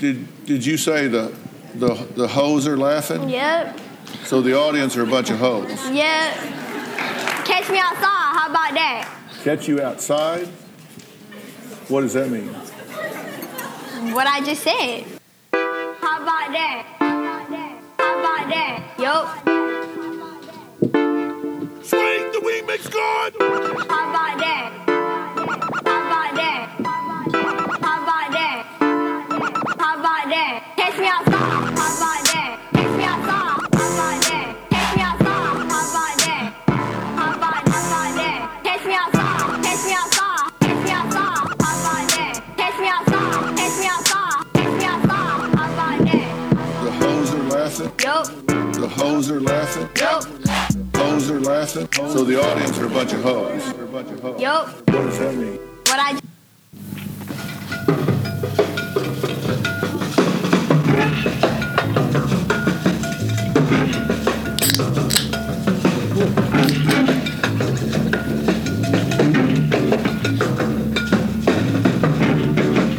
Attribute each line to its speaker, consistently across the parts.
Speaker 1: did, did you say the, the, the hoes are laughing?
Speaker 2: Yep.
Speaker 1: So the audience are a bunch of hoes.
Speaker 2: Yep. Catch me outside. How about that?
Speaker 1: Catch you outside? What does that mean?
Speaker 2: What I just said. How about that? How about that? How about that? Yup.
Speaker 3: Swing the wing makes God.
Speaker 2: How about that? How about that? How about that? How about that? Catch me outside. How about that? Catch me outside. How about that? Catch me outside. How about that? How about how about that? Catch me outside. Catch me outside. Catch me outside. How about that? Catch me outside. Catch me outside. Catch me outside. How about that?
Speaker 1: The hoes are laughing?
Speaker 2: Yup.
Speaker 1: The hoes are laughing?
Speaker 2: Yup.
Speaker 1: Hoes are laughing? So the audience are a bunch of hoes. Are a bunch of hoes.
Speaker 2: Yup.
Speaker 1: What does that mean?
Speaker 2: What I.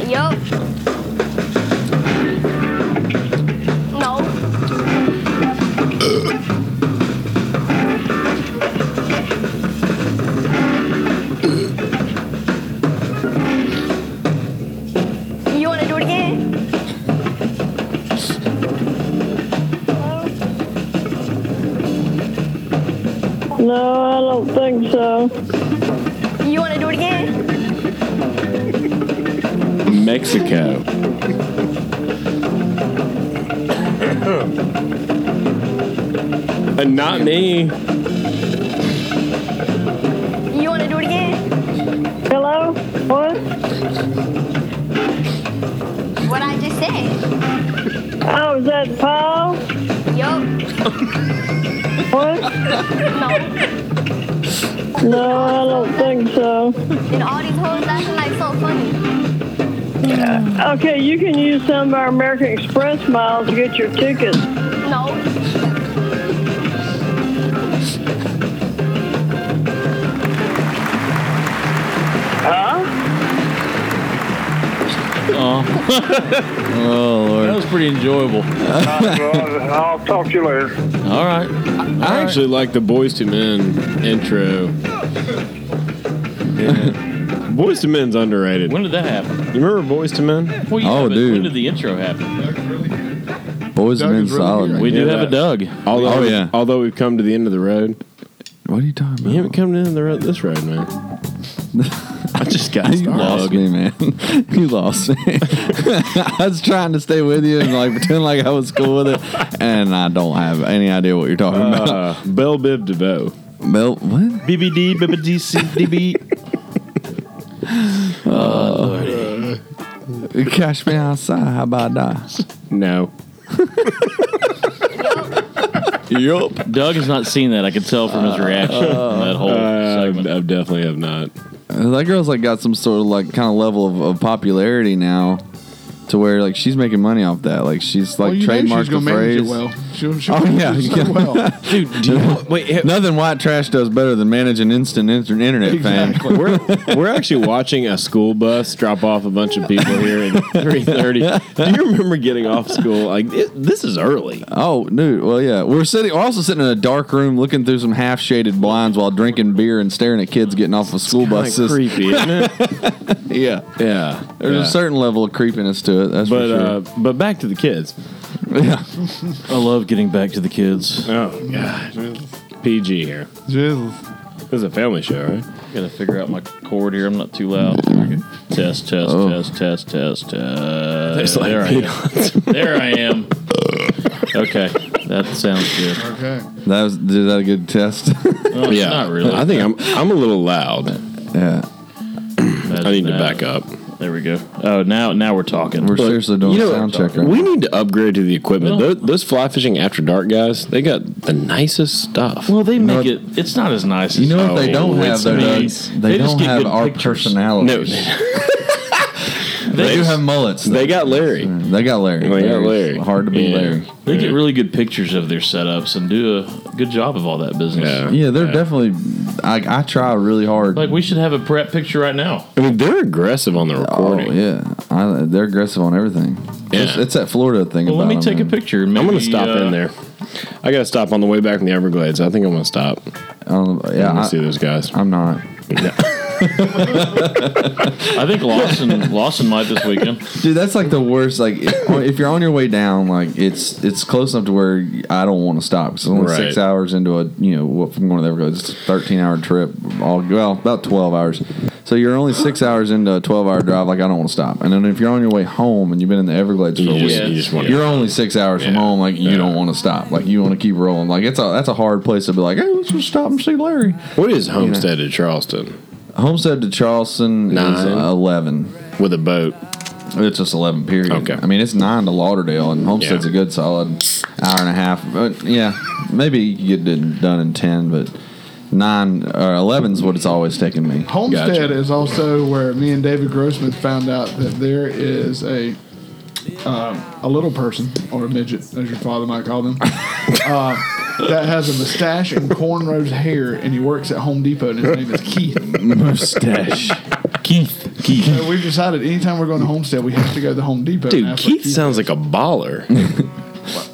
Speaker 2: Yup. No. You want to do it again?
Speaker 4: No, I don't think so.
Speaker 2: You want to do it again?
Speaker 5: Mexico. and not me.
Speaker 2: You want to do it again?
Speaker 4: Hello? What?
Speaker 2: What I just said.
Speaker 4: Oh, is that Paul?
Speaker 2: Yup.
Speaker 4: What?
Speaker 2: No.
Speaker 4: No, I don't think so.
Speaker 2: And all these hoes acting like so funny.
Speaker 4: Okay, you can use some of our American Express miles to get your tickets.
Speaker 6: Oh,
Speaker 2: No.
Speaker 4: Huh?
Speaker 5: Oh
Speaker 7: That
Speaker 5: Lord!
Speaker 7: was pretty enjoyable.
Speaker 6: Uh, I'll talk to you later.
Speaker 7: All right.
Speaker 5: I actually like the Boys to Men intro. Yeah. Boys to Men's underrated.
Speaker 7: When did that happen?
Speaker 5: You remember Boys to Men?
Speaker 7: Well, you
Speaker 8: Oh,
Speaker 7: have it. When
Speaker 8: dude.
Speaker 7: did the intro happen?
Speaker 8: Boys have
Speaker 1: Doug
Speaker 8: been
Speaker 1: is really
Speaker 8: solid.
Speaker 1: good.
Speaker 7: We
Speaker 8: man.
Speaker 7: do
Speaker 5: Yeah,
Speaker 7: have
Speaker 5: that-
Speaker 7: a Doug.
Speaker 5: Although,
Speaker 8: Oh, yeah.
Speaker 5: Although we've come to the end of the road,
Speaker 8: What are you talking
Speaker 5: you haven't
Speaker 8: about?
Speaker 5: come to the end of the road, this road, man. I just got
Speaker 8: You lost
Speaker 5: started.
Speaker 8: me, man. You lost me. I was trying to stay with you and like pretend like I was cool with it, and I don't have any idea what you're talking about.
Speaker 5: Uh, Belle Bib DeVoe.
Speaker 9: Uh,
Speaker 8: Mel, what?
Speaker 7: BBD, BBDCDB.
Speaker 8: Cash me outside. How about that?
Speaker 5: No.
Speaker 8: yup.
Speaker 7: Doug has not seen that. I could tell from his reaction. from that whole
Speaker 5: Uh,
Speaker 7: segment.
Speaker 5: I definitely have not.
Speaker 8: That girl's like got some sort of like kind of level of, of popularity now, to where like she's making money off that. Like she's like
Speaker 9: well, you know
Speaker 8: trademarked
Speaker 9: she's gonna
Speaker 8: the
Speaker 9: manage
Speaker 8: phrase.
Speaker 9: it well. She'll, she'll
Speaker 8: Oh,
Speaker 9: manage
Speaker 8: yeah,
Speaker 9: it so
Speaker 8: yeah.
Speaker 9: well.
Speaker 7: Dude, do you, wait, ha-
Speaker 8: Nothing white trash does better than managing instant inter- internet fame.
Speaker 9: Exactly.
Speaker 5: We're we're actually watching a school bus drop off a bunch of people here at three thirty. Do you remember getting off school? Like it, this is early.
Speaker 8: Oh, dude. Well, yeah. We're sitting. We're also sitting in a dark room, looking through some half-shaded blinds while drinking beer and staring at kids getting off of school buses.
Speaker 5: Like, creepy, isn't it?
Speaker 8: Yeah,
Speaker 5: Yeah.
Speaker 8: there's
Speaker 5: yeah.
Speaker 8: a certain level of creepiness to it. That's
Speaker 5: but uh,
Speaker 8: for
Speaker 5: but back to the kids.
Speaker 8: sure. yeah.
Speaker 7: I love getting back to the kids.
Speaker 5: Oh gosh, PG here.
Speaker 9: Jesus.
Speaker 5: This is a family show, right?
Speaker 7: Gotta figure out my cord here. I'm not too loud. Test, test,
Speaker 5: Oh.
Speaker 7: test, test, test, test. there, I am. there I am. Okay, that sounds good.
Speaker 9: Okay.
Speaker 8: That was did that a good test?
Speaker 7: Well, it's Not really.
Speaker 5: I think I'm I'm a little loud.
Speaker 8: yeah.
Speaker 5: I need to back up.
Speaker 7: There we go. Oh, now now we're talking.
Speaker 8: We're seriously doing
Speaker 5: you know-
Speaker 8: a sound check right
Speaker 5: We need to upgrade to the equipment.
Speaker 7: Well-
Speaker 5: Those, those fly fishing after dark guys, they got the nicest stuff.
Speaker 7: well, they make
Speaker 8: what-
Speaker 7: it. It's not as nice.
Speaker 8: You
Speaker 7: as
Speaker 8: know what they
Speaker 5: Oh,
Speaker 8: don't have
Speaker 5: it's
Speaker 8: though?
Speaker 5: me.
Speaker 8: Doug? They,
Speaker 7: They just
Speaker 8: don't
Speaker 7: get
Speaker 8: have
Speaker 7: good
Speaker 8: our
Speaker 7: pictures.
Speaker 8: personality.
Speaker 5: No,
Speaker 8: They do have mullets.
Speaker 5: They
Speaker 8: though.
Speaker 5: got Larry.
Speaker 8: They got mm, Larry.
Speaker 5: They got
Speaker 8: Larry's
Speaker 5: Larry.
Speaker 8: Hard to be
Speaker 5: Yeah.
Speaker 8: Larry.
Speaker 7: They get really good pictures of their setups and do a good job of all that business.
Speaker 5: Yeah.
Speaker 8: Yeah, they're definitely. I, I try really hard.
Speaker 7: Like we should have a prep picture right now.
Speaker 5: I mean, they're aggressive on the
Speaker 8: oh
Speaker 5: recording.
Speaker 8: yeah, I, they're aggressive on everything. It's,
Speaker 5: Yeah.
Speaker 8: it's that Florida thing.
Speaker 7: Well, let
Speaker 8: about
Speaker 7: me take a
Speaker 8: them, man.
Speaker 7: picture.
Speaker 5: I'm
Speaker 7: Maybe,
Speaker 5: gonna stop
Speaker 7: uh,
Speaker 5: in there. I gotta stop on the way back from the Everglades. I think I'm gonna stop.
Speaker 8: I don't know.
Speaker 5: Yeah,
Speaker 8: Yeah,
Speaker 5: I'm gonna see
Speaker 8: I,
Speaker 5: those guys.
Speaker 8: I'm not.
Speaker 7: I think Lawson Lawson might this weekend.
Speaker 8: Dude, that's like the worst. Like, if, if you're on your way down, like it's it's close enough to where I don't want to stop. 'cause it's only
Speaker 5: Right.
Speaker 8: six hours into a you know what from going to Everglades, it's a 13 hour trip. All well about 12 hours. So you're only six hours into a 12 hour drive. Like I don't want to stop. And then if you're on your way home and you've been in the Everglades for a
Speaker 5: You
Speaker 8: week,
Speaker 5: just- you just wanna-
Speaker 8: you're only six hours from
Speaker 5: Yeah.
Speaker 8: home. Like you
Speaker 5: Yeah.
Speaker 8: don't want to stop. Like you want to keep rolling. Like it's a that's a hard place to be like, hey, let's just stop and see Larry.
Speaker 5: What is Homestead to Charleston
Speaker 8: Homestead to Charleston is
Speaker 5: Nine.
Speaker 8: 11.
Speaker 5: with a boat?
Speaker 8: It's just eleven period.
Speaker 5: Okay.
Speaker 8: I mean, it's nine to Lauderdale, and Homestead's
Speaker 5: Yeah.
Speaker 8: a good solid hour and a half. But yeah, maybe you could get it done in ten, but nine or eleven's what it's always taken me.
Speaker 9: Homestead
Speaker 5: Gotcha.
Speaker 9: is also where me and David Grossman found out that there is a um, a little person or a midget, as your father might call them, uh, that has a mustache and cornrows hair, and he works at Home Depot, and his name is Keith.
Speaker 8: Mustache.
Speaker 7: Keith. Keith.
Speaker 9: So we've decided anytime we're going to Homestead, we have to go to Home Depot. and
Speaker 5: Dude,
Speaker 9: ask what
Speaker 5: Keith sounds like a baller.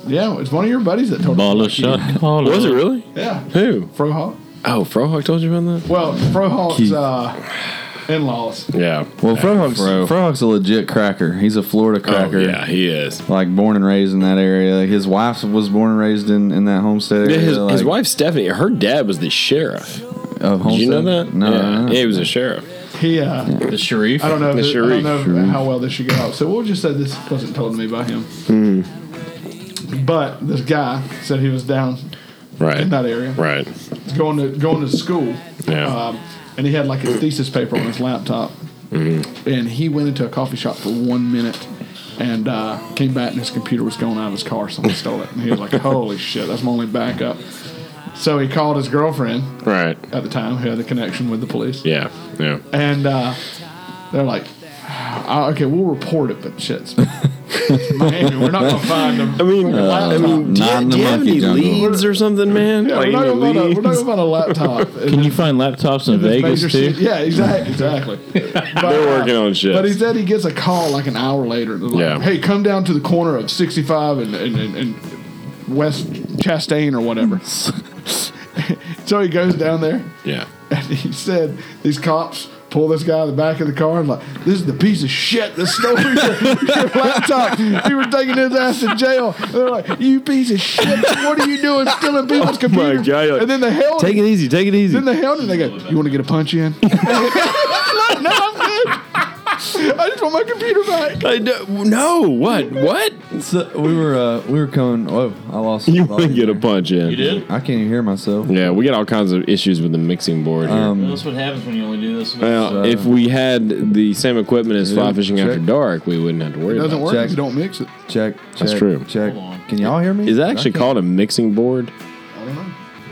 Speaker 9: Yeah, it's one of your buddies that told us.
Speaker 7: Baller shot. Baller.
Speaker 5: Was it really?
Speaker 9: Yeah,
Speaker 5: Who?
Speaker 9: Frohawk.
Speaker 5: Oh, Frohawk told you about that?
Speaker 9: Well, Frohawk's
Speaker 8: Keith.
Speaker 9: uh, in-laws.
Speaker 5: Yeah.
Speaker 8: Well, Frohawk's
Speaker 5: Fro.
Speaker 8: Frohawk's a legit cracker. He's a Florida
Speaker 5: Oh,
Speaker 8: cracker.
Speaker 5: yeah, he is.
Speaker 8: Like born and raised in that area. Like, his wife was born and raised in, in that homestead
Speaker 5: Yeah,
Speaker 8: area.
Speaker 5: his,
Speaker 8: like,
Speaker 5: his wife Stephanie, her dad was the sheriff. Did
Speaker 8: of homestead.
Speaker 5: you know that?
Speaker 8: No,
Speaker 5: yeah.
Speaker 8: I don't.
Speaker 5: Yeah, he was a sheriff.
Speaker 9: He uh,
Speaker 7: The Sharif.
Speaker 9: I don't know.
Speaker 5: The
Speaker 9: If it- I
Speaker 5: Sharif.
Speaker 9: don't know how well this should go out. So we'll just say this wasn't told to me by him. But this guy said he was down
Speaker 5: Hmm. Right.
Speaker 9: in that area,
Speaker 5: Right.
Speaker 9: going to going to school,
Speaker 5: Yeah.
Speaker 9: um, and he had like his thesis paper on his laptop.
Speaker 5: Mm-hmm.
Speaker 9: And he went into a coffee shop for one minute. And uh, came back and his computer was going out of his car. Someone stole it, and he was like, "Holy shit, that's my only backup." So he called his girlfriend
Speaker 5: right.
Speaker 9: at the time, who had the connection with the police.
Speaker 5: Yeah. Yeah.
Speaker 9: And uh, they're like, "Ah, okay, we'll report it, but shit. Miami, we're not going to find them.
Speaker 5: I mean, uh, I mean, do you,
Speaker 8: not in the
Speaker 5: do you have
Speaker 8: monkey
Speaker 5: any
Speaker 8: jungle.
Speaker 5: leads or something, man?
Speaker 9: Yeah, we're,
Speaker 5: like
Speaker 9: not
Speaker 5: any
Speaker 9: gonna find a, we're not
Speaker 5: leads?
Speaker 9: going to find a laptop.
Speaker 7: Can you find laptops in Vegas too?
Speaker 9: Yeah, exactly. exactly. But,
Speaker 5: They're
Speaker 9: uh,
Speaker 5: working on shit.
Speaker 9: But he said he gets a call like an hour later. They're like,
Speaker 5: Yeah.
Speaker 9: Hey, come down to the corner of 65 and, and, and, and West Chastain or whatever. so he goes down there.
Speaker 5: yeah.
Speaker 9: And he said, these cops pull this guy in the back of the car and like, this is the piece of shit that stole your, your laptop. You were taking his ass to jail. And they're like, you piece of shit. What are you doing stealing people's computers?
Speaker 5: Oh God, you're like,
Speaker 9: and then they held
Speaker 5: Take
Speaker 9: him.
Speaker 5: it easy. Take it easy.
Speaker 9: Then they held him. They go, you want to get a punch in? no, no, I'm good. I just want my computer back.
Speaker 5: I don't- no. What? What?
Speaker 8: So we were uh, we were coming. Whoa, I lost.
Speaker 5: You
Speaker 8: lost
Speaker 5: want to get a punch in?
Speaker 7: You did.
Speaker 8: I can't even hear myself.
Speaker 5: Yeah, we got all kinds of issues with the mixing board here.
Speaker 7: that's what happens when you only do this.
Speaker 5: well,
Speaker 8: so-
Speaker 5: if we had the same equipment as fly fishing after
Speaker 8: check.
Speaker 5: dark, we wouldn't have to worry
Speaker 9: It
Speaker 5: about
Speaker 9: doesn't
Speaker 5: it.
Speaker 9: work
Speaker 8: Check.
Speaker 9: if you don't mix it.
Speaker 8: Check. check
Speaker 5: That's true.
Speaker 8: Check.
Speaker 7: Hold on.
Speaker 8: Can y'all hear me?
Speaker 5: Is that actually
Speaker 8: I can't-
Speaker 5: called a mixing board?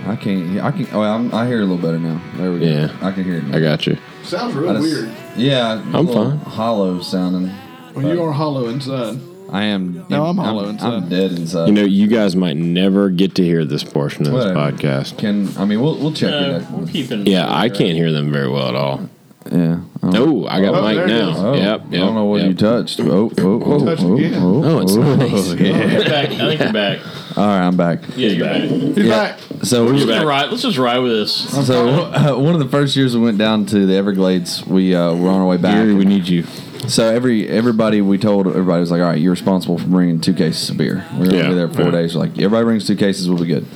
Speaker 8: I can't. hear- I can. Oh, I'm, I hear a little better now. There we go.
Speaker 5: Yeah.
Speaker 8: I can hear it. Now.
Speaker 5: I got you.
Speaker 9: Sounds real
Speaker 8: I just-
Speaker 9: weird.
Speaker 8: Yeah,
Speaker 5: I'm
Speaker 8: little
Speaker 5: fine.
Speaker 8: Hollow sounding.
Speaker 9: When you are hollow inside.
Speaker 8: I am.
Speaker 9: No, I'm hollow
Speaker 8: I'm,
Speaker 9: inside.
Speaker 8: I'm dead inside.
Speaker 5: You know, you guys might never get to hear this portion of this
Speaker 8: Whatever.
Speaker 5: podcast.
Speaker 8: Can I mean we'll we'll
Speaker 9: Uh,
Speaker 8: check it.
Speaker 7: No,
Speaker 8: out.
Speaker 7: Uh, we're keeping.
Speaker 5: Yeah, I can't hear them very well at all.
Speaker 8: Yeah. I don't-
Speaker 5: Oh, I got
Speaker 9: Oh,
Speaker 5: Mike
Speaker 9: there it
Speaker 5: now.
Speaker 9: is.
Speaker 8: Oh,
Speaker 5: yep,
Speaker 8: I
Speaker 5: yep,
Speaker 8: don't know what
Speaker 5: yep.
Speaker 8: you touched. Oh, oh, oh,
Speaker 9: Touched
Speaker 8: oh,
Speaker 9: again.
Speaker 8: oh,
Speaker 5: Oh, it's
Speaker 8: oh,
Speaker 5: nice.
Speaker 8: yeah.
Speaker 7: You're back. I think you're back.
Speaker 8: All right, I'm back.
Speaker 7: Yeah, you're back.
Speaker 9: He's
Speaker 8: Yeah.
Speaker 9: back.
Speaker 8: So we
Speaker 7: Let's just ride. Let's just ride with this.
Speaker 8: So uh, one of the first years we went down to the Everglades, we uh, were on our way back.
Speaker 5: Gary, we need you.
Speaker 8: So every everybody we told everybody was like, all right, you're responsible for bringing two cases of beer. We were
Speaker 5: Yeah,
Speaker 8: gonna be there four
Speaker 5: yeah.
Speaker 8: days. We're like everybody brings two cases, we'll be good.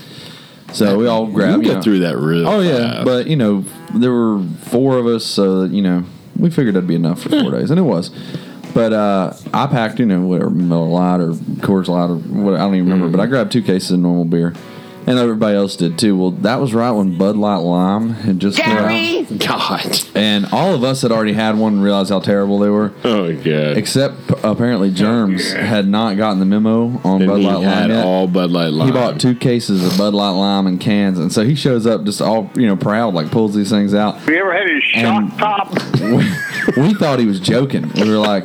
Speaker 8: So we all
Speaker 5: You
Speaker 8: grabbed. you know-
Speaker 5: get through that real.
Speaker 8: Oh yeah,
Speaker 5: fast.
Speaker 8: but you know there were four of us, so you know we figured that'd be enough for four days, and it was. But uh, I packed, you know, whatever Miller Lite or Coors Light or what I don't even remember. But
Speaker 5: Mm.
Speaker 8: I grabbed two cases of normal beer, and everybody else did too. Well, that was right when Bud Light Lime had just come out,
Speaker 2: Gary!
Speaker 5: God.
Speaker 8: and all of us had already had one and realized how terrible they were.
Speaker 5: Oh god.
Speaker 8: Except p- apparently Germs had not gotten the memo on
Speaker 5: And
Speaker 8: Bud
Speaker 5: he
Speaker 8: Light Lime
Speaker 5: had
Speaker 8: yet.
Speaker 5: all Bud Light Lime.
Speaker 8: He bought two cases of Bud Light Lime in cans, and so he shows up just all you know proud, like pulls these things out.
Speaker 6: Have you ever had any shock
Speaker 8: And-
Speaker 6: top?
Speaker 8: We, we thought he was joking. We were like,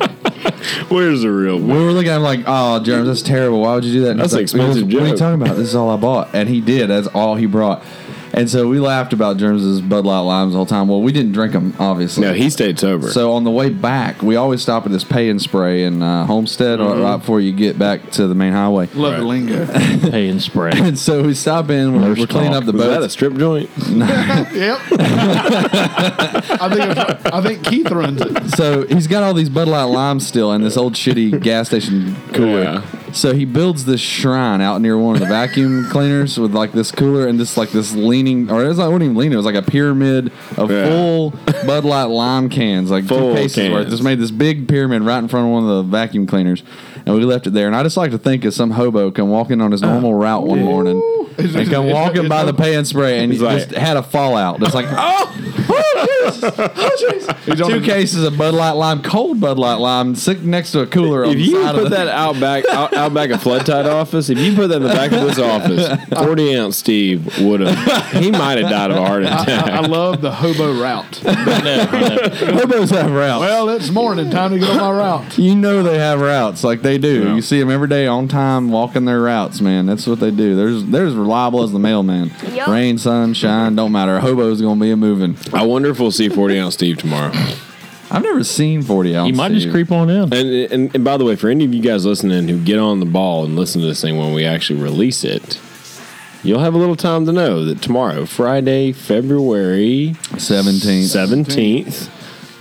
Speaker 5: Where's the real
Speaker 8: We were looking at him like, oh, Jeremy, that's terrible. Why would you do that? And
Speaker 5: That's
Speaker 8: he's
Speaker 5: an expensive
Speaker 8: What are you
Speaker 5: joke."
Speaker 8: talking about? This is all I bought. And he did. That's all he brought. And so we laughed about Jeremy's Bud Light Limes the whole time. Well, we didn't drink them, obviously.
Speaker 5: No, he stayed sober.
Speaker 8: So on the way back, we always stop at this pay and spray in uh, Homestead right- right before you get back to the main highway.
Speaker 9: Love the lingo.
Speaker 7: Pay and spray.
Speaker 8: And so we stop in, we're,
Speaker 7: Nurse
Speaker 8: we're cleaning
Speaker 7: talk.
Speaker 8: up the
Speaker 5: was that a
Speaker 8: boats.
Speaker 5: strip joint?
Speaker 9: yep. I think it's, I think Keith runs it.
Speaker 8: So he's got all these Bud Light Limes still in this old shitty gas station cooler.
Speaker 5: Yeah.
Speaker 8: So he builds this shrine out near one of the vacuum cleaners with like this cooler and this like this leaning or it was like, it wasn't even leaning, it was like a pyramid of
Speaker 5: Yeah.
Speaker 8: full Bud Light Lime cans, like
Speaker 5: Full
Speaker 8: two cases worth.
Speaker 5: cans.
Speaker 8: Just made this big pyramid right in front of one of the vacuum cleaners. And we left it there. And I just like to think of some hobo come walking on his normal
Speaker 5: Uh,
Speaker 8: route one morning and come walking by the pay and spray and
Speaker 5: He's
Speaker 8: just
Speaker 5: like-
Speaker 8: had a fallout. It's like, oh, oh, Jesus. Oh, Jesus.
Speaker 9: on
Speaker 8: Two
Speaker 9: the-
Speaker 8: cases of Bud Light Lime, cold Bud Light Lime, sitting next to a cooler on
Speaker 5: If
Speaker 8: the
Speaker 5: you
Speaker 8: side
Speaker 5: put
Speaker 8: of the,
Speaker 5: that out back, out, out back of Flood Tide office, if you put that in the back of this office, forty ounce Steve would have. He might have died of a heart attack.
Speaker 9: I, I love the hobo route.
Speaker 8: Hobos have routes.
Speaker 9: Well, it's morning. Time to get on my route.
Speaker 8: you know they have routes, like they do.
Speaker 5: Yeah.
Speaker 8: You see them every day on time, walking their routes, man. That's what they do. There's there's reliable as the mailman.
Speaker 2: Yup.
Speaker 8: Rain, sun, shine, don't matter. A hobo's gonna be a moving.
Speaker 5: I wonder if we'll see forty ounce Steve tomorrow.
Speaker 8: I've never seen forty ounce.
Speaker 7: You might just
Speaker 8: Steve.
Speaker 7: creep on in.
Speaker 5: And, and and by the way, for any of you guys listening who get on the ball and listen to this thing when we actually release it, you'll have a little time to know that tomorrow, Friday, February
Speaker 8: 17.
Speaker 5: seventeenth,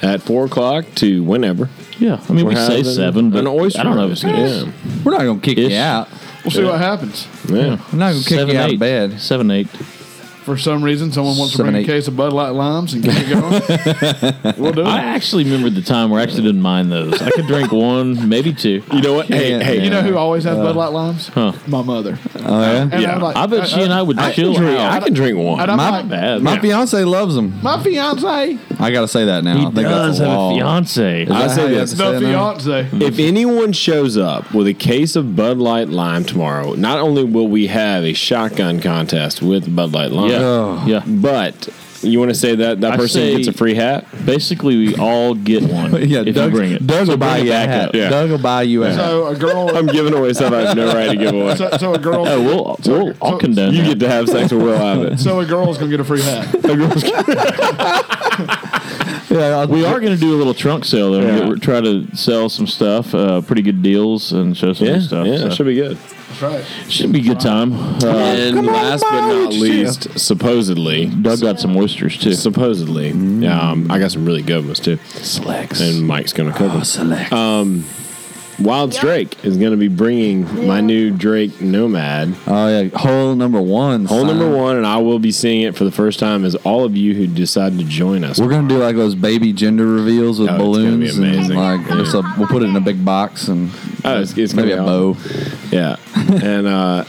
Speaker 5: at four o'clock to whenever.
Speaker 7: Yeah, I mean
Speaker 5: we're
Speaker 7: we say
Speaker 5: having
Speaker 7: seven, but
Speaker 5: an oyster
Speaker 7: I don't know if
Speaker 5: roast.
Speaker 7: it's gonna.
Speaker 5: yeah.
Speaker 8: We're not gonna kick
Speaker 7: Ish.
Speaker 8: you out.
Speaker 9: We'll see what happens.
Speaker 5: yeah.
Speaker 8: We're not gonna kick
Speaker 7: Seven,
Speaker 8: you out
Speaker 7: eight.
Speaker 8: of bed.
Speaker 7: Seven eight.
Speaker 9: For some reason, someone wants
Speaker 8: Seven,
Speaker 9: to bring
Speaker 8: eight.
Speaker 9: a case of Bud Light limes and get it going. we'll do it.
Speaker 7: I actually remembered the time where I actually didn't mind those. I could drink one, maybe two.
Speaker 5: You know what? Hey,
Speaker 8: Can't,
Speaker 5: hey,
Speaker 9: you know who always has Bud Light limes?
Speaker 7: Uh, Huh.
Speaker 9: My mother.
Speaker 8: Oh, yeah?
Speaker 9: And
Speaker 5: Yeah.
Speaker 9: I'm like, uh,
Speaker 7: I bet she and I would
Speaker 5: I can
Speaker 7: chill
Speaker 5: drink. I
Speaker 7: out.
Speaker 5: can drink one.
Speaker 9: And I'm
Speaker 8: My-
Speaker 9: like,
Speaker 7: Bad.
Speaker 8: My
Speaker 7: Yeah.
Speaker 8: fiance loves them.
Speaker 9: my fiance,
Speaker 8: I gotta say that now. I
Speaker 7: He
Speaker 8: think that's
Speaker 7: does have
Speaker 8: law.
Speaker 7: a fiance.
Speaker 5: I say
Speaker 8: you
Speaker 5: this.
Speaker 8: have to
Speaker 5: The
Speaker 8: say
Speaker 9: the
Speaker 8: it now?
Speaker 9: fiance.
Speaker 5: If anyone shows up with a case of Bud Light Lime tomorrow, not only will we have a shotgun contest with Bud Light Lime,
Speaker 7: Yeah,
Speaker 8: Oh.
Speaker 7: yeah.
Speaker 5: but you want to say that that
Speaker 7: I
Speaker 5: person
Speaker 7: say-
Speaker 5: gets a free hat?
Speaker 7: Basically, we all get one.
Speaker 8: Yeah,
Speaker 7: if
Speaker 8: Doug,
Speaker 7: you bring it.
Speaker 8: Doug will
Speaker 7: So bring
Speaker 8: buy
Speaker 7: it
Speaker 8: you a
Speaker 7: back
Speaker 8: hat.
Speaker 7: up.
Speaker 5: Yeah.
Speaker 8: Doug will buy you a hat.
Speaker 9: So a girl.
Speaker 5: I'm giving away stuff I have no right to give away.
Speaker 9: So, so a girl.
Speaker 7: Oh, we'll, we'll I'll condone
Speaker 5: you
Speaker 7: that.
Speaker 5: get to have sex with Will Abbott.
Speaker 9: So a girl's gonna get a free hat.
Speaker 8: Yeah, I'll-
Speaker 7: We are going to do a little trunk sale though.
Speaker 5: Yeah.
Speaker 7: We're try to sell some stuff, uh, pretty good deals, and show some
Speaker 5: Yeah,
Speaker 7: new stuff.
Speaker 5: yeah,
Speaker 7: so.
Speaker 5: it should be good.
Speaker 9: That's right.
Speaker 7: should be a good time. Uh,
Speaker 5: and last but
Speaker 7: Oh,
Speaker 5: not least, supposedly,
Speaker 7: Doug got some oysters too.
Speaker 5: supposedly,
Speaker 8: Mm.
Speaker 5: um, I got some really good ones too,
Speaker 7: Selects.
Speaker 5: and Mike's gonna cook them.
Speaker 8: oh, select.
Speaker 5: Wild Drake is gonna be bringing my new Drake Nomad.
Speaker 8: oh yeah, hole number one.
Speaker 5: Hole
Speaker 8: son.
Speaker 5: number one, and I will be seeing it for the first time as all of you who decide to join us.
Speaker 8: We're gonna do like those baby gender reveals with
Speaker 5: Oh, it's gonna be
Speaker 8: balloons and
Speaker 5: amazing.
Speaker 8: like
Speaker 5: Yeah.
Speaker 8: it's a- we'll put it in a big box and
Speaker 5: Oh, it's, it's gonna
Speaker 8: maybe a
Speaker 5: be
Speaker 8: bow.
Speaker 5: awesome. Yeah, and uh,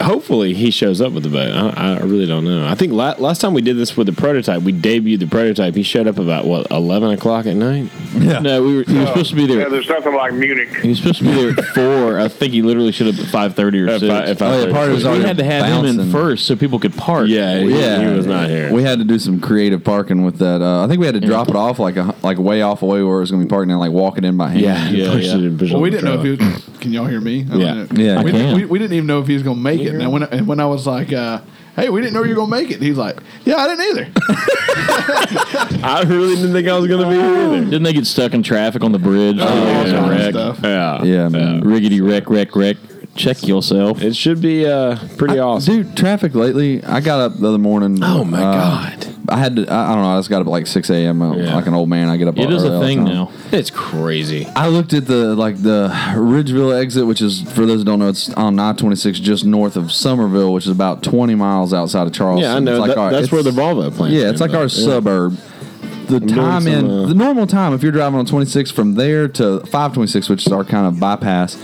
Speaker 5: hopefully he shows up with the bow. I, I really don't know. I think la- last time we did this with the prototype, we debuted the prototype. He showed up about what eleven o'clock at night.
Speaker 8: Yeah.
Speaker 7: No, we were, he was supposed to be
Speaker 6: Yeah,
Speaker 7: there.
Speaker 6: there's nothing like Munich.
Speaker 7: He was supposed to be there at four. I think he literally should have been at five thirty or
Speaker 5: If
Speaker 7: six.
Speaker 5: I- if I-
Speaker 8: Oh yeah, party was
Speaker 7: we
Speaker 8: already
Speaker 7: had to have him in
Speaker 8: bouncing.
Speaker 7: first so people could park.
Speaker 5: Yeah, he,
Speaker 8: Yeah,
Speaker 5: he was not here.
Speaker 8: We had to do some creative parking with that. Uh, I think we had to drop it off like a, like way off away where it was gonna be parking and like walk it in by hand.
Speaker 5: yeah,
Speaker 7: Yeah,
Speaker 5: pushed
Speaker 7: yeah.
Speaker 5: it and pushed it
Speaker 9: Well, we
Speaker 5: on the
Speaker 9: didn't know if
Speaker 5: truck.
Speaker 9: he was. Can y'all hear me? I don't
Speaker 5: Yeah.
Speaker 9: know.
Speaker 8: Yeah. I
Speaker 9: We,
Speaker 7: can.
Speaker 9: didn't, we, we didn't even know if he was gonna make it. And when I- and when I was like, uh, "Hey, we didn't know you were gonna make it," he's like, "Yeah, I didn't either."
Speaker 5: I really didn't think I was gonna be here either.
Speaker 7: Didn't they get stuck in traffic on the bridge?
Speaker 5: Oh,
Speaker 9: yeah.
Speaker 7: They were
Speaker 9: Yeah.
Speaker 7: wrecked.
Speaker 9: Stuff.
Speaker 5: Yeah,
Speaker 8: Yeah, man.
Speaker 7: Riggedy wreck, wreck, wreck. Check yourself.
Speaker 5: It should be uh, pretty awesome.
Speaker 8: Dude, traffic lately. I got up the other morning. uh,
Speaker 5: Oh, my God.
Speaker 8: I had to. I, I don't know. I just got up at like six a.m. I'm
Speaker 5: Yeah.
Speaker 8: Like an old man, I get up.
Speaker 7: It is
Speaker 8: early
Speaker 7: a
Speaker 8: all the
Speaker 7: thing
Speaker 8: time.
Speaker 7: now.
Speaker 5: It's crazy.
Speaker 8: I looked at the like the Ridgeville exit, which is for those who don't know, it's on I twenty six, just north of Somerville, which is about twenty miles outside of Charleston.
Speaker 5: Yeah, I know.
Speaker 8: It's
Speaker 5: That-
Speaker 8: our-
Speaker 5: that's
Speaker 8: it's-
Speaker 5: where the Volvo plant.
Speaker 8: Yeah, it's like our suburb. The time
Speaker 5: some,
Speaker 8: in
Speaker 5: uh,
Speaker 8: the normal time, if you're driving on twenty six from there to five twenty six, which is our kind of bypass,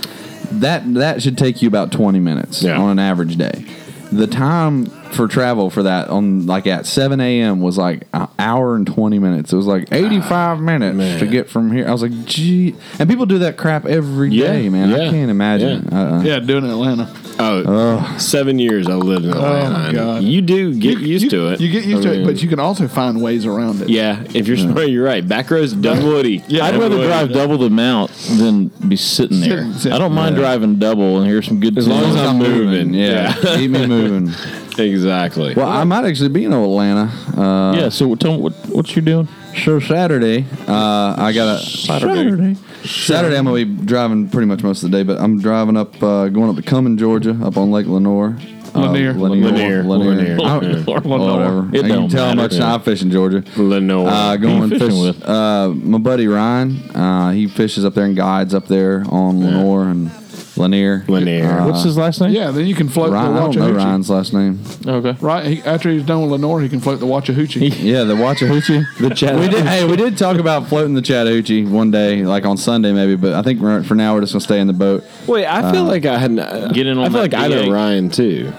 Speaker 8: that that should take you about twenty minutes
Speaker 5: Yeah.
Speaker 8: on an average day. The time for travel for that on like at seven a.m. was like an hour and twenty minutes. It was like eighty-five minutes
Speaker 5: Ah, man.
Speaker 8: to get from here. I was like, gee, and people do that crap every day,
Speaker 5: Yeah,
Speaker 8: man.
Speaker 5: yeah,
Speaker 8: I can't imagine.
Speaker 5: yeah.
Speaker 8: Uh,
Speaker 9: yeah, doing it in Atlanta. Oh,
Speaker 5: Oh, seven years I lived in Atlanta. and
Speaker 9: God.
Speaker 5: Oh, You do get used to it.
Speaker 9: You get used to
Speaker 8: mean-
Speaker 9: it, but you can also find ways around it.
Speaker 5: yeah, if you're smart, you're right. Back roads, dumb woody.
Speaker 9: Yeah.
Speaker 7: I'd rather drive double the amount than be sitting there.
Speaker 9: Sitting, sitting.
Speaker 7: I don't mind
Speaker 8: Yeah.
Speaker 7: driving double and hear some good.
Speaker 5: As long as I'm moving.
Speaker 8: Yeah, keep me moving.
Speaker 5: Exactly.
Speaker 8: Well, I might actually be in Atlanta. Uh,
Speaker 7: yeah. So tell me what what you doing?
Speaker 8: So Saturday, uh, I got a
Speaker 7: Saturday.
Speaker 8: Saturday. I'm gonna be driving pretty much most of the day, but I'm driving up, uh, going up to Cumming, Georgia, up on Lake Lanier. Uh,
Speaker 9: Lanier.
Speaker 5: Lanier.
Speaker 8: Lanier. Lanier. I don't-
Speaker 7: Lanier.
Speaker 8: Whatever.
Speaker 7: It
Speaker 8: you
Speaker 7: don't
Speaker 8: can tell how
Speaker 7: matter,
Speaker 8: much
Speaker 7: yeah.
Speaker 8: I fish in Georgia.
Speaker 5: Lenore.
Speaker 8: Uh,
Speaker 7: Who you
Speaker 8: going
Speaker 7: fishing
Speaker 8: fish,
Speaker 7: with?
Speaker 8: Uh, my buddy Ryan, uh, he fishes up there and guides up there on Lenore and Lanier.
Speaker 5: Lanier.
Speaker 8: Uh,
Speaker 7: What's his last name?
Speaker 9: Yeah, then you can float
Speaker 8: Ryan, I
Speaker 9: the
Speaker 8: don't know
Speaker 9: Watchahoochee.
Speaker 8: Ryan's last name.
Speaker 7: Okay.
Speaker 9: Right he, after he's done with Lenore, he can float the Watchahoochee.
Speaker 8: Yeah, the Watchahoochee.
Speaker 5: the chat.
Speaker 8: we did. Hey, we did talk about floating the Chattahoochee one day, like on Sunday maybe. But I think we're, for now we're just gonna stay in the boat.
Speaker 5: Wait, I
Speaker 8: uh,
Speaker 5: feel like I had. not
Speaker 7: Get in on
Speaker 5: I feel
Speaker 7: that
Speaker 5: like I know
Speaker 7: DA.
Speaker 5: Ryan too.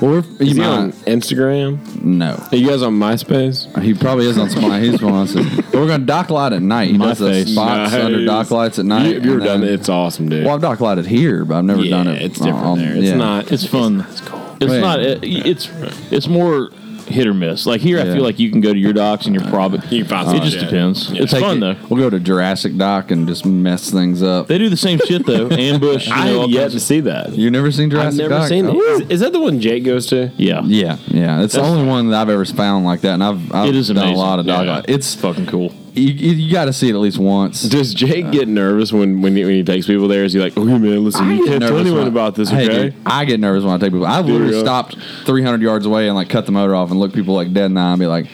Speaker 8: Well, we're,
Speaker 5: Is
Speaker 8: you
Speaker 5: he
Speaker 8: might,
Speaker 5: on Instagram?
Speaker 8: no.
Speaker 5: Are you guys on MySpace?
Speaker 8: He probably is on spot. He's sponsored. But we're gonna dock light at night. He
Speaker 7: My
Speaker 8: does the
Speaker 7: face.
Speaker 8: spots
Speaker 5: Nice.
Speaker 8: under dock lights at night.
Speaker 5: You, have you ever
Speaker 8: and
Speaker 5: done
Speaker 8: then-
Speaker 5: it? It's awesome, dude.
Speaker 8: Well, I've dock lighted here, but I've never
Speaker 5: yeah,
Speaker 8: done it.
Speaker 5: it's different
Speaker 8: on-
Speaker 5: there. It's
Speaker 8: yeah.
Speaker 5: not.
Speaker 7: It's fun. It's cool. It's
Speaker 8: Right.
Speaker 7: not. It, it's it's more hit or miss. Like here, I
Speaker 8: Yeah.
Speaker 7: feel like you can go to your docks and your private.
Speaker 5: You can find
Speaker 7: it
Speaker 5: some
Speaker 7: just
Speaker 5: shit.
Speaker 7: depends. It's
Speaker 8: Take
Speaker 7: fun
Speaker 8: it-
Speaker 7: though.
Speaker 8: We'll go to Jurassic Dock and just mess things up.
Speaker 7: They do the same shit though. Ambush. You
Speaker 5: I
Speaker 7: know, all
Speaker 5: have yet
Speaker 7: kinds
Speaker 5: to
Speaker 7: of-
Speaker 5: see that.
Speaker 8: You've never seen
Speaker 5: I've
Speaker 8: Jurassic
Speaker 5: never
Speaker 8: Dock?
Speaker 5: seen it.
Speaker 8: Oh.
Speaker 5: Is, is that the one Jake goes to?
Speaker 7: yeah.
Speaker 8: Yeah, yeah. It's the only one that I've ever found like that, and I've, I've
Speaker 7: It is
Speaker 8: done
Speaker 7: amazing.
Speaker 8: a lot of dog.
Speaker 7: Yeah.
Speaker 8: light. It's
Speaker 7: Fucking cool.
Speaker 8: you, you, got to see it at least once.
Speaker 5: Does Jake
Speaker 8: Uh,
Speaker 5: get nervous when when he, when he takes people there? Is he like, okay, man, listen,
Speaker 8: I
Speaker 5: you
Speaker 8: get
Speaker 5: can't tell
Speaker 8: nervous
Speaker 5: anyone
Speaker 8: when I-
Speaker 5: about this,
Speaker 8: Hey,
Speaker 5: okay?
Speaker 8: dude, I get nervous when I take people. I literally
Speaker 5: really?
Speaker 8: stopped 300 yards away and like cut the motor off and look people like dead in the eye and be like,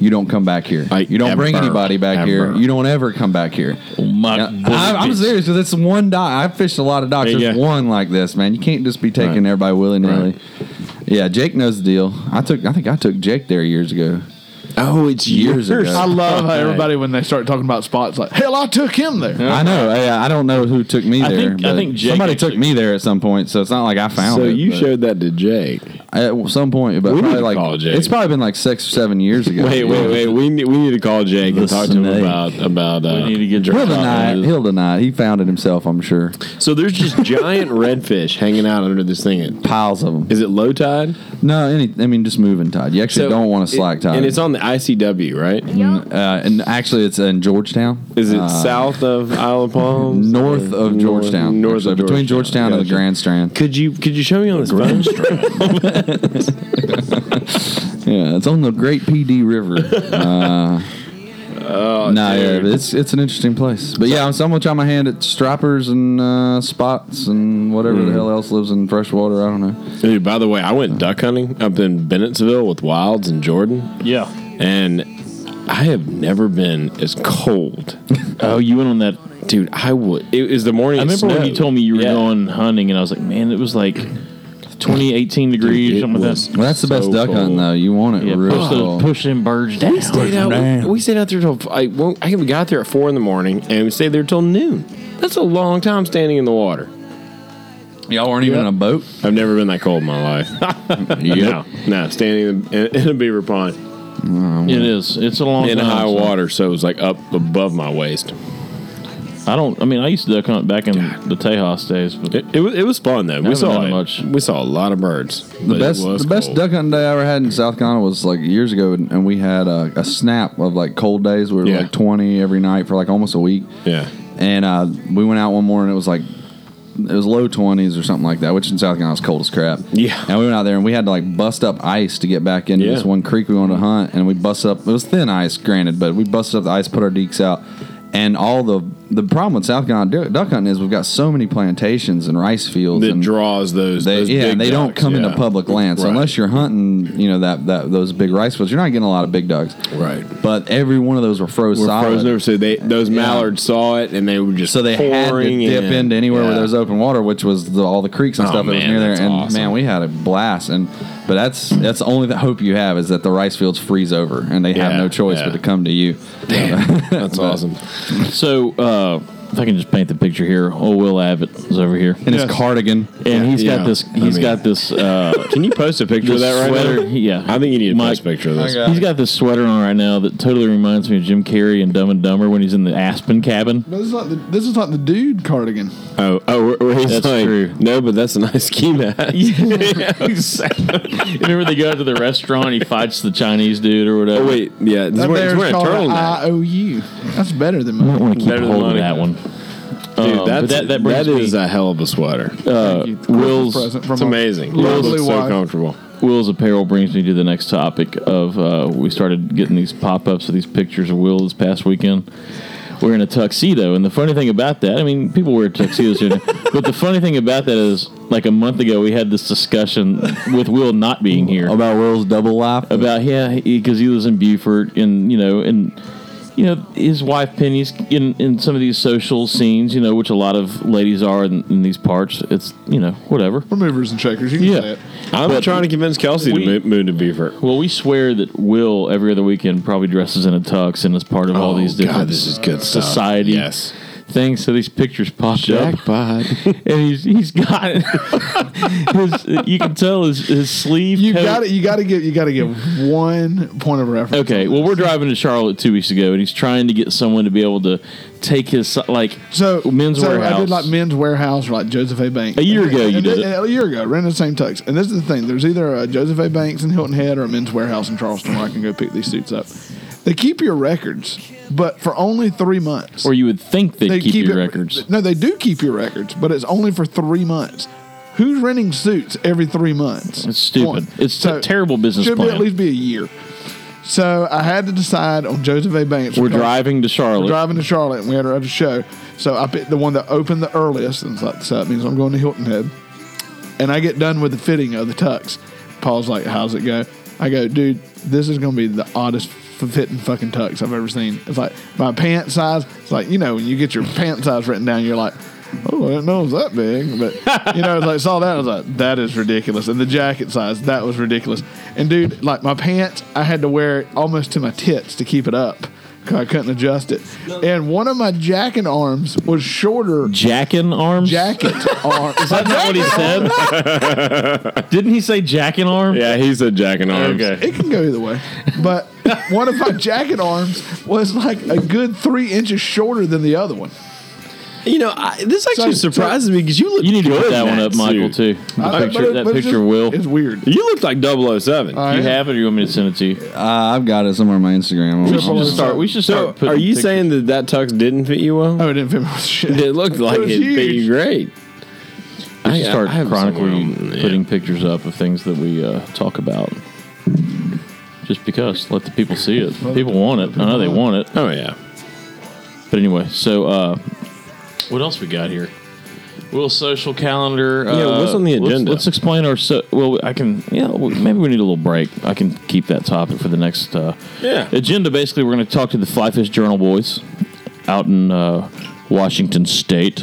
Speaker 8: "You don't come back here.
Speaker 5: I-
Speaker 8: you don't bring
Speaker 5: ever,
Speaker 8: anybody back here.
Speaker 5: ever."
Speaker 8: You don't ever come back here."
Speaker 7: My
Speaker 8: Now,
Speaker 7: boy,
Speaker 8: I, I'm
Speaker 7: bitch.
Speaker 8: serious because it's one dock. I fished a lot of docks.
Speaker 5: Yeah,
Speaker 8: There's
Speaker 5: yeah.
Speaker 8: one like this, man. You can't just be taking
Speaker 5: Right.
Speaker 8: everybody willy nilly.
Speaker 5: Right.
Speaker 8: Yeah, Jake knows the deal. I took. I think I took Jake there years ago.
Speaker 5: Oh, it's
Speaker 8: Years ago.
Speaker 9: I love how everybody when they start talking about spots, like hell, I took him there.
Speaker 8: I know. I, I don't know who took me
Speaker 7: I
Speaker 8: there.
Speaker 7: think- I
Speaker 8: but
Speaker 7: think Jake
Speaker 8: somebody
Speaker 7: actually-
Speaker 8: took me there at some point, so it's not like I found
Speaker 5: So
Speaker 8: it.
Speaker 5: you
Speaker 8: but-
Speaker 5: showed that to Jake.
Speaker 8: at some point, but
Speaker 5: We need
Speaker 8: probably
Speaker 5: to
Speaker 8: like
Speaker 5: call Jake.
Speaker 8: it's probably been like six or seven years ago.
Speaker 5: Wait, wait, wait. We need, we need to call Jake and talk to him
Speaker 7: snake.
Speaker 5: about about. Uh,
Speaker 7: We need to get
Speaker 8: He'll
Speaker 7: drunk.
Speaker 8: deny it. He'll deny it. He found it himself, I'm sure.
Speaker 5: So there's just giant redfish hanging out under this thing.
Speaker 8: Piles of them.
Speaker 5: Is it low tide?
Speaker 8: No, any. I mean, just moving tide. You actually
Speaker 5: So
Speaker 8: don't want a slack
Speaker 5: it-
Speaker 8: tide.
Speaker 5: And it's on the ICW, right?
Speaker 8: uh, and actually, it's in Georgetown.
Speaker 5: Is it
Speaker 8: Uh,
Speaker 5: south of Isle of Palms?
Speaker 8: north
Speaker 5: Or
Speaker 8: of Georgetown?
Speaker 5: North,
Speaker 8: actually,
Speaker 5: of
Speaker 8: between Georgetown and the
Speaker 5: Gotcha.
Speaker 8: Grand Strand.
Speaker 5: Could you could you show me on this phone?
Speaker 8: Yeah, it's on the Great PD River. uh, no, yeah,
Speaker 5: Oh, dude.
Speaker 8: but it's it's an interesting place. But yeah, I'm, so I'm gonna try my hand at strippers and uh, spots and whatever
Speaker 5: Hmm.
Speaker 8: the hell else lives in freshwater. I don't know.
Speaker 5: Dude, by the way, I went duck hunting up in Bennettsville with Wilds and Jordan,
Speaker 7: Yeah.
Speaker 5: and I have never been as cold.
Speaker 7: Oh, you went on that.
Speaker 5: Dude, I would. It was the morning.
Speaker 7: I
Speaker 5: it
Speaker 7: remember when
Speaker 5: snowed.
Speaker 7: you told me you were
Speaker 5: Yeah.
Speaker 7: going hunting, and I was like, man, it was like 20, 18 degrees,
Speaker 5: Dude, it
Speaker 7: something
Speaker 5: was
Speaker 7: like that.
Speaker 8: Well, that's the best
Speaker 5: so
Speaker 8: duck hunt
Speaker 5: cold.
Speaker 8: though. You want it
Speaker 7: Yeah,
Speaker 8: real
Speaker 7: push, those,
Speaker 8: cold.
Speaker 7: push them birds down.
Speaker 5: We stayed out. We, we stayed out there till I, well, I got there at four in the morning, and we stayed there till noon. That's a long time standing in the water.
Speaker 8: Y'all weren't even in a boat.
Speaker 5: I've never been that cold in my life.
Speaker 8: Yeah,
Speaker 5: no, no, standing in, in a beaver pond
Speaker 7: It is. It's a long
Speaker 5: in
Speaker 7: time.
Speaker 5: high
Speaker 7: so-
Speaker 5: water, so it was like up above my waist.
Speaker 7: I don't. I mean, I used to duck hunt back in the Tejas days, but
Speaker 5: It, it, was, it was fun though. We
Speaker 7: haven't
Speaker 5: saw
Speaker 7: done it
Speaker 5: it.
Speaker 7: much.
Speaker 5: We saw a lot of birds.
Speaker 8: the best the best duck hunting day I ever had in South Carolina was like years ago, and, and we had a, a snap of like cold days where it was
Speaker 5: Yeah.
Speaker 8: like twenty every night for like almost a week.
Speaker 5: Yeah.
Speaker 8: And uh, we went out one morning. It was like it was low twenties or something like that, which in South Carolina is cold as crap.
Speaker 5: Yeah.
Speaker 8: And we went out there and we had to like bust up ice to get back into
Speaker 5: Yeah.
Speaker 8: this one creek we wanted to hunt, and we busted up. It was thin ice, granted, but we busted up the ice, put our deeks out. And all the the problem with South Carolina du- duck hunting is we've got so many plantations and rice fields
Speaker 5: That
Speaker 8: and
Speaker 5: draws those.
Speaker 8: they,
Speaker 5: those
Speaker 8: yeah,
Speaker 5: big
Speaker 8: and they don't
Speaker 5: ducks,
Speaker 8: come into
Speaker 5: yeah.
Speaker 8: public land. So
Speaker 5: Right.
Speaker 8: unless you're hunting, you know that, that those big rice fields, you're not getting a lot of big ducks.
Speaker 5: Right.
Speaker 8: But every one of those were froze
Speaker 5: Were
Speaker 8: solid.
Speaker 5: frozen over, so they those mallards saw it and they were just
Speaker 8: So they had to
Speaker 5: pouring
Speaker 8: dip
Speaker 5: in.
Speaker 8: into anywhere where
Speaker 5: Yeah.
Speaker 8: there was open water, which was the, all the creeks and
Speaker 5: Oh,
Speaker 8: stuff that was
Speaker 5: man,
Speaker 8: near there.
Speaker 5: that's
Speaker 8: And
Speaker 5: awesome.
Speaker 8: man, we had a blast. And but that's that's the only the hope you have is that the rice fields freeze over and they have
Speaker 5: Yeah,
Speaker 8: no choice
Speaker 5: yeah.
Speaker 8: but to come to you.
Speaker 5: That's awesome.
Speaker 7: so uh, if I can just paint the picture here, oh, Will Abbott is over here,
Speaker 8: And
Speaker 9: Yes.
Speaker 8: his cardigan.
Speaker 7: and he's
Speaker 5: Yeah.
Speaker 7: got this.
Speaker 5: I
Speaker 7: He's
Speaker 5: mean-
Speaker 7: got this. Uh,
Speaker 5: Can you post a picture of that right
Speaker 7: sweater.
Speaker 5: now?
Speaker 7: Yeah,
Speaker 5: I think you need a
Speaker 7: Mike,
Speaker 5: post picture of this.
Speaker 9: I got-
Speaker 7: He's got this sweater on right now that totally reminds me of Jim Carrey and Dumb and Dumber when he's in the Aspen cabin.
Speaker 9: No, this is not the, this is not the dude cardigan.
Speaker 5: Oh, oh, where, where he's
Speaker 7: That's
Speaker 5: like,
Speaker 7: true.
Speaker 5: no, but that's a nice ski mask.
Speaker 7: Remember they go out to the restaurant, he fights the Chinese dude or whatever.
Speaker 5: Oh wait, yeah, he's
Speaker 9: That
Speaker 5: wearing, he's
Speaker 9: bear's
Speaker 5: wearing a
Speaker 9: called an
Speaker 5: turtleneck.
Speaker 9: IOU. That's better than
Speaker 7: I
Speaker 9: mine.
Speaker 7: want to keep
Speaker 5: Better than
Speaker 7: hold of
Speaker 5: mine.
Speaker 7: that one.
Speaker 5: Dude,
Speaker 7: Um,
Speaker 5: that's,
Speaker 7: but that-
Speaker 5: that,
Speaker 7: that
Speaker 5: that
Speaker 7: brings me-
Speaker 5: is a hell of a sweater.
Speaker 9: Thank you. Christmas
Speaker 7: Will's-
Speaker 9: present from
Speaker 5: it's
Speaker 9: a
Speaker 5: amazing.
Speaker 9: lovely
Speaker 5: It's so
Speaker 9: wife.
Speaker 5: comfortable.
Speaker 7: Will's apparel brings me to the next topic of uh, we started getting these pop ups of these pictures of Will this past weekend. We're in a tuxedo, and the funny thing about that, I mean, people wear tuxedos here, but the funny thing about that is, like a month ago, we had this discussion with Will not being here
Speaker 8: About Will's double life.
Speaker 7: about yeah, because he, lives in Beaufort, and you know, and you know, his wife Penny's in in some of these social scenes, you know, which a lot of ladies are in, in these parts. It's you know, whatever.
Speaker 9: We're movers and shakers. You can
Speaker 7: Yeah.
Speaker 9: say it.
Speaker 5: I'm
Speaker 7: But-
Speaker 5: trying to convince Kelsey
Speaker 7: we-
Speaker 5: to move, move to Beaver.
Speaker 7: Well, we swear that Will every other weekend probably dresses in a tux and is part of all
Speaker 5: Oh,
Speaker 7: these different
Speaker 5: good
Speaker 7: society
Speaker 5: Yes,
Speaker 7: things. So these pictures popped up,
Speaker 5: jackpot.
Speaker 7: and he's he's got his. You can tell his, his sleeve.
Speaker 9: You
Speaker 7: coat-
Speaker 9: got to You got to give. You got to give one point of reference.
Speaker 7: Okay, well, we're driving to Charlotte two weeks ago, and he's trying to get someone to be able to take his si- like
Speaker 9: So
Speaker 7: men's
Speaker 9: so
Speaker 7: warehouse.
Speaker 9: I did like men's warehouse, or like Joseph A. Banks.
Speaker 7: A year ago you
Speaker 9: And
Speaker 7: did
Speaker 9: th-
Speaker 7: it.
Speaker 9: A year ago, ran the same tux. And this is the thing: there's either a Joseph A. Banks in Hilton Head or a men's warehouse in Charleston where I can go pick these suits up. They keep your records, but for only three months.
Speaker 7: or you would think they'd
Speaker 9: they
Speaker 7: keep, your
Speaker 9: it-
Speaker 7: records.
Speaker 9: No, they do keep your records, but it's only for three months. Who's renting suits every three months?
Speaker 7: It's stupid.
Speaker 9: One.
Speaker 7: It's a terrible business
Speaker 9: Should be
Speaker 7: plan.
Speaker 9: at least be a year. So I had to decide on Joseph A. Banks.
Speaker 7: We're
Speaker 9: because-
Speaker 7: driving to Charlotte.
Speaker 9: we're driving to Charlotte and we had our other show. So I picked the one that opened the earliest, and it's like, so that means I'm going to Hilton Head. And I get done with the fitting of the tux. Paul's like, "How's it go?" I go, "Dude, this is going to be the oddest f- fitting fucking tux I've ever seen." It's like my pant size. It's like you know when you get your pant size written down, you're like. Oh, I didn't know it was that big, but you know, as I saw that, I was like, "That is ridiculous." And the jacket size, that was ridiculous. And dude, like my pants, I had to wear it almost to my tits to keep it up. 'cause I couldn't adjust it. And one of my jacket arms was shorter.
Speaker 7: Jackin arms.
Speaker 9: Jacket arm. Is
Speaker 7: That's not what he said. Didn't he say jackin arms?
Speaker 5: yeah, he's a jack and arms.
Speaker 9: It can go either way. But one of my jacket arms was like a good three inches shorter than the other one.
Speaker 5: You know, I, this actually
Speaker 9: So-
Speaker 5: surprises me because you look.
Speaker 7: You need to
Speaker 5: good
Speaker 7: put that
Speaker 5: in
Speaker 7: one up,
Speaker 5: suit.
Speaker 7: Michael, too. The
Speaker 9: I-
Speaker 7: picture,
Speaker 9: but it-
Speaker 7: that
Speaker 9: but
Speaker 7: picture
Speaker 9: it's
Speaker 7: of
Speaker 9: just-
Speaker 7: Will.
Speaker 9: It's weird.
Speaker 5: You look like 007.
Speaker 9: All
Speaker 7: Do you
Speaker 9: right.
Speaker 7: have it, or you want me to send it to you?
Speaker 8: Uh, I've got it somewhere on my Instagram.
Speaker 7: We should just start. We should
Speaker 5: so,
Speaker 7: start. putting
Speaker 5: are you
Speaker 7: pictures-
Speaker 5: saying that that tux didn't fit you well?
Speaker 9: Oh, it didn't fit me with shit.
Speaker 5: It looked like
Speaker 9: was
Speaker 5: it'd be
Speaker 9: huge.
Speaker 5: great.
Speaker 7: We should start
Speaker 5: have
Speaker 7: chronically
Speaker 5: somewhere on-
Speaker 7: putting pictures up of things that we uh, talk about. Just because, let the people see it. People want it. I know they want it.
Speaker 5: Oh yeah.
Speaker 7: But anyway, so uh, what else we got here? Will social calendar.
Speaker 5: Yeah,
Speaker 7: uh,
Speaker 5: what's on the
Speaker 7: let's-
Speaker 5: agenda?
Speaker 7: Let's, explain our. So, well, I can. Yeah, well, maybe we need a little break. I can keep that topic for the next. Uh,
Speaker 5: Yeah.
Speaker 7: Agenda. Basically, we're going to talk to the Flyfish Journal boys out in uh, Washington State.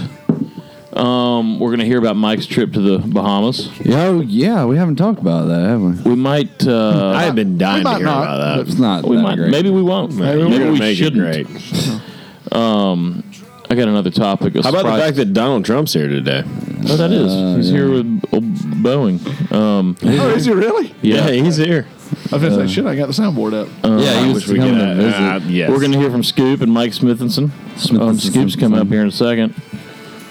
Speaker 7: Um, we're going to hear about Mike's trip to the Bahamas.
Speaker 8: Yo, yeah, we haven't talked about that, have we?
Speaker 7: We might. Uh,
Speaker 5: I have been dying to
Speaker 9: might
Speaker 5: hear
Speaker 9: not,
Speaker 5: about
Speaker 8: It's not.
Speaker 7: we
Speaker 8: that
Speaker 7: might.
Speaker 8: great.
Speaker 7: Maybe we won't.
Speaker 5: that.
Speaker 7: Maybe,
Speaker 5: You're gonna
Speaker 7: we
Speaker 5: make it
Speaker 7: shouldn't.
Speaker 5: great.
Speaker 7: I got another topic.
Speaker 5: How about the fact that Uh, Donald Trump's here today?
Speaker 7: Oh, that is. He's here with old Boeing. Um,
Speaker 9: Oh, is it really?
Speaker 7: yeah.
Speaker 5: he's here.
Speaker 9: I was going to say, shit, I got the soundboard up.
Speaker 8: yeah, he was
Speaker 5: Which we
Speaker 8: coming
Speaker 5: get
Speaker 8: to
Speaker 5: a-
Speaker 8: visit.
Speaker 5: uh, yes.
Speaker 7: We're going to hear from Scoop and Mike Smithinson. Um,
Speaker 8: Smithinson.
Speaker 7: Scoop's coming up here in a second.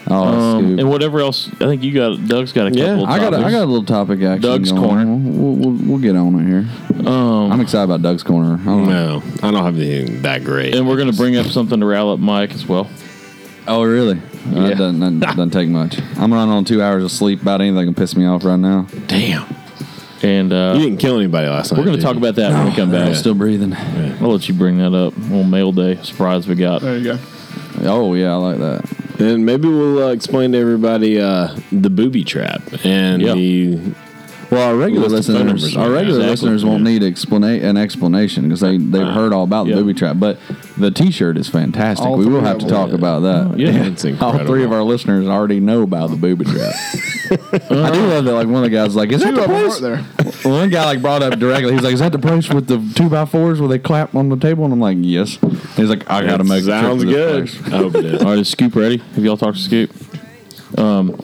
Speaker 8: Oh,
Speaker 7: Um,
Speaker 8: Scoop.
Speaker 7: and whatever else, I think you got. Doug's got a couple.
Speaker 5: Yeah,
Speaker 7: of
Speaker 8: I got, a, I
Speaker 7: topics.
Speaker 8: got a little topic action.
Speaker 7: Doug's
Speaker 8: going
Speaker 7: Corner. Um,
Speaker 8: on. We'll, we'll, we'll get on it here. I'm excited about Doug's Corner. I don't know.
Speaker 5: No, I don't have anything that great.
Speaker 7: And we're going to bring up something to rile up Mike as well.
Speaker 8: Oh, really? Uh,
Speaker 7: Yeah.
Speaker 8: That doesn't, that doesn't take much. I'm running on two hours of sleep. About anything can piss me off right now.
Speaker 5: Damn,
Speaker 7: And
Speaker 5: you
Speaker 7: uh,
Speaker 5: didn't kill anybody last night.
Speaker 7: we're going
Speaker 5: did
Speaker 7: to talk
Speaker 5: you?
Speaker 7: about that when we come
Speaker 8: I'm
Speaker 7: back.
Speaker 8: still breathing.
Speaker 7: I'll let you bring that up. Little mail day surprise we got.
Speaker 9: There you go.
Speaker 8: Oh, yeah, I like that.
Speaker 5: And maybe we'll uh, explain to everybody uh, the booby trap and
Speaker 7: Yeah.
Speaker 5: the
Speaker 8: Well, our regular
Speaker 5: List of phone
Speaker 8: listeners,
Speaker 5: numbers.
Speaker 8: our regular
Speaker 5: Exactly.
Speaker 8: listeners won't
Speaker 5: Yeah.
Speaker 8: need explana- an explanation because they they've heard all about
Speaker 5: yeah.
Speaker 8: the booby trap. But the T-shirt is fantastic.
Speaker 9: All
Speaker 8: we
Speaker 9: three
Speaker 8: will have
Speaker 9: of
Speaker 8: to
Speaker 9: them.
Speaker 8: talk about that.
Speaker 5: yeah, it's
Speaker 8: all three of
Speaker 5: incredible.
Speaker 8: our listeners already know about the booby trap. I do love that. Like one of the guys, was like, is that
Speaker 9: Two
Speaker 8: the
Speaker 9: of them weren't
Speaker 8: place?
Speaker 9: there.
Speaker 8: Well, one guy like brought up directly. He's like, "Is that the place with the two by fours where they clap on the table?" And I'm like, "Yes." He's like, "I gotta
Speaker 5: That
Speaker 8: make a trip
Speaker 5: sounds
Speaker 8: to this
Speaker 5: good.
Speaker 8: place.
Speaker 5: I hope it is.
Speaker 7: All right, is Scoop ready? Have y'all talked to Scoop? Um,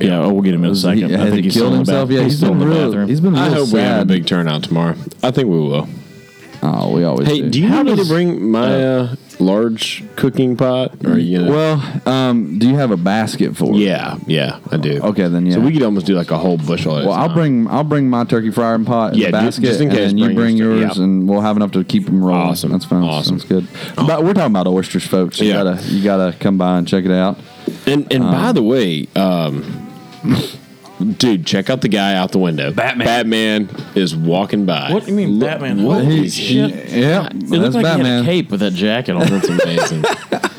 Speaker 7: yeah, oh, we'll get him in a second.
Speaker 8: He-
Speaker 7: I
Speaker 8: has
Speaker 7: think
Speaker 8: he
Speaker 7: he's
Speaker 8: killed
Speaker 7: still in the
Speaker 8: himself?
Speaker 7: bath-
Speaker 8: Yeah, he's
Speaker 7: still in
Speaker 8: been
Speaker 7: the
Speaker 8: real-
Speaker 7: bathroom.
Speaker 8: he's been real
Speaker 5: I hope we have a
Speaker 8: sad.
Speaker 5: big turnout tomorrow. I think we will.
Speaker 8: Oh, we always.
Speaker 5: Hey, do you
Speaker 7: How
Speaker 5: want me to
Speaker 7: does-
Speaker 5: bring my uh, large cooking pot? Or are you gonna?
Speaker 8: Well, um, do you have a basket for? it?
Speaker 5: yeah, yeah, I do.
Speaker 8: Okay, then,
Speaker 5: So
Speaker 8: yeah.
Speaker 5: we could almost do like a whole bushel. at a
Speaker 8: Well, I'll
Speaker 5: time.
Speaker 8: bring I'll bring my turkey fryer and pot in
Speaker 5: Yeah,
Speaker 8: the
Speaker 5: ju-
Speaker 8: basket,
Speaker 5: just in case,
Speaker 8: and then you
Speaker 5: bring
Speaker 8: bring
Speaker 5: yours,
Speaker 8: yours,
Speaker 5: yeah.
Speaker 8: and we'll have enough to keep them rolling.
Speaker 5: Awesome.
Speaker 8: that's fine.
Speaker 5: Awesome.
Speaker 8: Sounds good. But we're talking about oysters, folks. You
Speaker 5: Yeah.
Speaker 8: gotta you gotta come by and check it out.
Speaker 5: And and by the way, um, dude, check out the guy out the window.
Speaker 7: Batman.
Speaker 5: Batman is walking by.
Speaker 7: What do you mean, Batman?
Speaker 5: What
Speaker 7: Holy
Speaker 5: is he?
Speaker 7: shit.
Speaker 8: Yeah,
Speaker 7: It looks
Speaker 8: that's
Speaker 7: like he had a
Speaker 8: Batman.
Speaker 7: cape with that jacket on.
Speaker 5: That's amazing. that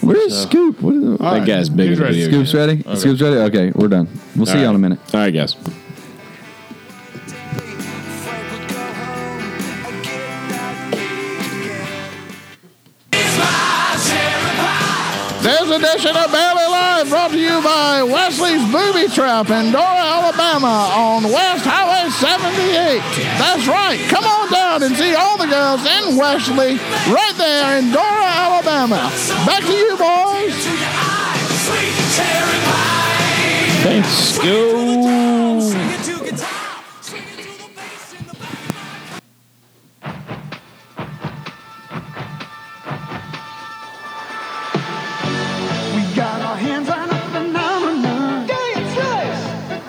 Speaker 8: Where's Scoop? What is
Speaker 9: All right,
Speaker 5: guy's big.
Speaker 9: he's
Speaker 5: as a
Speaker 9: ready.
Speaker 5: video
Speaker 8: Scoop's
Speaker 5: game.
Speaker 8: ready. Scoop's ready. Okay, we're done. We'll see
Speaker 5: All
Speaker 8: you
Speaker 5: right.
Speaker 8: in a minute.
Speaker 5: All right, guys.
Speaker 9: There's edition of Barely Live brought to you by Wesley's Booby Trap in Dora, Alabama on West Highway 78. That's right. Come on down and see all the girls in Wesley right there in Dora, Alabama. Back to you, boys.
Speaker 7: Thanks, Scoop.
Speaker 10: We got our hands on a phenomenon. Dance race,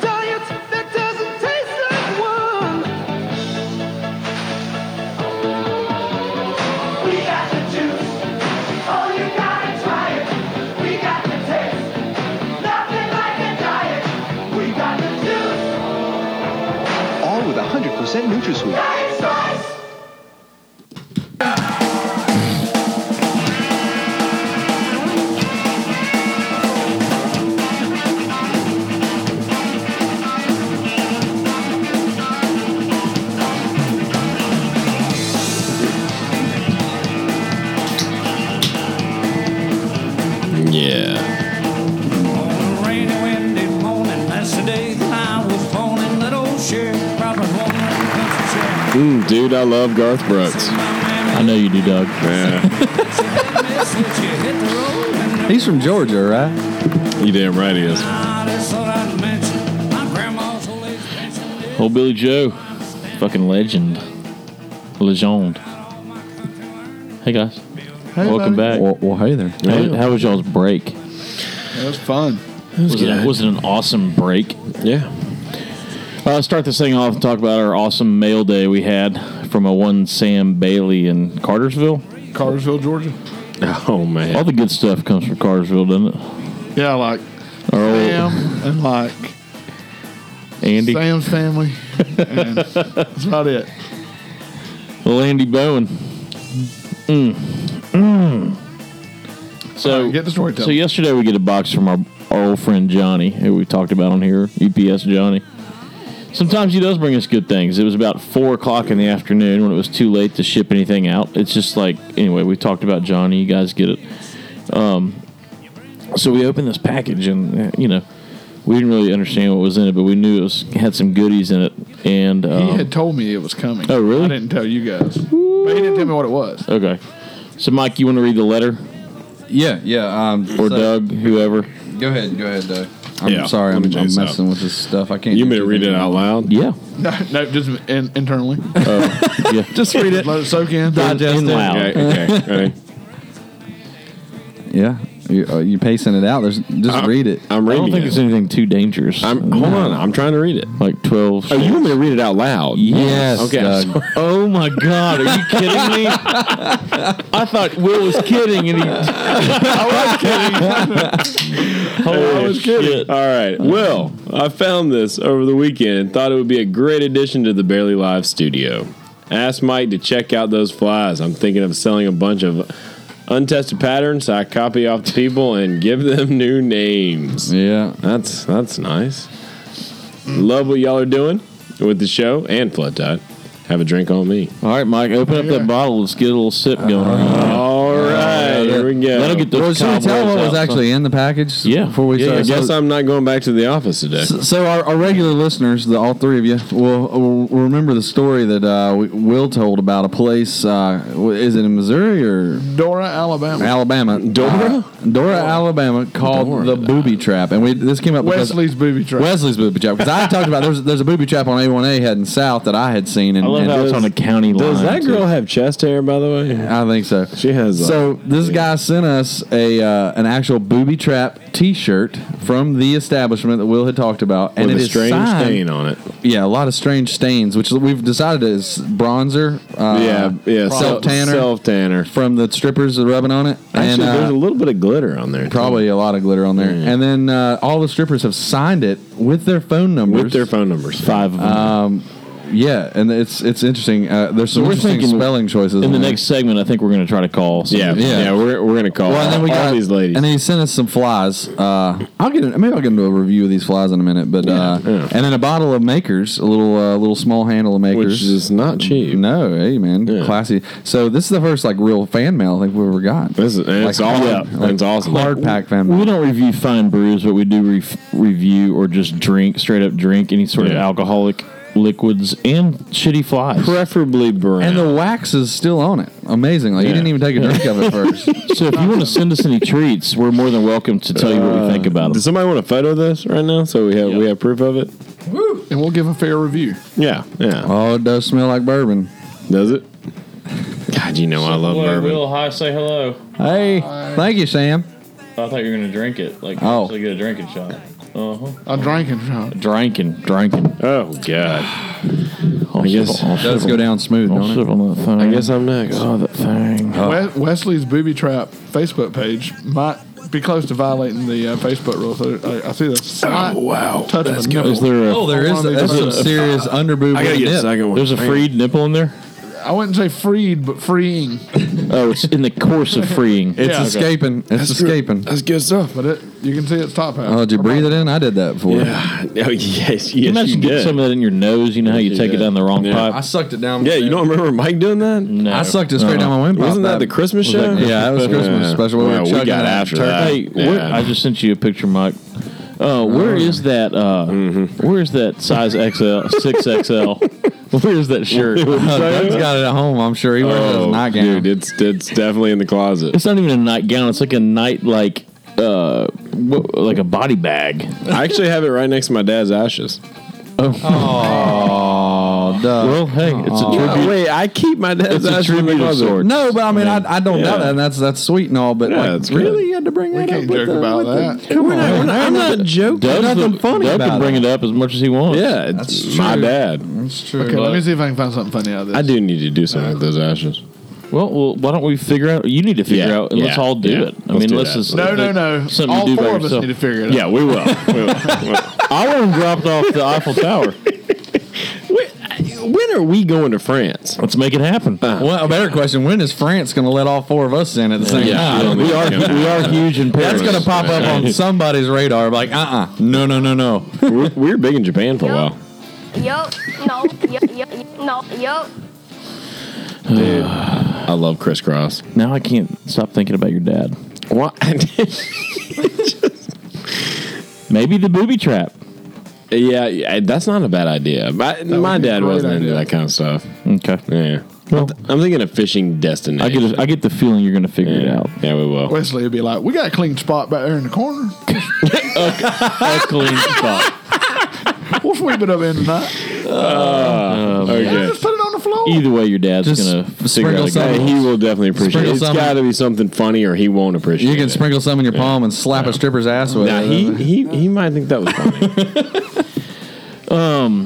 Speaker 10: science that doesn't taste like one. We got the juice. Oh, you gotta try it. We got the taste. Nothing like a diet. We got the juice. All with 100% NutraSweet. Science rice.
Speaker 5: Yeah.
Speaker 10: rainy, windy morning. That's the day I was born in Little Share. Robin Warren, country share.
Speaker 5: Mm, dude, I love Garth Brooks.
Speaker 7: I know you do, Doug.
Speaker 10: Since you hit the road and
Speaker 8: He's from Georgia, right?
Speaker 5: You damn right he is.
Speaker 10: I just thought I'd mention my grandma's old age pension.
Speaker 7: Old Billy Joe, fucking legend, legend. Hey guys, welcome back.
Speaker 8: Well, well, hey there.
Speaker 7: How, how was y'all's break?
Speaker 9: That was fun.
Speaker 7: Was
Speaker 5: good.
Speaker 7: it, was it an awesome break?
Speaker 5: Yeah.
Speaker 7: Uh, start this thing off and talk about our awesome mail day we had from a one Sam Bailey in Cartersville.
Speaker 9: Cartersville, Georgia.
Speaker 5: Oh man.
Speaker 7: All the good stuff comes from Cartersville, doesn't it?
Speaker 9: Yeah, like
Speaker 7: Our old
Speaker 9: Sam and like
Speaker 7: Andy,
Speaker 9: Sam's family. And that's about it.
Speaker 7: little Andy Bowen. Mm. Mm. So
Speaker 9: Get the story
Speaker 7: So yesterday we get a box from our, our old friend Johnny, who we talked about on here, EPS Johnny. Sometimes he does bring us good things. It was about four o'clock in the afternoon when it was too late to ship anything out. It's just like anyway, we talked about Johnny. You guys get it. Um, so we opened this package, and uh, you know, we didn't really understand what was in it, but we knew it was, had some goodies in it. And um,
Speaker 9: He had told me it was coming.
Speaker 7: Oh, really?
Speaker 9: I didn't tell you guys. But he didn't tell me what it was.
Speaker 7: okay, so Mike, you want to read the letter
Speaker 8: Yeah, yeah. Um,
Speaker 7: or
Speaker 8: so-
Speaker 7: Doug, whoever?
Speaker 8: Go ahead, go ahead, Doug. I'm
Speaker 5: Yeah,
Speaker 8: sorry,
Speaker 5: let
Speaker 8: I'm,
Speaker 5: me check
Speaker 8: I'm
Speaker 5: this out.
Speaker 8: messing with this stuff. I can't.
Speaker 5: You
Speaker 8: do
Speaker 5: may
Speaker 8: too
Speaker 5: read
Speaker 8: many.
Speaker 5: it out loud.
Speaker 7: Yeah,
Speaker 9: No, no just in, internally.
Speaker 7: yeah.
Speaker 8: Just read it.
Speaker 9: Let it soak in.
Speaker 7: in loud.
Speaker 5: Okay. Okay. Ready?
Speaker 8: Yeah, you, uh, you pacing it out. There's just
Speaker 7: Uh,
Speaker 8: read it.
Speaker 5: I'm
Speaker 7: I
Speaker 5: reading
Speaker 7: don't think
Speaker 5: it.
Speaker 7: it's anything too dangerous. Uh,
Speaker 5: I'm hold on. I'm trying to read it.
Speaker 7: like 12.
Speaker 5: Oh, you want me to read it out loud?
Speaker 8: Yes,
Speaker 5: Okay. I'm
Speaker 8: Doug.
Speaker 5: sorry.
Speaker 7: oh my God, are you kidding me? I thought Will was kidding and he. I was kidding. Holy
Speaker 5: I was kidding. All right. Well, I found this over the weekend and thought it would be a great addition to the Barely Live studio. Asked Mike to check out those flies. I'm thinking of selling a bunch of untested patterns I copy off the people and give them new names.
Speaker 8: Yeah,
Speaker 5: That's that's nice. Love what y'all are doing with the show and Flood Tide. Have a drink on me.
Speaker 7: All right, Mike, open up that bottle. Let's get a little sip going.
Speaker 5: All right, here we go.
Speaker 7: That'll get those
Speaker 8: Well, should we tell
Speaker 7: cobwebs
Speaker 8: what was
Speaker 7: out.
Speaker 8: actually in the package?
Speaker 7: Yeah.
Speaker 8: Before we
Speaker 5: Yeah, I
Speaker 8: start?
Speaker 5: guess
Speaker 8: So-
Speaker 5: I'm not going back to the office today.
Speaker 8: So, so our, our regular listeners, the, all three of you, will, will remember the story that uh, we- Will told about a place. Uh, w- is it in Missouri or
Speaker 9: Dora, Alabama.
Speaker 8: Alabama? Uh,
Speaker 5: Dora?
Speaker 8: Dora, Alabama, called the booby trap, and we this came up because-
Speaker 9: Wesley's booby trap.
Speaker 8: Wesley's booby trap because I talked about there's there's a booby trap on A1A heading south that I had seen. And,
Speaker 7: I love
Speaker 8: and
Speaker 7: how it's
Speaker 8: does-
Speaker 7: on a county line.
Speaker 5: Does that
Speaker 7: too.
Speaker 5: girl have chest hair, by the way?
Speaker 8: I think so.
Speaker 5: She has, like,
Speaker 8: So this guy sent us a uh, an actual booby trap T-shirt from the establishment that Will had talked about, and
Speaker 5: with
Speaker 8: it
Speaker 5: a
Speaker 8: is
Speaker 5: strange
Speaker 8: signed-
Speaker 5: stain on it.
Speaker 8: Yeah, a lot of strange stains, which we've decided is bronzer. Uh,
Speaker 5: yeah, yeah.
Speaker 8: self tanner
Speaker 5: Self tanner.
Speaker 8: from the strippers rubbing on it, and
Speaker 5: Actually, there's
Speaker 8: uh,
Speaker 5: a little bit of glitter on there. too.
Speaker 8: probably a lot of glitter on there. And then uh, all the strippers have signed it with their phone numbers.
Speaker 5: with their phone numbers. Um,
Speaker 7: Five of them.
Speaker 8: yeah, and it's it's interesting. Uh, there's some
Speaker 7: we're
Speaker 8: interesting
Speaker 7: thinking
Speaker 8: spelling choices
Speaker 7: In the
Speaker 8: on there.
Speaker 7: next segment, I think we're going to try to call. some
Speaker 5: Yeah,
Speaker 7: of these.
Speaker 5: yeah. we're we're gonna call
Speaker 8: Well, and then we
Speaker 5: all
Speaker 8: got
Speaker 5: these ladies.
Speaker 8: and then he sent us some flies. Uh, I'll get maybe I'll get into a review of these flies in a minute, but uh,
Speaker 5: Yeah, yeah.
Speaker 8: and then a bottle of Makers, a little uh, little small handle of
Speaker 5: which
Speaker 8: Makers,
Speaker 5: is not cheap.
Speaker 8: No, hey man,
Speaker 5: Yeah.
Speaker 8: classy. So this is the first like real fan mail I think we've ever got.
Speaker 5: This is, and it's
Speaker 8: Like,
Speaker 5: all
Speaker 8: hard-
Speaker 5: yeah,
Speaker 8: like,
Speaker 5: it's awesome.
Speaker 8: Hard pack fan
Speaker 7: We
Speaker 8: mail.
Speaker 7: don't review fine brews, but we do re- review or just drink straight up drink any sort of
Speaker 5: Yeah.
Speaker 7: alcoholic liquids and shitty flies.
Speaker 5: preferably brown.
Speaker 8: And the wax is still on it. Amazingly, you
Speaker 5: Yeah.
Speaker 8: didn't even take a drink of it first.
Speaker 7: So if you want to send us any treats, we're more than welcome to tell you what we think about them.
Speaker 5: Does somebody want a photo of this right now so we have we have proof of it?
Speaker 9: and we'll give a fair review.
Speaker 5: Yeah, yeah.
Speaker 8: Oh, it does smell like bourbon.
Speaker 5: Does it? God, you know I love bourbon.
Speaker 7: hi, say hello.
Speaker 8: Hey, thank you, Sam.
Speaker 7: I thought you were going to drink it, like
Speaker 8: Oh. actually
Speaker 7: get a drinking shot. Uh-huh.
Speaker 9: A drinking shot.
Speaker 7: Drinking, drinking.
Speaker 5: Oh God,
Speaker 7: I
Speaker 5: guess-
Speaker 8: It does go down smooth,
Speaker 7: I'll
Speaker 8: don't
Speaker 7: sip
Speaker 8: it?
Speaker 7: on that thing.
Speaker 5: I guess I'm next.
Speaker 7: Oh, that thing.
Speaker 9: Wes- Wesley's booby trap Facebook page might be close to violating the uh, Facebook rules. I, I- I see the slight
Speaker 5: wow.
Speaker 9: touch of a
Speaker 7: Is
Speaker 9: nipple.
Speaker 7: there a,
Speaker 8: Oh, there is that's some serious underboob.
Speaker 5: I gotta get a
Speaker 8: nip.
Speaker 5: second one.
Speaker 7: there's a freed nipple in there?
Speaker 9: I wouldn't say freed, but freeing.
Speaker 7: Oh, it's in the course of freeing.
Speaker 8: It's
Speaker 9: Yeah.
Speaker 8: escaping. It's escaping.
Speaker 5: That's good stuff.
Speaker 9: But it, you can see its top half.
Speaker 8: Oh, did you breathe it in? I did that before.
Speaker 5: Yeah. Oh yes, yes. you
Speaker 7: Imagine getting
Speaker 5: did.
Speaker 7: some of that in your nose. You know how you
Speaker 5: you
Speaker 7: take it
Speaker 5: did.
Speaker 7: down the wrong
Speaker 5: Yeah.
Speaker 7: pipe.
Speaker 8: sucked it down.
Speaker 5: Yeah, you don't remember Mike doing that?
Speaker 7: No.
Speaker 8: I sucked it straight down my windpipe.
Speaker 5: Wasn't that the Christmas show?
Speaker 8: Yeah, that was Christmas special. We were
Speaker 5: Wow, we
Speaker 8: chugging
Speaker 5: got
Speaker 8: that
Speaker 5: after
Speaker 8: turkey.
Speaker 5: that.
Speaker 7: Hey, where,
Speaker 5: Yeah.
Speaker 7: I just sent you a picture, Mike. Uh, where is that? Uh, where is that size XL, six XL? Where is that shirt?
Speaker 8: Doug's got it at home. I'm sure he wears it as a nightgown.
Speaker 5: Oh, dude, it's it's definitely in the closet.
Speaker 7: it's not even a nightgown. It's like a night like uh, wha- like a body bag.
Speaker 5: I actually have it right next to my dad's ashes.
Speaker 8: Oh, Doug.
Speaker 7: Well, hey, it's a
Speaker 5: Oh,
Speaker 7: tribute.
Speaker 5: wait, I keep my dad's
Speaker 7: It's a
Speaker 5: ashes in the
Speaker 7: tribute of
Speaker 5: closet.
Speaker 7: sorts.
Speaker 8: no, but I mean, I, I don't
Speaker 5: Yeah.
Speaker 8: doubt that, and that's that's sweet and all, but
Speaker 5: Yeah,
Speaker 8: like,
Speaker 5: it's good.
Speaker 8: really, you had to bring that up.
Speaker 9: can't
Speaker 8: with
Speaker 9: joke
Speaker 8: the-
Speaker 9: about
Speaker 8: with the-
Speaker 9: that.
Speaker 8: Come on, we're not- I'm not joking. There's
Speaker 7: Doug's
Speaker 8: nothing
Speaker 7: the-
Speaker 8: funny
Speaker 7: Doug
Speaker 8: about
Speaker 7: can bring it. up as much as he wants.
Speaker 5: Yeah, it's
Speaker 8: That's
Speaker 5: my
Speaker 8: true.
Speaker 5: dad.
Speaker 9: That's true. Okay, let me see if I can find something funny out of this.
Speaker 5: I do need to do something with those ashes.
Speaker 7: Well, well, why don't we figure out? You need to figure
Speaker 5: Yeah,
Speaker 7: out, and let's
Speaker 5: yeah,
Speaker 7: all do
Speaker 5: yeah.
Speaker 7: it. I
Speaker 5: Let's
Speaker 7: mean,
Speaker 5: do
Speaker 7: let's
Speaker 5: that.
Speaker 7: just uh,
Speaker 9: No, no, no.
Speaker 7: Something
Speaker 9: All
Speaker 7: you do by
Speaker 9: four of us
Speaker 7: yourself.
Speaker 9: need to figure it out.
Speaker 5: Yeah, we will. we will.
Speaker 7: I want them dropped off the Eiffel Tower.
Speaker 5: When- When are we going to France?
Speaker 7: Let's make it happen.
Speaker 8: Well, a better question: When is France going to let all four of us in at the same time?
Speaker 5: don't
Speaker 7: we
Speaker 5: think
Speaker 7: are
Speaker 5: it's gonna-
Speaker 7: we are huge in Paris.
Speaker 8: That's going to pop up on somebody's radar. Like, uh, uh no, no, no, no.
Speaker 5: We're, we were big in Japan
Speaker 9: Oh,
Speaker 5: for a while.
Speaker 2: Yo, no, yo, yo, no, yo.
Speaker 5: I love crisscross.
Speaker 7: Now I can't stop thinking about your dad.
Speaker 5: What?
Speaker 7: Maybe the booby trap.
Speaker 5: yeah, yeah, that's not a bad idea. My, my
Speaker 9: would be a
Speaker 5: dad
Speaker 9: great
Speaker 5: wasn't into
Speaker 9: idea.
Speaker 5: that kind of stuff.
Speaker 7: Okay.
Speaker 5: Yeah.
Speaker 7: Well,
Speaker 5: I'm thinking of fishing destination.
Speaker 7: I get a, I get the feeling you're going to figure it
Speaker 5: yeah.
Speaker 7: out.
Speaker 5: Yeah, we will.
Speaker 9: Wesley would be like, we got a clean spot back there in the corner.
Speaker 7: A clean spot.
Speaker 9: What's we been up in tonight?
Speaker 5: Okay.
Speaker 9: Just put it on the floor.
Speaker 7: Either way, your dad's
Speaker 8: Just
Speaker 7: going to figure
Speaker 8: sprinkle
Speaker 7: out.
Speaker 8: some-
Speaker 7: Again.
Speaker 5: Hey, he will definitely appreciate
Speaker 8: Sprinkle
Speaker 5: it. It's
Speaker 8: some-
Speaker 5: got to be something funny, or he won't appreciate
Speaker 8: You
Speaker 5: it.
Speaker 8: can sprinkle some in your palm and slap a stripper's ass with
Speaker 5: Now
Speaker 8: it.
Speaker 5: he, he he might think that was funny.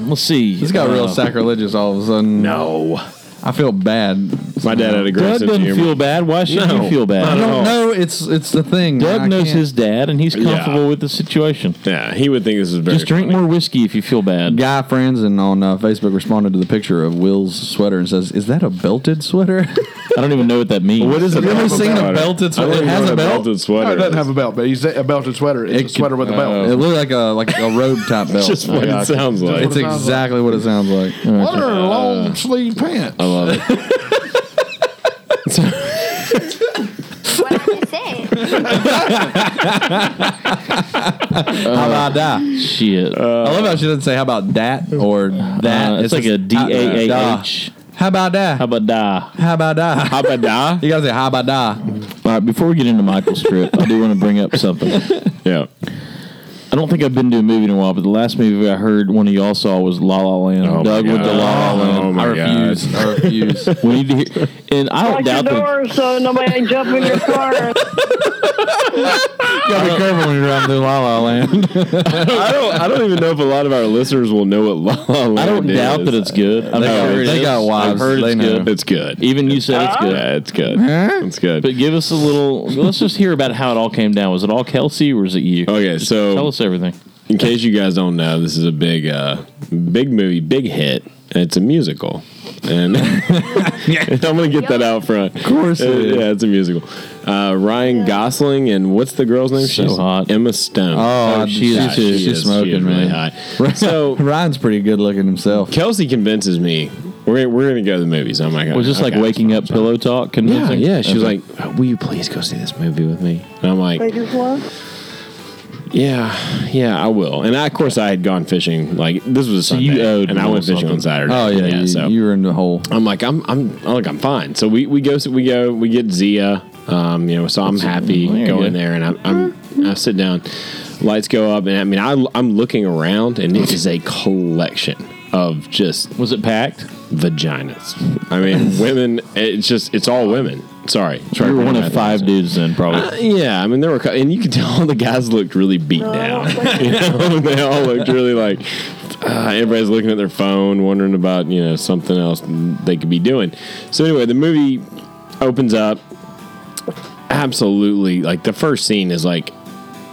Speaker 7: Let's see.
Speaker 8: This got real
Speaker 7: Uh,
Speaker 8: sacrilegious all of a sudden.
Speaker 5: no,
Speaker 8: I feel bad.
Speaker 5: My dad had a great
Speaker 7: Doug
Speaker 5: sense of
Speaker 7: doesn't
Speaker 5: humor.
Speaker 7: feel bad. Why should
Speaker 5: No,
Speaker 7: you feel bad?
Speaker 5: not
Speaker 8: I
Speaker 5: at
Speaker 8: don't
Speaker 5: all.
Speaker 8: know. It's it's the thing.
Speaker 7: Doug
Speaker 8: I
Speaker 7: knows
Speaker 8: can't-
Speaker 7: his dad, and he's
Speaker 5: Yeah.
Speaker 7: comfortable with the situation.
Speaker 5: Yeah, he would think this is very.
Speaker 7: Just drink more whiskey if you feel bad.
Speaker 8: guy friends and on uh, Facebook responded to the picture of Will's sweater and says, "Is that a belted sweater?"
Speaker 7: I don't even know what that means.
Speaker 5: What is a
Speaker 8: Have you ever
Speaker 5: belted
Speaker 8: seen a
Speaker 5: sweater?
Speaker 8: belted
Speaker 5: I
Speaker 8: sweater?
Speaker 5: don't
Speaker 8: It
Speaker 5: even
Speaker 8: has
Speaker 5: know
Speaker 8: a
Speaker 5: what
Speaker 8: belt?
Speaker 5: belted
Speaker 9: No,
Speaker 5: sweater.
Speaker 9: Oh,
Speaker 5: Oh,
Speaker 9: it doesn't
Speaker 5: is.
Speaker 9: have a belt, but he's a belted sweater. It's
Speaker 8: It
Speaker 9: a sweater
Speaker 8: could-
Speaker 9: with a
Speaker 8: it
Speaker 7: oh,
Speaker 9: belt.
Speaker 8: looked like a like a robe type belt.
Speaker 5: Just what it sounds like.
Speaker 8: it's
Speaker 9: what it sounds
Speaker 8: exactly what it sounds like.
Speaker 9: what are long sleeve pants?
Speaker 5: I love it.
Speaker 2: What I just said.
Speaker 8: how about that?
Speaker 7: Shit.
Speaker 8: I love how she doesn't say how about that or that.
Speaker 7: Uh, it's like
Speaker 8: just,
Speaker 7: a D A A H.
Speaker 8: "Ah, How about that?
Speaker 7: How about die?
Speaker 8: How about that?
Speaker 7: How about die?
Speaker 8: You gotta say how about that?
Speaker 7: All right, before we get into Michael's trip, I do want to bring up something.
Speaker 5: Yeah.
Speaker 7: I don't think I've been to a movie in a while, but the last movie I heard one of y'all saw was La La Land.
Speaker 5: Oh my
Speaker 7: Doug went to
Speaker 5: God.
Speaker 7: La La Land.
Speaker 5: Oh my
Speaker 8: I
Speaker 5: God.
Speaker 8: refuse. I refuse.
Speaker 7: We need to hear, and I don't
Speaker 4: Lock your
Speaker 7: doubt that.
Speaker 4: door so nobody can jump in your car.
Speaker 8: gotta be careful when you're driving through La La Land.
Speaker 5: I don't. I don't even know if a lot of our listeners will know what La La Land
Speaker 7: I don't
Speaker 5: is.
Speaker 7: doubt that it's good. I
Speaker 8: They
Speaker 7: mean,
Speaker 8: got-
Speaker 7: I heard
Speaker 8: they
Speaker 7: it
Speaker 8: got
Speaker 7: is.
Speaker 8: wives.
Speaker 7: I've heard
Speaker 8: They
Speaker 7: it's
Speaker 8: know.
Speaker 7: good.
Speaker 5: It's good.
Speaker 7: Even you said it's good.
Speaker 5: Yeah, it's good. It's good.
Speaker 7: But give us a little. Let's just hear about how it all came down. Was it all Kelsey or was it you?
Speaker 5: okay, so
Speaker 7: Tell us everything.
Speaker 5: in case you guys don't know, this is a big, uh, big movie, big hit. And it's a musical, and I'm gonna get that out front. Of
Speaker 8: course it is.
Speaker 5: yeah, it's a musical. Uh, Ryan Gosling and what's the girl's name?
Speaker 7: So hot.
Speaker 5: Emma Stone.
Speaker 8: Oh, she's-
Speaker 5: hot.
Speaker 8: she's- she's
Speaker 5: is-
Speaker 8: smoking,
Speaker 5: she is really
Speaker 8: man.
Speaker 5: hot. So
Speaker 8: Ryan's pretty good looking himself.
Speaker 5: Kelsey convinces me we're gonna, we're gonna go to the movies. I'm like,
Speaker 7: It was just like waking up pillow talk.
Speaker 5: Yeah,
Speaker 7: Convincing.
Speaker 5: yeah. She was
Speaker 7: Okay.
Speaker 5: like, "Will you please go see this movie with me?" And I'm like, Yeah, yeah, I will. And I, of course, I had gone fishing. Like this was a Sunday,
Speaker 7: you owed
Speaker 5: and I
Speaker 7: Will
Speaker 5: went fishing on Saturday.
Speaker 8: Oh yeah, you,
Speaker 5: so
Speaker 8: you were in the hole.
Speaker 5: I'm like, I'm, I'm, I'm like, I'm fine. So we, we go, we go, we get Zia. Um, you know, so I'm happy
Speaker 7: there you
Speaker 5: going
Speaker 7: go.
Speaker 5: there, and I'm, I'm, I sit down. Lights go up, and I mean, I, I'm looking around, and it is a collection of just
Speaker 7: "Was it packed?"
Speaker 5: vaginas. I mean, women. It's just, it's all women. Sorry,
Speaker 7: You
Speaker 5: sorry.
Speaker 7: were one
Speaker 5: for
Speaker 7: of
Speaker 5: that.
Speaker 7: five dudes then, probably.
Speaker 5: Uh, yeah, I mean there were, a cou- and you could tell all the guys looked really beat down. You know, they all looked really like uh, everybody's looking at their phone, wondering about you know something else they could be doing. So anyway, the movie opens up. Absolutely, like the first scene is like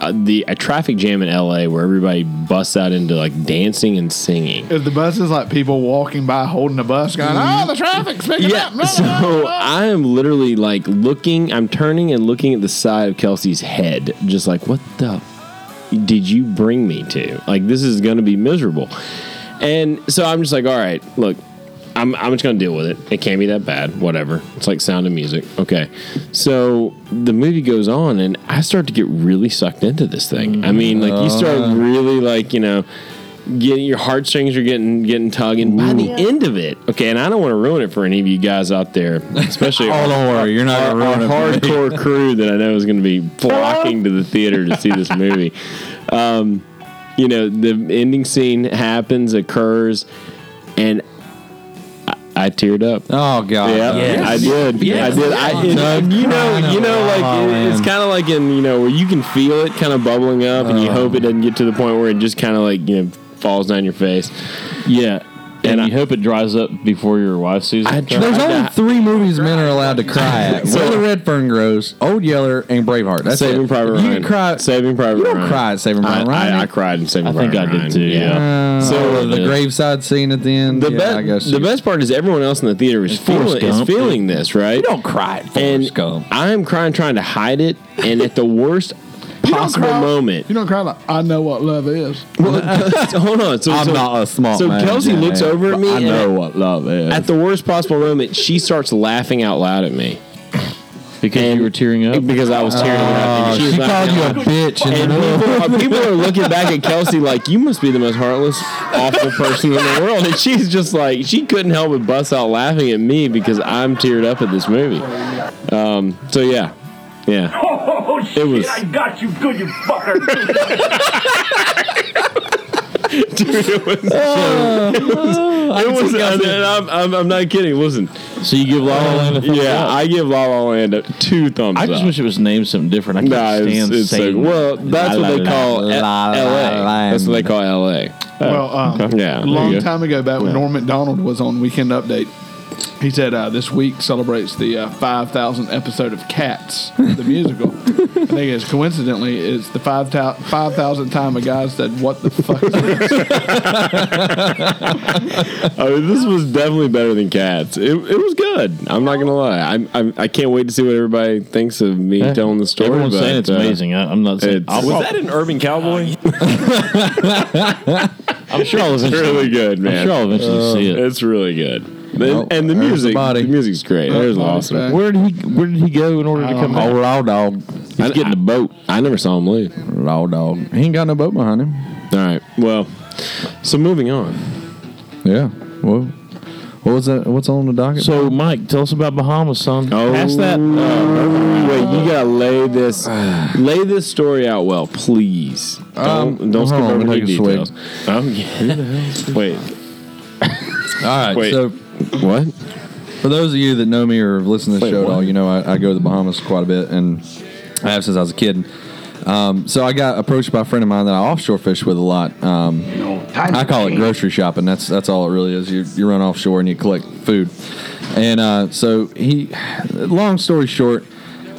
Speaker 5: uh, the a traffic jam in L.A. where everybody busts out into like dancing and singing.
Speaker 9: If the bus is like people walking by holding the bus, going,
Speaker 7: Mm-hmm.
Speaker 9: "Oh, the traffic's picking up."
Speaker 5: Yeah. So I am literally like looking, I'm turning and looking at the side of Kelsey's head, just like, what the f- did you bring me to? Like, this is going to be miserable. And so I'm just like, all right, look, I'm, I'm just going to deal with it. It can't be that bad. Whatever. It's like sound of music. Okay. So the movie goes on, and I start to get really sucked into this thing. I mean, like, you start really, like, you know, getting your heartstrings are getting getting tugging by the end of it. Okay, and I don't want to ruin it for any of you guys out there, especially
Speaker 8: Oh,
Speaker 5: our,
Speaker 8: don't worry, you're not
Speaker 5: our
Speaker 8: gonna ruin it. for me.
Speaker 5: hardcore crew that I know is going to be flocking to the theater to see this movie. Um, you know, the ending scene happens, occurs, and I, I teared up.
Speaker 8: Oh god.
Speaker 5: Yeah, I did. I did. I, and, and you know, you know, like it- it's kind of like in you know where you can feel it kind of bubbling up, and
Speaker 8: Oh.
Speaker 5: you hope it doesn't get to the point where it just kind of like you know falls down your face.
Speaker 7: yeah, and,
Speaker 5: And I-
Speaker 7: you hope it dries up before your wife sees it.
Speaker 5: I
Speaker 8: There's
Speaker 5: I-
Speaker 8: only
Speaker 5: I-
Speaker 8: three movies men are allowed to cry at:
Speaker 5: So-
Speaker 8: Where the Red Fern Grows, Old Yeller, and Braveheart. That's
Speaker 5: Saving
Speaker 8: it.
Speaker 5: Private
Speaker 8: You
Speaker 5: Ryan.
Speaker 8: can cry.
Speaker 5: Saving Private
Speaker 8: you don't
Speaker 5: Ryan.
Speaker 8: cry at Saving Private
Speaker 5: I,
Speaker 8: Ryan.
Speaker 5: I, I cried in Saving
Speaker 7: I
Speaker 5: Private
Speaker 7: think I did
Speaker 5: Ryan.
Speaker 7: too,
Speaker 8: Uh,
Speaker 5: So
Speaker 8: or the
Speaker 5: the,
Speaker 8: graveside scene at the end.
Speaker 5: the,
Speaker 8: yeah,
Speaker 5: best-
Speaker 8: I guess
Speaker 5: the
Speaker 8: you-
Speaker 5: best part is everyone else in the theater is
Speaker 7: Forrest
Speaker 5: feeling, is
Speaker 7: Gump.
Speaker 5: feeling this, right? You
Speaker 8: Don't cry at Forrest Gump.
Speaker 5: I'm crying, trying to hide it, and at the worst possible
Speaker 9: cry.
Speaker 5: moment,
Speaker 9: You don't cry like I know what love is.
Speaker 5: Well, hold on. So,
Speaker 8: I'm
Speaker 5: so-
Speaker 8: not a smart
Speaker 5: So
Speaker 8: man.
Speaker 5: Kelsey
Speaker 8: Jack,
Speaker 5: looks over at
Speaker 8: but
Speaker 5: me.
Speaker 8: I
Speaker 5: and
Speaker 8: know what love is.
Speaker 5: At the worst possible moment, she starts laughing out loud at me
Speaker 7: because you were tearing up.
Speaker 5: because I was tearing up.
Speaker 8: Oh,
Speaker 5: And she was
Speaker 8: she
Speaker 5: laughing
Speaker 8: called you
Speaker 5: out
Speaker 8: a
Speaker 5: loud.
Speaker 8: bitch. in the
Speaker 5: And
Speaker 8: middle.
Speaker 5: people are, people are looking back at Kelsey like, you must be the most heartless, awful person in the world. And she's just like, she couldn't help but bust out laughing at me because I'm teared up at this movie. Um, so, yeah. Yeah.
Speaker 3: Oh, shit,
Speaker 5: was-
Speaker 3: I got you good, you fucker.
Speaker 5: it was, it was and I'm, I'm, I'm not kidding. Listen.
Speaker 7: so you give La La Land a thumbs
Speaker 5: Yeah,
Speaker 7: up.
Speaker 5: I give La La Land a two thumbs
Speaker 7: I
Speaker 5: up.
Speaker 7: just wish it was named something different. I can't
Speaker 5: Nah, it's,
Speaker 7: stand
Speaker 5: it's so,
Speaker 7: saying
Speaker 5: well, that's
Speaker 7: La
Speaker 5: what they
Speaker 7: La
Speaker 5: call
Speaker 8: La
Speaker 5: L-
Speaker 8: La
Speaker 5: LA.
Speaker 8: Land.
Speaker 5: That's what they call LA.
Speaker 9: well, um,
Speaker 5: Uh, Yeah.
Speaker 9: a
Speaker 5: there
Speaker 9: long
Speaker 5: you go.
Speaker 9: time ago, back when Norm Macdonald was on Weekend Update, He said uh, this week celebrates the uh, 5,000th episode of Cats, the musical. I think it's coincidentally it's the five thou- 5,000th time a guy said, "What the fuck?" is this?"
Speaker 5: I mean, this was definitely better than Cats. It, it was good. I'm not gonna lie. I'm, I'm I can't wait to see what everybody thinks of me
Speaker 7: Yeah.
Speaker 5: telling the story.
Speaker 7: Everyone's
Speaker 5: but,
Speaker 7: saying it's
Speaker 5: uh,
Speaker 7: amazing. I, I'm not saying.
Speaker 5: it's-
Speaker 7: I'll-
Speaker 5: was that an Urban Cowboy?
Speaker 7: I'm sure I'll
Speaker 5: It's
Speaker 7: eventually.
Speaker 5: really good, man.
Speaker 7: I'm sure I'll eventually
Speaker 8: Uh,
Speaker 7: see it.
Speaker 5: It's really good. And,
Speaker 8: Nope,
Speaker 5: and the
Speaker 8: there's the
Speaker 5: music,
Speaker 8: body.
Speaker 5: the music's great.
Speaker 9: Oh,
Speaker 5: There's
Speaker 9: body's
Speaker 5: awesome.
Speaker 9: back.
Speaker 7: Where did he Where did he go in order to come
Speaker 8: Oh,
Speaker 7: out?
Speaker 8: raw dog.
Speaker 5: I, getting a boat. I never saw him leave.
Speaker 8: Raw dog. He ain't got no boat behind him.
Speaker 5: All right. Well, so moving on.
Speaker 8: Yeah. Well, what was that? What's on the docket?
Speaker 7: So, Mike, tell us about Bahamas, son.
Speaker 5: Oh,
Speaker 7: Pass that.
Speaker 8: uh,
Speaker 5: Wait, you gotta lay this lay this story out well, please. Don't don't skip
Speaker 8: Um, hold on,
Speaker 5: over
Speaker 8: let me
Speaker 5: any
Speaker 8: take a swig.
Speaker 5: details. Um, wait,
Speaker 8: all right.
Speaker 5: wait.
Speaker 8: So
Speaker 5: what?
Speaker 8: for those of you that know me or have listened to the
Speaker 5: Wait,
Speaker 8: show at
Speaker 5: what?
Speaker 8: all, you know I, I go to the Bahamas quite a bit, and I have since I was a kid. Um, so I got approached by a friend of mine that I offshore fish with a lot. Um, I call it grocery shopping. That's that's all it really is. You you run offshore and you collect food, and uh, so he. Long story short,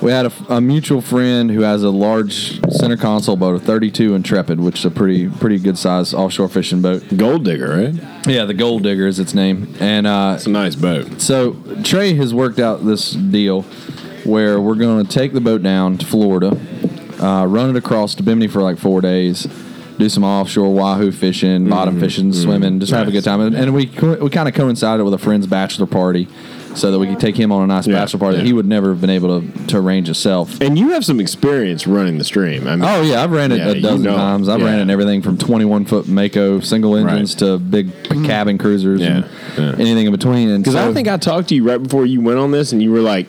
Speaker 8: we had a, a mutual friend who has a large center console boat, a 32 Intrepid, which is a pretty pretty good size offshore fishing boat.
Speaker 5: Gold digger, right?
Speaker 8: Yeah, the Gold Digger is its name, and uh,
Speaker 5: It's a nice boat.
Speaker 8: so Trey has worked out this deal where we're going to take the boat down to Florida, uh, run it across to Bimini for like four days, do some offshore wahoo fishing, bottom fishing, swimming, just have a
Speaker 5: Mm-hmm. Nice.
Speaker 8: good time. And, and we co- we kind of coincided with a friend's bachelor party, so that we could take him on a nice
Speaker 5: Yeah,
Speaker 8: bachelor party
Speaker 5: yeah.
Speaker 8: that he would never have been able to, to arrange himself.
Speaker 5: And you have some experience running the stream. I mean,
Speaker 8: Oh yeah, I've ran it
Speaker 5: Yeah,
Speaker 8: a
Speaker 5: you
Speaker 8: dozen
Speaker 5: know.
Speaker 8: times. I've ran
Speaker 5: Yeah.
Speaker 8: it in everything from twenty-one foot Mako single engines to big
Speaker 7: Mm-hmm.
Speaker 8: cabin cruisers
Speaker 5: Yeah,
Speaker 8: and
Speaker 5: yeah.
Speaker 8: anything in between. And
Speaker 5: Because I
Speaker 8: so-
Speaker 5: think I talked to you right before you went on this, and you were like,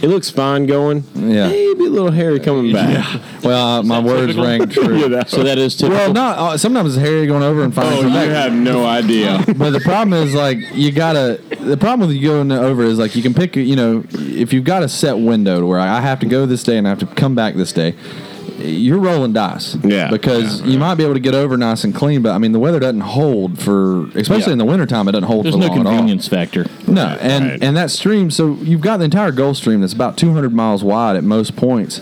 Speaker 5: "It looks fine going.
Speaker 8: Yeah.
Speaker 5: maybe a little hairy coming back."
Speaker 8: Well, uh, my words rang true.
Speaker 5: You know?
Speaker 7: So that is typical.
Speaker 8: Well, no. Uh, sometimes it's Harry going over and
Speaker 5: Oh,
Speaker 8: finding
Speaker 5: you
Speaker 8: oh, back.
Speaker 5: had no idea.
Speaker 8: But the problem is like you gotta. The problem with you going over is like you can pick. You know, if you've got a set window to where I have to go this day and I have to come back this day, you're rolling dice.
Speaker 5: Yeah.
Speaker 8: Because
Speaker 5: Yeah,
Speaker 8: you might be able to get over nice and clean, but I mean the weather doesn't hold for, especially
Speaker 5: Yeah.
Speaker 8: in the wintertime, It doesn't hold
Speaker 7: There's
Speaker 8: for
Speaker 7: no
Speaker 8: long at all.
Speaker 7: convenience factor.
Speaker 8: No,
Speaker 5: Right,
Speaker 8: and
Speaker 5: right.
Speaker 8: and that stream. So you've got the entire Gulf Stream that's about 200 miles wide at most points.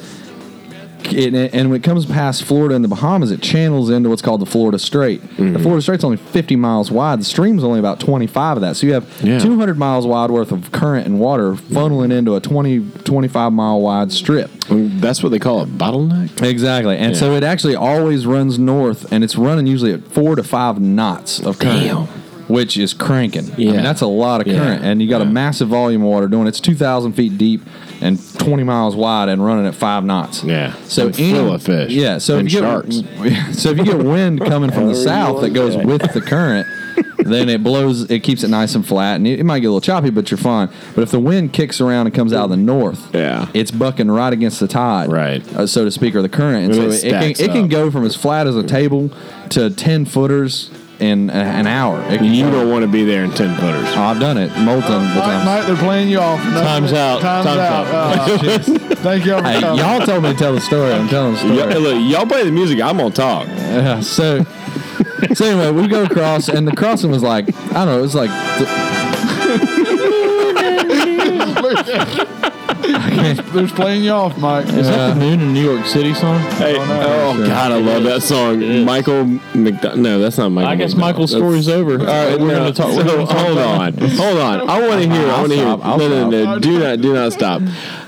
Speaker 8: It, and when it comes past Florida and the Bahamas, it channels into what's called the Florida Strait.
Speaker 5: Mm-hmm.
Speaker 8: The Florida Strait's only 50 miles wide. The stream's only about 25 of that. So you have
Speaker 5: Yeah.
Speaker 8: 200 miles wide worth of current and water funneling into a 20, 25 mile wide strip.
Speaker 5: That's what they call a bottleneck.
Speaker 8: Exactly. And so it actually always runs north, and it's running usually at four to five knots of current,
Speaker 5: Damn.
Speaker 8: which is cranking. I
Speaker 5: Yeah.
Speaker 8: mean, that's a lot of
Speaker 5: Yeah.
Speaker 8: current, and you got
Speaker 5: Yeah.
Speaker 8: a massive volume of water doing. It's two thousand feet deep and twenty miles wide, and running at five knots.
Speaker 5: Yeah.
Speaker 8: So
Speaker 5: And full
Speaker 8: any-
Speaker 5: of fish.
Speaker 8: Yeah. So
Speaker 5: And
Speaker 8: if you
Speaker 5: sharks.
Speaker 8: Get, so if you get wind coming from the south that goes with the current. then it blows. It keeps it nice and flat, and it, it might get a little choppy, but you're fine. But if the wind kicks around and comes out of the north,
Speaker 5: Yeah.
Speaker 8: it's bucking right against the tide,
Speaker 5: Right.
Speaker 8: uh, so to speak, or the current. And
Speaker 5: It
Speaker 8: so
Speaker 5: really
Speaker 8: it, can,
Speaker 5: stacks
Speaker 8: it can
Speaker 5: up.
Speaker 8: go from as flat as a table to ten footers in a, an hour. It can-
Speaker 5: You don't want to be there in ten footers.
Speaker 8: Oh, I've done it multiple
Speaker 9: Mike,
Speaker 8: times.
Speaker 9: Mike, they're playing you off. No,
Speaker 7: Time's out.
Speaker 9: Times,
Speaker 7: Time's
Speaker 9: out. Uh, thank y'all for
Speaker 8: Hey,
Speaker 9: coming.
Speaker 8: y'all told me to tell the story. I'm telling the story.
Speaker 5: Yeah, hey, look, y'all play the music. I'm gonna talk.
Speaker 8: Yeah, so, so anyway, we go across, and the crossing was like I don't know. It was like
Speaker 9: They're playing you off, Mike.
Speaker 7: Is
Speaker 8: Uh,
Speaker 7: that the moon in New York City, son?
Speaker 5: Hey, oh, God, I love that song. Michael McDonald. No, that's not Michael.
Speaker 7: I guess
Speaker 5: McDonald.
Speaker 7: Michael's
Speaker 5: That's-
Speaker 7: story's over. All right, we're
Speaker 5: No,
Speaker 7: going to talk.
Speaker 5: so,
Speaker 7: We're gonna talk
Speaker 5: hold
Speaker 7: about-
Speaker 5: on, hold on. I want to hear. I want to hear.
Speaker 8: stop, I'll
Speaker 5: No, no, no.
Speaker 8: stop.
Speaker 5: Do not, do not stop,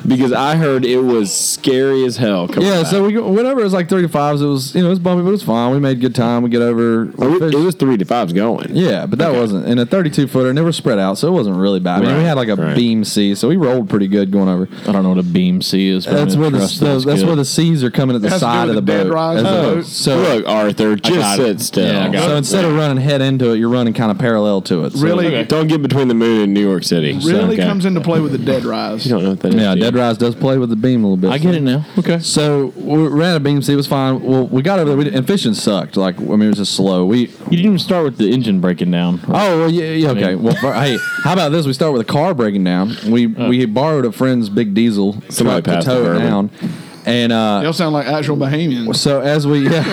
Speaker 5: because I heard it was scary as hell. coming
Speaker 8: yeah.
Speaker 5: back.
Speaker 8: So we go, whenever it was like thirty fives, it was you know it was bumpy, but it was fine. We made good time. We get over.
Speaker 5: Oh, it, it was three to fives going.
Speaker 8: Yeah, but that wasn't in a 32 footer, and it was spread out, so it wasn't really bad. I mean,
Speaker 5: Right,
Speaker 8: we had like a
Speaker 5: right.
Speaker 8: beam C, so we rolled pretty good going over.
Speaker 7: I don't know what a beam C is. But
Speaker 8: That's
Speaker 7: I'm
Speaker 8: where the
Speaker 7: trust
Speaker 8: that's,
Speaker 7: good.
Speaker 8: where the C's are coming at the
Speaker 9: Has to do
Speaker 8: side of
Speaker 9: with
Speaker 8: the
Speaker 9: the dead
Speaker 8: boat.
Speaker 9: rise
Speaker 8: As
Speaker 9: of the
Speaker 8: a-
Speaker 9: boat.
Speaker 8: so
Speaker 5: Look, Arthur, just
Speaker 7: got
Speaker 5: sit
Speaker 7: it.
Speaker 5: still.
Speaker 7: Yeah, I got
Speaker 8: so instead of running head into it, you're running kind of parallel to it. So-
Speaker 9: Really,
Speaker 5: Don't get between the moon and New York City.
Speaker 9: really
Speaker 5: Okay.
Speaker 9: comes into play with the dead rise.
Speaker 5: You don't know what that is.
Speaker 8: Yeah,
Speaker 5: do you?
Speaker 8: dead rise does play with the beam a little bit.
Speaker 7: I get it now. Okay.
Speaker 8: So we ran a beam C, it was fine. Well, we got over there, we did, and fishing sucked. Like I mean, it was just slow. We
Speaker 7: You didn't even start with the engine breaking down.
Speaker 8: Oh well, yeah, yeah okay.
Speaker 7: mean-
Speaker 8: Well, for, hey, how about this? We start with a car breaking down. We we borrowed a friend's big diesel
Speaker 5: Somebody
Speaker 8: truck to
Speaker 5: passed the
Speaker 8: tow Oh. it
Speaker 5: bourbon.
Speaker 8: down, and uh,
Speaker 9: Y'all sound like actual Bahamians.
Speaker 8: so as we yeah,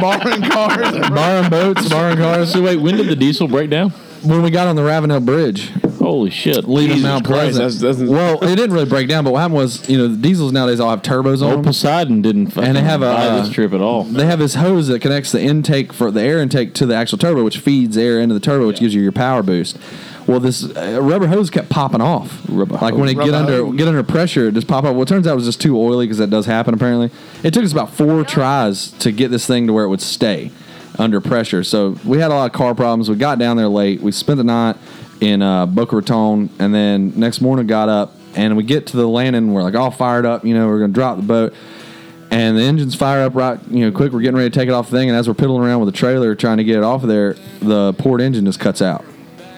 Speaker 9: Borrowing cars.
Speaker 8: borrowing boats, borrowing cars.
Speaker 7: So wait, when did the diesel break down?
Speaker 8: when we got on the Ravenel Bridge.
Speaker 7: Holy shit!
Speaker 8: Leaving
Speaker 5: Jesus
Speaker 8: Mount
Speaker 5: Christ,
Speaker 8: Pleasant.
Speaker 5: that's- that's-
Speaker 8: well, it didn't really break down, but what happened was, you know, the diesels nowadays all have turbos on
Speaker 7: Old
Speaker 8: them.
Speaker 7: Poseidon didn't fucking
Speaker 8: And they have a,
Speaker 7: buy
Speaker 8: uh,
Speaker 7: this trip at all.
Speaker 8: They have this hose that connects the intake for the air intake to the actual turbo, which feeds air into the turbo, which gives you your power boost. Well, this uh, rubber hose kept popping off.
Speaker 7: Rubber
Speaker 8: like when it get
Speaker 9: Rubber
Speaker 8: under
Speaker 9: hose.
Speaker 8: get under pressure, it just pop up. Well, it turns out it was just too oily because that does happen. Apparently, it took us about four tries to get this thing to where it would stay under pressure. So we had a lot of car problems. We got down there late. We spent the night in uh, Boca Raton, and then next morning got up and we get to the landing. We're like all fired up. You know, we're gonna drop the boat and the engines fire up right, you know, quick. We're getting ready to take it off the thing, and as we're piddling around with the trailer trying to get it off of there, the port engine just cuts out.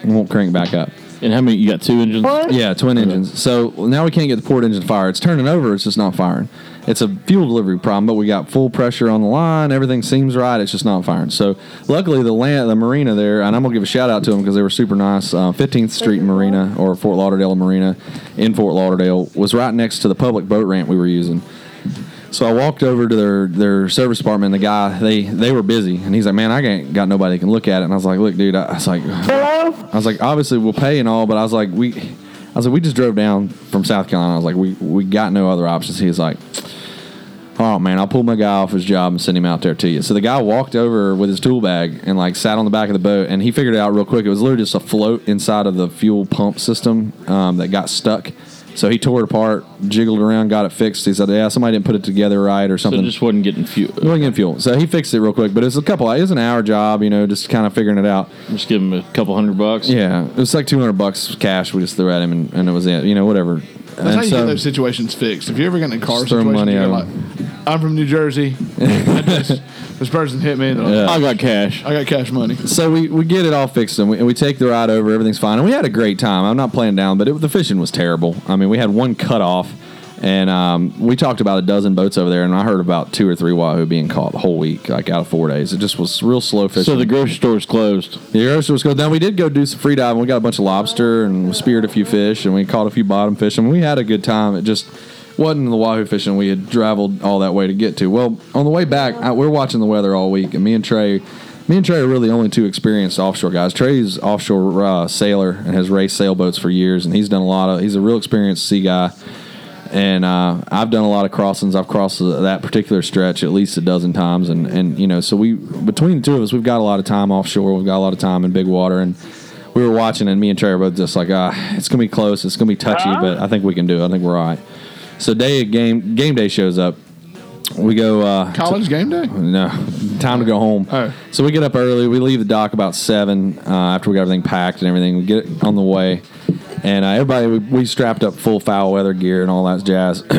Speaker 8: It won't crank back up.
Speaker 7: And how many? You got two engines.
Speaker 8: Yeah, twin engines. So now we can't get the port engine to fire. It's turning over, it's just not firing. It's a fuel delivery problem, but we got full pressure on the line. Everything seems right. It's just not firing. So luckily, the land, the marina there, and I'm gonna give a shout out to them because they were super nice. Uh, 15th Street Marina or Fort Lauderdale Marina in Fort Lauderdale was right next to the public boat ramp we were using. So I walked over to their their service department. And the guy they they were busy, and he's like, "Man, I ain't got nobody that can look at it." And I was like, "Look, dude," I I was like,
Speaker 4: Hello?
Speaker 8: I was like, obviously we'll pay and all, but I was like, we, I was like, we just drove down from South Carolina. I was like, we we got no other options. He was like, all right, man, I'll pull my guy off his job and send him out there to you. So the guy walked over with his tool bag and like sat on the back of the boat, and he figured it out real quick. It was literally just a float inside of the fuel pump system um, that got stuck. So he tore it apart, jiggled around, got it fixed. He said, "Yeah, somebody didn't put it together right or
Speaker 7: So
Speaker 8: something."
Speaker 7: it just wasn't getting fuel.
Speaker 8: It wasn't getting fuel. So he fixed it real quick, but it was a couple. It was an hour job, you know, just kind of figuring it out.
Speaker 7: Just give them a couple hundred bucks.
Speaker 8: Yeah, it was like two hundred bucks cash. We just threw at him, and, and it was it. You know, whatever.
Speaker 9: That's
Speaker 8: and
Speaker 9: how you
Speaker 8: so-
Speaker 9: get those situations fixed. If you ever get in a car
Speaker 8: Just throw
Speaker 9: situation,
Speaker 8: money
Speaker 9: you're
Speaker 8: at
Speaker 9: like, I'm from New Jersey. I just- this person hit me. And they're like,
Speaker 7: I got cash.
Speaker 9: I got cash money.
Speaker 8: so we, we get it all fixed, and we, and we take the ride over. Everything's fine, and we had a great time. I'm not playing down, but it, the fishing was terrible. I mean, we had one cut off, and um, we talked about a dozen boats over there, and I heard about two or three wahoo being caught the whole week, like out of four days. It just was real slow fishing.
Speaker 7: So the grocery store's closed.
Speaker 8: The grocery was good. Now we did go do some free diving. We got a bunch of lobster and we speared a few fish and we caught a few bottom fish and we had a good time. It just wasn't the wahoo fishing we had traveled all that way to get to. Well, on the way back, I, we're watching the weather all week, and me and Trey, me and Trey are really the only two experienced offshore guys. Trey's offshore uh, sailor and has raced sailboats for years, and he's done a lot of. He's a real experienced sea guy and uh, I've done a lot of crossings. I've crossed that particular stretch at least a dozen times, and and you know, so we between the two of us, we've got a lot of time offshore. We've got a lot of time in big water, and we were watching, and me and Trey were both just like, ah, it's gonna be close. It's gonna be touchy, but I think we can do it. I think we're all right. So day of game game day shows up. We go uh, to-
Speaker 9: College game day?
Speaker 8: no, time to go home.
Speaker 9: Oh.
Speaker 8: So we get up early. We leave the dock about seven uh, after we got everything packed and everything. We get on the way, and uh, everybody we, we strapped up full foul weather gear and all that jazz.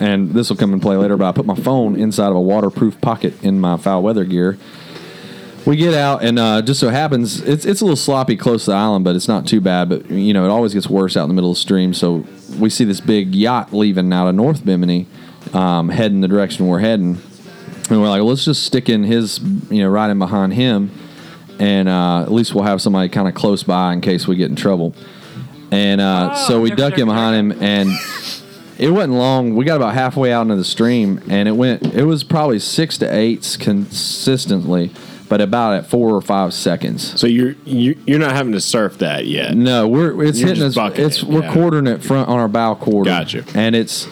Speaker 8: and this will come in play later, but I put my phone inside of a waterproof pocket in my foul weather gear. We get out, and uh, just so happens it's it's a little sloppy close to the island, but it's not too bad. But you know, it always gets worse out in the middle of the stream. So we see this big yacht leaving out of North Bimini, um, heading the direction we're heading, and we're like, well, let's just stick in his, you know, right in behind him, and uh, at least we'll have somebody kind of close by in case we get in trouble. And uh, so we duck in behind him, and it wasn't long. We got about halfway out into the stream, and it went. It was probably six to eights consistently, but about at four or five seconds.
Speaker 5: So you're you- you're not having to surf that yet.
Speaker 8: No, we're it's
Speaker 5: You're
Speaker 8: hitting us.
Speaker 5: just bucking
Speaker 8: It's
Speaker 5: it,
Speaker 8: we're
Speaker 5: yeah.
Speaker 8: quartering it front on our bow quarter.
Speaker 5: Gotcha.
Speaker 8: And it's,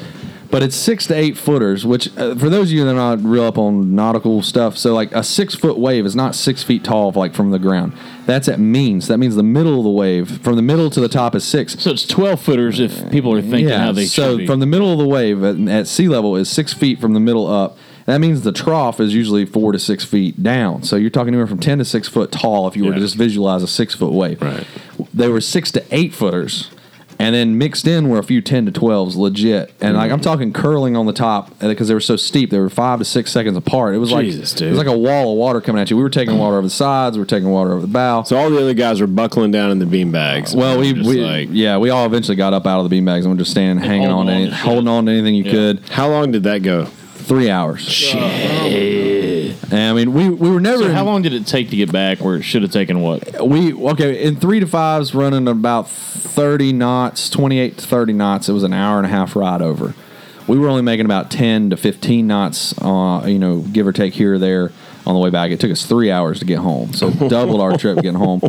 Speaker 8: but it's six to eight footers. Which uh, for those of you that are not real up on nautical stuff, so like a six foot wave is not six feet tall like from the ground. That's at means. That means the middle of the wave from the middle to the top is six.
Speaker 7: So it's twelve footers if people are thinking how they
Speaker 8: so
Speaker 7: should be.
Speaker 8: from the middle of the wave at, at sea level is six feet from the middle up. That means the trough is usually four to six feet down. So you're talking anywhere from ten to six foot tall if you were to
Speaker 5: Yeah.
Speaker 8: just visualize a six foot wave.
Speaker 5: Right.
Speaker 8: They were six to eight footers, and then mixed in were a few ten to twelves, legit. And like I'm
Speaker 7: Mm.
Speaker 8: talking curling on the top because they were so steep. They were five to six seconds apart. It was
Speaker 5: Jesus,
Speaker 8: like
Speaker 5: dude.
Speaker 8: it was like a wall of water coming at you. We were taking water over the sides. We were taking water over the bow.
Speaker 5: So all the other guys were buckling down in the beanbags.
Speaker 8: Well, we,
Speaker 5: We're just
Speaker 8: we
Speaker 5: like,
Speaker 8: yeah, we all eventually got up out of the beanbags and we're just standing, hanging
Speaker 7: holding
Speaker 8: on, to
Speaker 7: on
Speaker 8: any,
Speaker 7: to shit.
Speaker 8: holding on to anything you could.
Speaker 5: how long did that go?
Speaker 8: Three hours. Shit. I mean, we we were never
Speaker 7: so
Speaker 8: in-
Speaker 7: how long did it take to get back where it should have taken what?
Speaker 8: we okay in three to fives running about 30 knots 28 to 30 knots it was an hour and a half ride over we were only making about 10 to 15 knots uh, you know give or take here or there on the way back it took us three hours to get home so doubled our trip getting home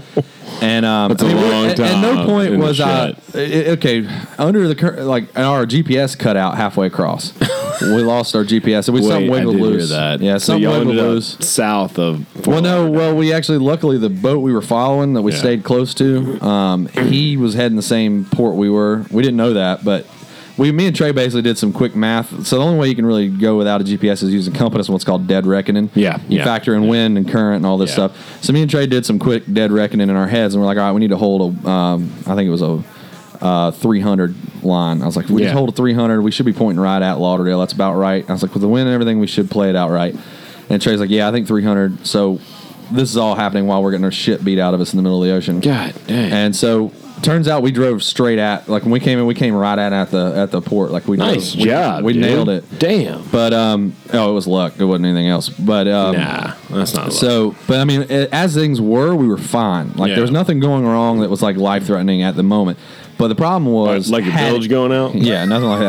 Speaker 8: And um,
Speaker 5: That's a long
Speaker 8: at- At no
Speaker 5: time
Speaker 8: point
Speaker 5: in the
Speaker 8: was I i- i- okay under the cur- like and our GPS cut out halfway across. we lost our GPS. So we
Speaker 5: Wait,
Speaker 8: some
Speaker 5: I
Speaker 8: way to
Speaker 5: did hear
Speaker 8: lose.
Speaker 5: that.
Speaker 8: Yeah,
Speaker 5: So
Speaker 8: some
Speaker 5: y'all
Speaker 8: way to
Speaker 5: ended up
Speaker 8: lose.
Speaker 5: south of
Speaker 8: Well, no. Well, we actually luckily the boat we were following that we
Speaker 5: Yeah.
Speaker 8: stayed close to, um, he was heading the same port we were. We didn't know that, but we, me and Trey, basically did some quick math. So the only way you can really go without a GPS is using compass and what's called dead reckoning.
Speaker 5: Yeah,
Speaker 8: you
Speaker 5: yeah.
Speaker 8: factor in wind and current and all this
Speaker 5: Yeah.
Speaker 8: stuff. So me and Trey did some quick dead reckoning in our heads, and we're like, all right, we need to hold a. Um, I think it was a. Uh, 300 line. I was like, if we just
Speaker 5: Yeah.
Speaker 8: hold a 300, we should be pointing right at Lauderdale. That's about right. I was like, with the wind and everything, we should play it out right. And Trey's like, yeah, I think 300. So this is all happening while we're getting our shit beat out of us in the middle of the ocean.
Speaker 5: God dang.
Speaker 8: And so turns out we drove straight at like when we came in, we came right at at the at the port. Like we drove-
Speaker 5: nice
Speaker 8: we-
Speaker 5: job.
Speaker 8: we
Speaker 5: dude.
Speaker 8: nailed it.
Speaker 5: Damn.
Speaker 8: But um, oh, it was luck. It wasn't anything else. But um,
Speaker 5: nah, that's not so.
Speaker 8: so, but I mean, a- as things were, we were fine. Like
Speaker 5: Yeah.
Speaker 8: there was nothing going wrong that was like life threatening at the moment. But the problem was
Speaker 5: Like your
Speaker 8: had-
Speaker 5: bilge going out.
Speaker 8: Yeah, nothing like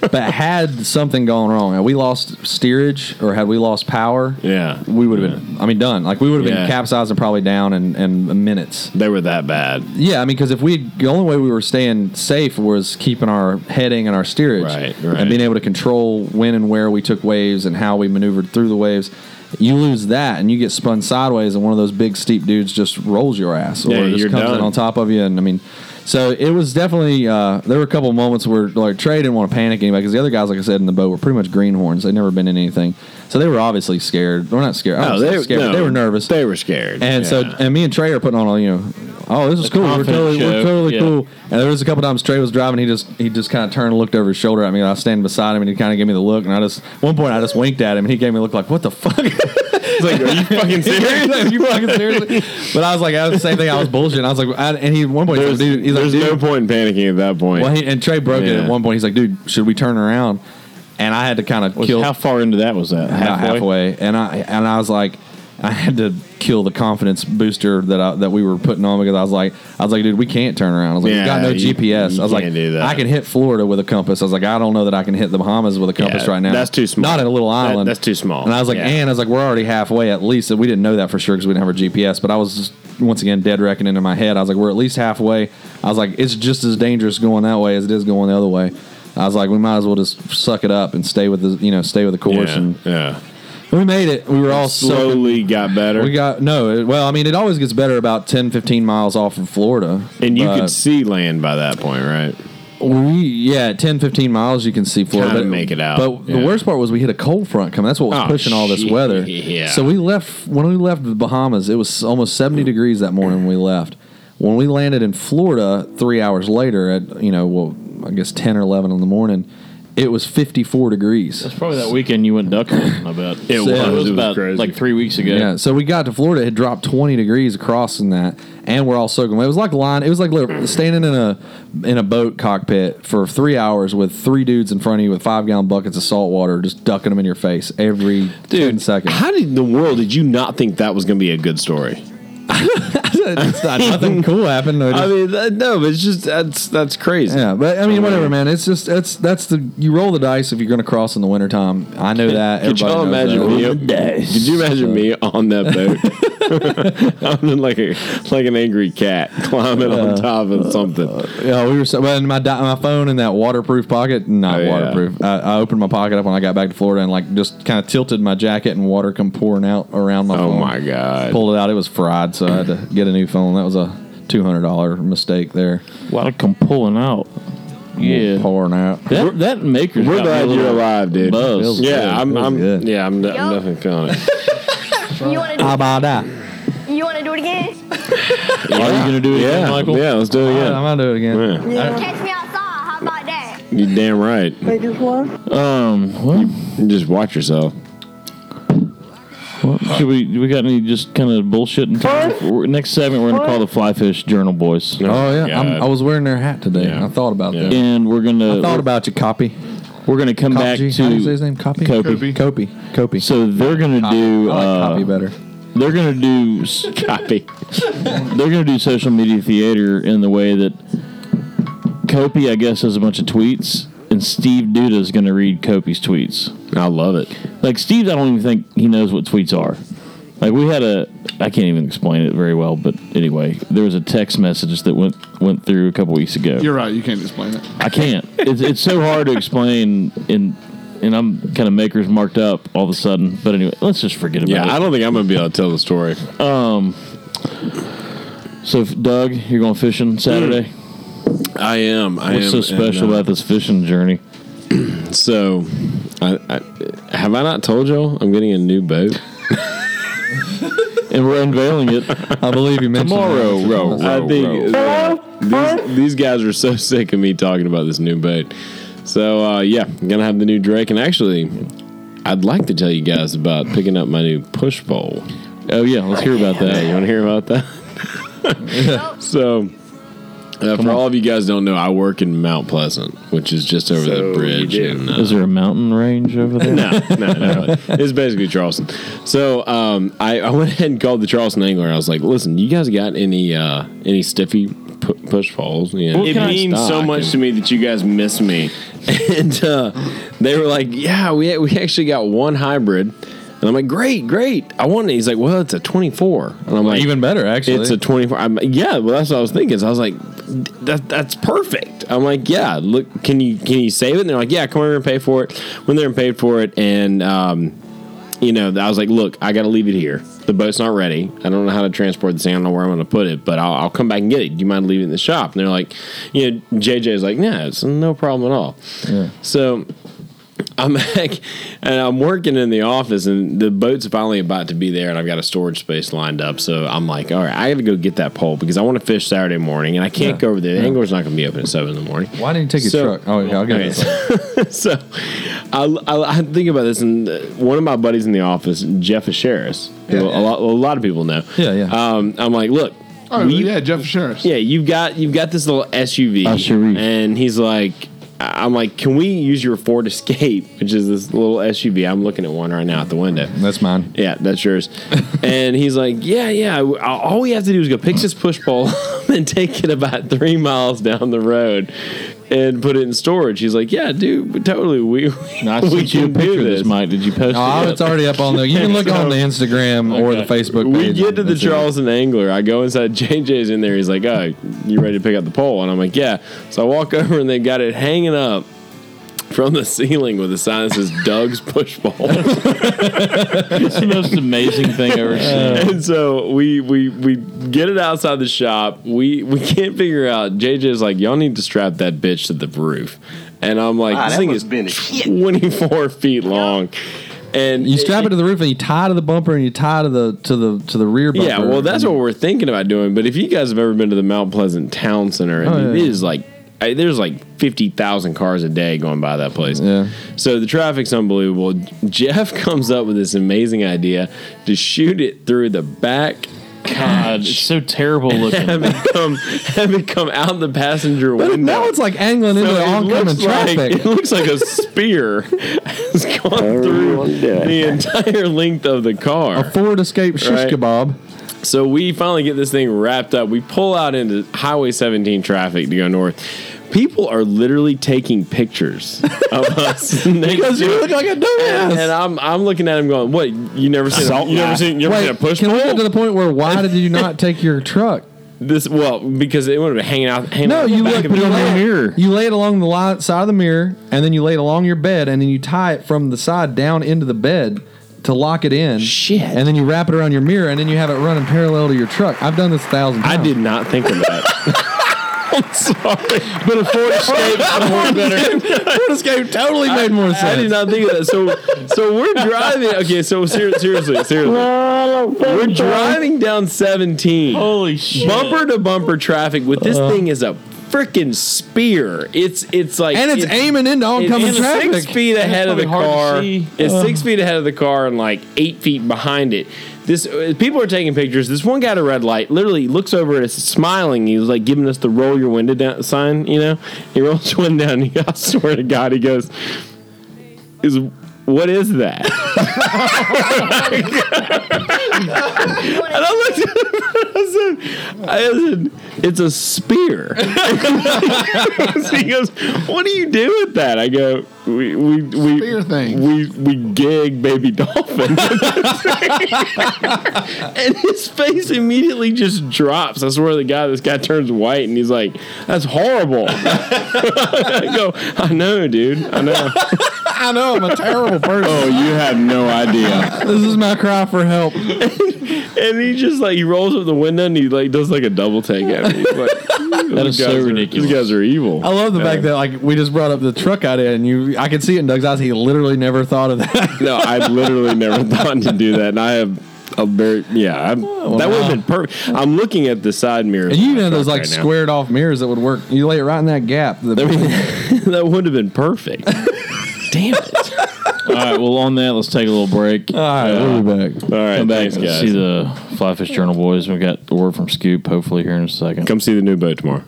Speaker 8: that. but had something gone wrong, had we lost steerage or had we lost power,
Speaker 5: Yeah.
Speaker 8: we would have been. I mean, done. Like we would have
Speaker 5: Yeah.
Speaker 8: been capsized and probably down in, in minutes.
Speaker 5: They were that bad.
Speaker 8: Yeah, I mean, because if we the only way we were staying safe was keeping our heading and our steerage,
Speaker 5: Right, right.
Speaker 8: and being able to control when and where we took waves and how we maneuvered through the waves. You lose that, and you get spun sideways, and one of those big steep dudes just rolls your ass, or
Speaker 5: Yeah,
Speaker 8: just
Speaker 5: you're
Speaker 8: comes
Speaker 5: done.
Speaker 8: in on top of you. And I mean, so it was definitely uh, there were a couple moments where like Trey didn't want to panic anybody because the other guys, like I said in the boat, were pretty much greenhorns. They'd never been in anything, so they were obviously scared. We're not scared. I
Speaker 5: No,
Speaker 8: don't
Speaker 5: they,
Speaker 8: know, scared. but
Speaker 5: no,
Speaker 8: they were nervous.
Speaker 5: They were scared.
Speaker 8: And so,
Speaker 5: Yeah.
Speaker 8: and me and Trey are putting on all you know. Oh, this is cool. We're
Speaker 7: confidence
Speaker 8: totally, we're
Speaker 7: show.
Speaker 8: totally
Speaker 7: Yeah.
Speaker 8: cool. And there was a couple times Trey was driving. He just, he just kind of turned, and looked over his shoulder at me. And I was standing beside him, and he kind of gave me the look. And I just, one point, I just winked at him, and he gave me a look like, "What the fuck?"
Speaker 5: it's like, are you fucking serious?
Speaker 8: Are you fucking seriously? But I was like, I was the same thing. I was bullshitting. I was like, I, and he one point, he's
Speaker 5: There's,
Speaker 8: like, dude, he's like,
Speaker 5: there's
Speaker 8: dude.
Speaker 5: no point in panicking at that point.
Speaker 8: well, he, and Trey broke it
Speaker 5: Yeah.
Speaker 8: at one point. He's like, dude, should we turn around? And I had to kind of
Speaker 7: Was-
Speaker 8: kill
Speaker 7: How far into that was that?
Speaker 8: about halfway, and I and I was like, I had to kill the confidence booster that I, that we were putting on because I was like, I was like, dude, we can't turn around. I was like, we got
Speaker 5: Yeah,
Speaker 8: no
Speaker 5: you-
Speaker 8: GPS.
Speaker 5: you
Speaker 8: I was like,
Speaker 5: can't do that.
Speaker 8: I can hit Florida with a compass. I was like, I don't know that I can hit the Bahamas with a compass
Speaker 5: Yeah,
Speaker 8: right now.
Speaker 5: that's too small.
Speaker 8: Not at a little
Speaker 5: That-
Speaker 8: island.
Speaker 5: that's too small.
Speaker 8: And I was like,
Speaker 5: Yeah.
Speaker 8: and I was like, we're already halfway at least. And we didn't know that for sure because we didn't have our GPS. But I was just, once again dead reckoning in my head. I was like, we're at least halfway. I was like, it's just as dangerous going that way as it is going the other way. I was like, we might as well just suck it up and stay with the you know stay with the course
Speaker 5: yeah,
Speaker 8: and
Speaker 5: yeah.
Speaker 8: we made it. We were all so.
Speaker 5: slowly got better.
Speaker 8: We got no. it- Well, I mean, it always gets better about 10, 15 miles off from Florida.
Speaker 5: and you
Speaker 8: but
Speaker 5: could see land by that point, right?
Speaker 8: we yeah, 10, 15 miles you can see Florida.
Speaker 5: Kinda make it out,
Speaker 8: But
Speaker 5: yeah.
Speaker 8: the worst part was we hit a cold front coming. That's what was
Speaker 5: Oh,
Speaker 8: pushing all this
Speaker 5: shit,
Speaker 8: weather.
Speaker 5: yeah.
Speaker 8: So we left when we left the Bahamas. It was almost seventy degrees that morning when we left. When we landed in Florida three hours later at you know well I guess ten or eleven in the morning, it was fifty four degrees.
Speaker 7: It's probably that weekend you went duck hunting. I bet it
Speaker 5: was.
Speaker 7: It
Speaker 5: It was
Speaker 7: was about
Speaker 5: crazy.
Speaker 7: like three weeks ago.
Speaker 8: Yeah. So we got to Florida. It dropped 20 degrees across in that, and we're all soaking wet. It was like line. It was like li- standing in a in a boat cockpit for three hours with three dudes in front of you with five gallon buckets of salt water, just ducking them in your face every ten seconds.
Speaker 5: How did in the world did you not think that was going to be a good story?
Speaker 8: it's not, nothing cool happened. They just-
Speaker 5: I mean, that, no, but it's just that's that's crazy.
Speaker 8: yeah, but I mean, whatever, man. It's just that's that's the you roll the dice if you're going to cross in the wintertime. I know that.
Speaker 5: Could y'all
Speaker 8: Everybody
Speaker 5: imagine
Speaker 8: knows
Speaker 5: me? Could you imagine me on that boat? I'm in like a like an angry cat climbing on top of something.
Speaker 8: that. Yeah, we were. So, well, my di- my phone in that waterproof pocket, not
Speaker 5: Oh, yeah.
Speaker 8: waterproof. I, I opened my pocket up when I got back to Florida and like just kind of tilted my jacket and water come pouring out around my
Speaker 5: Oh
Speaker 8: phone.
Speaker 5: my god!
Speaker 8: Pulled it out. It was fried, so I had to get a new phone. That was a two hundred dollar mistake there.
Speaker 7: A lot of come pulling out. Yeah.
Speaker 8: pouring out.
Speaker 7: That, that maker's
Speaker 5: We're
Speaker 7: got me a
Speaker 5: glad you're
Speaker 7: little
Speaker 5: alive, dude.
Speaker 7: buzzed.
Speaker 8: Feels good.
Speaker 5: Yeah, I'm.
Speaker 8: Feels
Speaker 5: I'm
Speaker 8: good.
Speaker 5: yeah, I'm, de- I'm
Speaker 2: Yup.
Speaker 5: definitely feeling it.
Speaker 2: You wanna
Speaker 8: How
Speaker 9: Uh,
Speaker 2: do,
Speaker 8: about that?
Speaker 2: you wanna do it again?
Speaker 7: Are you gonna do it, again,
Speaker 5: yeah,
Speaker 7: Michael?
Speaker 5: yeah. Let's do it
Speaker 8: All right,
Speaker 5: again.
Speaker 8: I'm gonna do it again.
Speaker 5: Yeah,
Speaker 9: uh,
Speaker 2: Catch me outside, how about that?
Speaker 5: you damn right.
Speaker 7: Um. Well,
Speaker 5: You just watch yourself.
Speaker 7: well, should we? do We got any just kind of bullshit? In terms of- we're- next segment, we're gonna call the Flyfish Journal Boys,
Speaker 8: Oh yeah, I'm,
Speaker 5: God.
Speaker 8: I was wearing their hat today.
Speaker 5: Yeah.
Speaker 8: I thought about
Speaker 5: Yeah.
Speaker 8: that.
Speaker 7: and we're gonna
Speaker 8: I thought about you, Copy.
Speaker 7: we're gonna come back
Speaker 8: Copy. How do you say his
Speaker 7: to.
Speaker 8: name? Copy.
Speaker 7: Copy.
Speaker 8: Copy. Copy.
Speaker 7: So they're gonna do.
Speaker 8: I like
Speaker 7: uh,
Speaker 8: Copy better.
Speaker 7: They're gonna do. s-
Speaker 5: Copy.
Speaker 7: They're gonna do social media theater in the way that Copy, I guess, has a bunch of tweets, and Steve Duda is gonna read Copy's tweets.
Speaker 5: I love it.
Speaker 7: Like Steve, I don't even think he knows what tweets are. Like we had a, I can't even explain it very well, but anyway, there was a text message that went went through a couple weeks ago.
Speaker 9: You're right. You can't explain it.
Speaker 7: I can't. It's, it's so hard to explain, and and I'm kind of makers marked up all of a sudden. But anyway, let's just forget about
Speaker 5: Yeah,
Speaker 7: it.
Speaker 5: I don't think I'm gonna be able to tell the story.
Speaker 7: Um. So, if- Doug, you're going fishing Saturday.
Speaker 5: I am. Mm. I
Speaker 7: What's
Speaker 5: am,
Speaker 7: so
Speaker 5: and,
Speaker 7: special
Speaker 5: uh,
Speaker 7: about this fishing journey?
Speaker 5: So, I, I, have I not told y'all I'm getting a new boat?
Speaker 7: and we're unveiling it.
Speaker 8: I believe you mentioned
Speaker 5: tomorrow.
Speaker 8: that.
Speaker 5: Row, I think uh, these, these guys are so sick of me talking about this new boat. So uh, yeah, I'm gonna have the new Drake, and actually, I'd like to tell you guys about picking up my new push pole.
Speaker 7: Oh yeah, let's hear about
Speaker 5: Yeah, you
Speaker 7: that.
Speaker 5: want to hear about that? so, uh, for all of you guys who don't know, I work in Mount Pleasant, which is just over
Speaker 1: So
Speaker 5: the
Speaker 1: you
Speaker 5: bridge.
Speaker 1: do.
Speaker 5: And, uh,
Speaker 7: Is there a mountain range over there?
Speaker 5: no, no, no. It's basically Charleston. So um, I, I went ahead and called the Charleston angler. and I was like, "Listen, you guys got any uh, any stiffy pu- push poles?" You know,
Speaker 7: What
Speaker 5: in
Speaker 7: kind of
Speaker 5: stock?" And,
Speaker 11: me that you guys miss me.
Speaker 5: and uh, they were like, "Yeah, we we actually got one hybrid." And I'm like, "Great, great! I want it." He's like, "Well, it's a 24." And I'm like,
Speaker 8: Even better, actually.
Speaker 5: it's a 24. I'm, yeah, well, that's what I was thinking. So I was like, that, that's perfect. I'm like, yeah, look, can you can you save it? And they're like, yeah, come over and pay for it. When they're and paid for it, and um, you know, I was like, look, I got to leave it here. The boat's not ready. I don't know how to transport this. thing. I don't know where I'm going to put it, but I'll, I'll come back and get it. Do you mind leaving it in the shop? And they're like, you know, JJ's like, no, it's no problem at all. So I'm back and I'm working in the office, and the boat's finally about to be there, and I've got a storage space lined up. So I'm like, all right, I got to go get that pole because I want to fish Saturday morning, and I can't
Speaker 8: Yeah.
Speaker 5: go over there. The angler's not going to be open at seven in the morning.
Speaker 8: Why didn't you take your
Speaker 5: So-
Speaker 8: truck? Oh, yeah, I'll get
Speaker 5: Okay,
Speaker 8: it.
Speaker 5: so I, I, I think about this, and uh, one of my buddies in the office, Jeff Asheris, who
Speaker 8: Yeah.
Speaker 5: a, lot, a lot of people know.
Speaker 8: Yeah, yeah.
Speaker 5: Um, I'm like, look,
Speaker 9: Oh
Speaker 5: will you-
Speaker 9: yeah, Jeff Sheriff.
Speaker 5: yeah, you've got you've got this little SUV,
Speaker 7: Uh, Sharif.
Speaker 5: and he's like, I'm like, can we use your Ford Escape, which is this little SUV? I'm looking at one right now at the window.
Speaker 8: That's mine.
Speaker 5: Yeah, that's yours. and he's like, yeah, yeah. I- All we have to do is go pick this push pole and take it about three miles down the road and put it in storage. He's like, yeah, dude, totally. We,
Speaker 7: No, I sent you a picture of this, Mike. Did you post
Speaker 8: Oh,
Speaker 7: it? yet?
Speaker 8: it's already up on the. You can look
Speaker 5: So-
Speaker 8: on the Instagram or the Facebook
Speaker 5: We
Speaker 8: page.
Speaker 5: get to the
Speaker 8: That's it.
Speaker 5: Charleston Angler. I go inside. JJ's in there. He's like, "Oh, you ready to pick up the pole?" And I'm like, "Yeah." So I walk over and they got it hanging up from the ceiling with a sign that says "Doug's Push Pole."
Speaker 8: Oh.
Speaker 7: It's the most amazing thing I've ever seen.
Speaker 5: and so we we we get it outside the shop. We we can't figure out. JJ's like, "Y'all need to strap that bitch to the roof." And I'm like,
Speaker 11: Ah,
Speaker 5: "This
Speaker 11: that
Speaker 5: thing
Speaker 11: must
Speaker 5: is
Speaker 11: have been a hit.
Speaker 5: 24 feet long." And
Speaker 8: You strap it to the roof and you tie to the bumper and you tie to the to the to the rear bumper.
Speaker 5: Yeah, well, that's what we're thinking about doing. But if you guys have ever been to the Mount Pleasant Town Center,
Speaker 8: Oh, yeah,
Speaker 5: it
Speaker 8: yeah.
Speaker 5: is like I, there's like fifty thousand cars a day going by that place.
Speaker 8: Yeah.
Speaker 5: So the traffic's unbelievable. Jeff comes up with this amazing idea to shoot it through the back.
Speaker 7: God, it's so terrible looking.
Speaker 5: Have it come, have it come out the passenger
Speaker 8: But
Speaker 5: window.
Speaker 8: now it's like angling into
Speaker 5: So
Speaker 8: the
Speaker 5: it
Speaker 8: oncoming
Speaker 5: looks like-
Speaker 8: traffic.
Speaker 5: It looks like a spear has gone through the entire length of the car.
Speaker 8: a Ford Escape shish
Speaker 5: Right.
Speaker 8: kebab.
Speaker 5: So we finally get this thing wrapped up. We pull out into Highway 17 traffic to go north. People are literally taking pictures of us. because
Speaker 8: You look like a dumbass.
Speaker 5: and I'm I'm looking at him going, "What? You never seen? A, you never seen? You never seen a
Speaker 8: Wait,
Speaker 5: push
Speaker 8: can we get
Speaker 5: pole?
Speaker 8: to the point where why did you not take your truck?
Speaker 5: this? Well, because it would have been hanging out. Hanging
Speaker 8: No,
Speaker 5: out the
Speaker 8: you
Speaker 5: back
Speaker 8: look
Speaker 5: of
Speaker 8: you
Speaker 5: the
Speaker 8: lay,
Speaker 5: car.
Speaker 8: mirror. You lay it along the li- side of the mirror, and then you lay it along your bed, and then you tie it from the side down into the bed to lock it in.
Speaker 5: Shit.
Speaker 8: And then you wrap it around your mirror, and then you have it running parallel to your truck. I've done this a thousand
Speaker 5: I
Speaker 8: times.
Speaker 5: did not think of that. I'm sorry.
Speaker 8: but a Ford Escape, Ford better. Ford Escape totally made more
Speaker 5: I did
Speaker 8: sense.
Speaker 5: not think of that. So so we're driving. Okay, so ser- seriously, seriously, we're driving down 17.
Speaker 7: Holy shit.
Speaker 5: bumper to bumper traffic with this thing is a freaking spear. It's it's like
Speaker 8: And it's, aiming into oncoming
Speaker 5: it's
Speaker 8: traffic.
Speaker 5: six feet ahead of the
Speaker 7: probably hard to
Speaker 5: car.
Speaker 7: see.
Speaker 5: It's six feet ahead of the car and like eight feet behind it. This uh, people are taking pictures. This one guy at a red light literally looks over at us, smiling. He was like giving us the roll your window down sign. You know, he rolls one down. He, I swear to God, he goes, "Is what is that?" and I looked at him. and I said, I- It's a spear. So he goes, "What do you do with that?" I go, "We we we
Speaker 9: Spear thing.
Speaker 5: we we gig baby dolphin." and his face immediately just drops. I swear to God, this guy turns white and he's like, "That's horrible." I go, "I know, dude. I know."
Speaker 8: I know I'm a terrible person.
Speaker 5: Oh, you have no idea.
Speaker 8: This is my cry for help.
Speaker 5: and he just like he rolls up the window and he like does like a double take at me. He's Like, that
Speaker 7: is so ridiculous.
Speaker 5: These guys are evil.
Speaker 8: I love the
Speaker 5: Yeah.
Speaker 8: fact that like we just brought up the truck idea, and you, I could see it in Doug's eyes. He literally never thought of that.
Speaker 5: No, I literally never thought to do that, and I have a very yeah. I'm, that would have been perfect. I'm looking at the side mirror.
Speaker 8: And you even had those like
Speaker 5: right now.
Speaker 8: squared off mirrors that would work. You lay it right in that gap. The,
Speaker 5: that would have been perfect. Damn it!
Speaker 7: All right. Well, on that, let's take a little break.
Speaker 8: all right, we'll be back.
Speaker 5: All right,
Speaker 7: Come back
Speaker 5: Uh, thanks,
Speaker 7: and
Speaker 5: guys.
Speaker 7: see the Flyfish Journal boys. We've got the word from Scoop. Hopefully, here in a second.
Speaker 5: Come see the new boat tomorrow.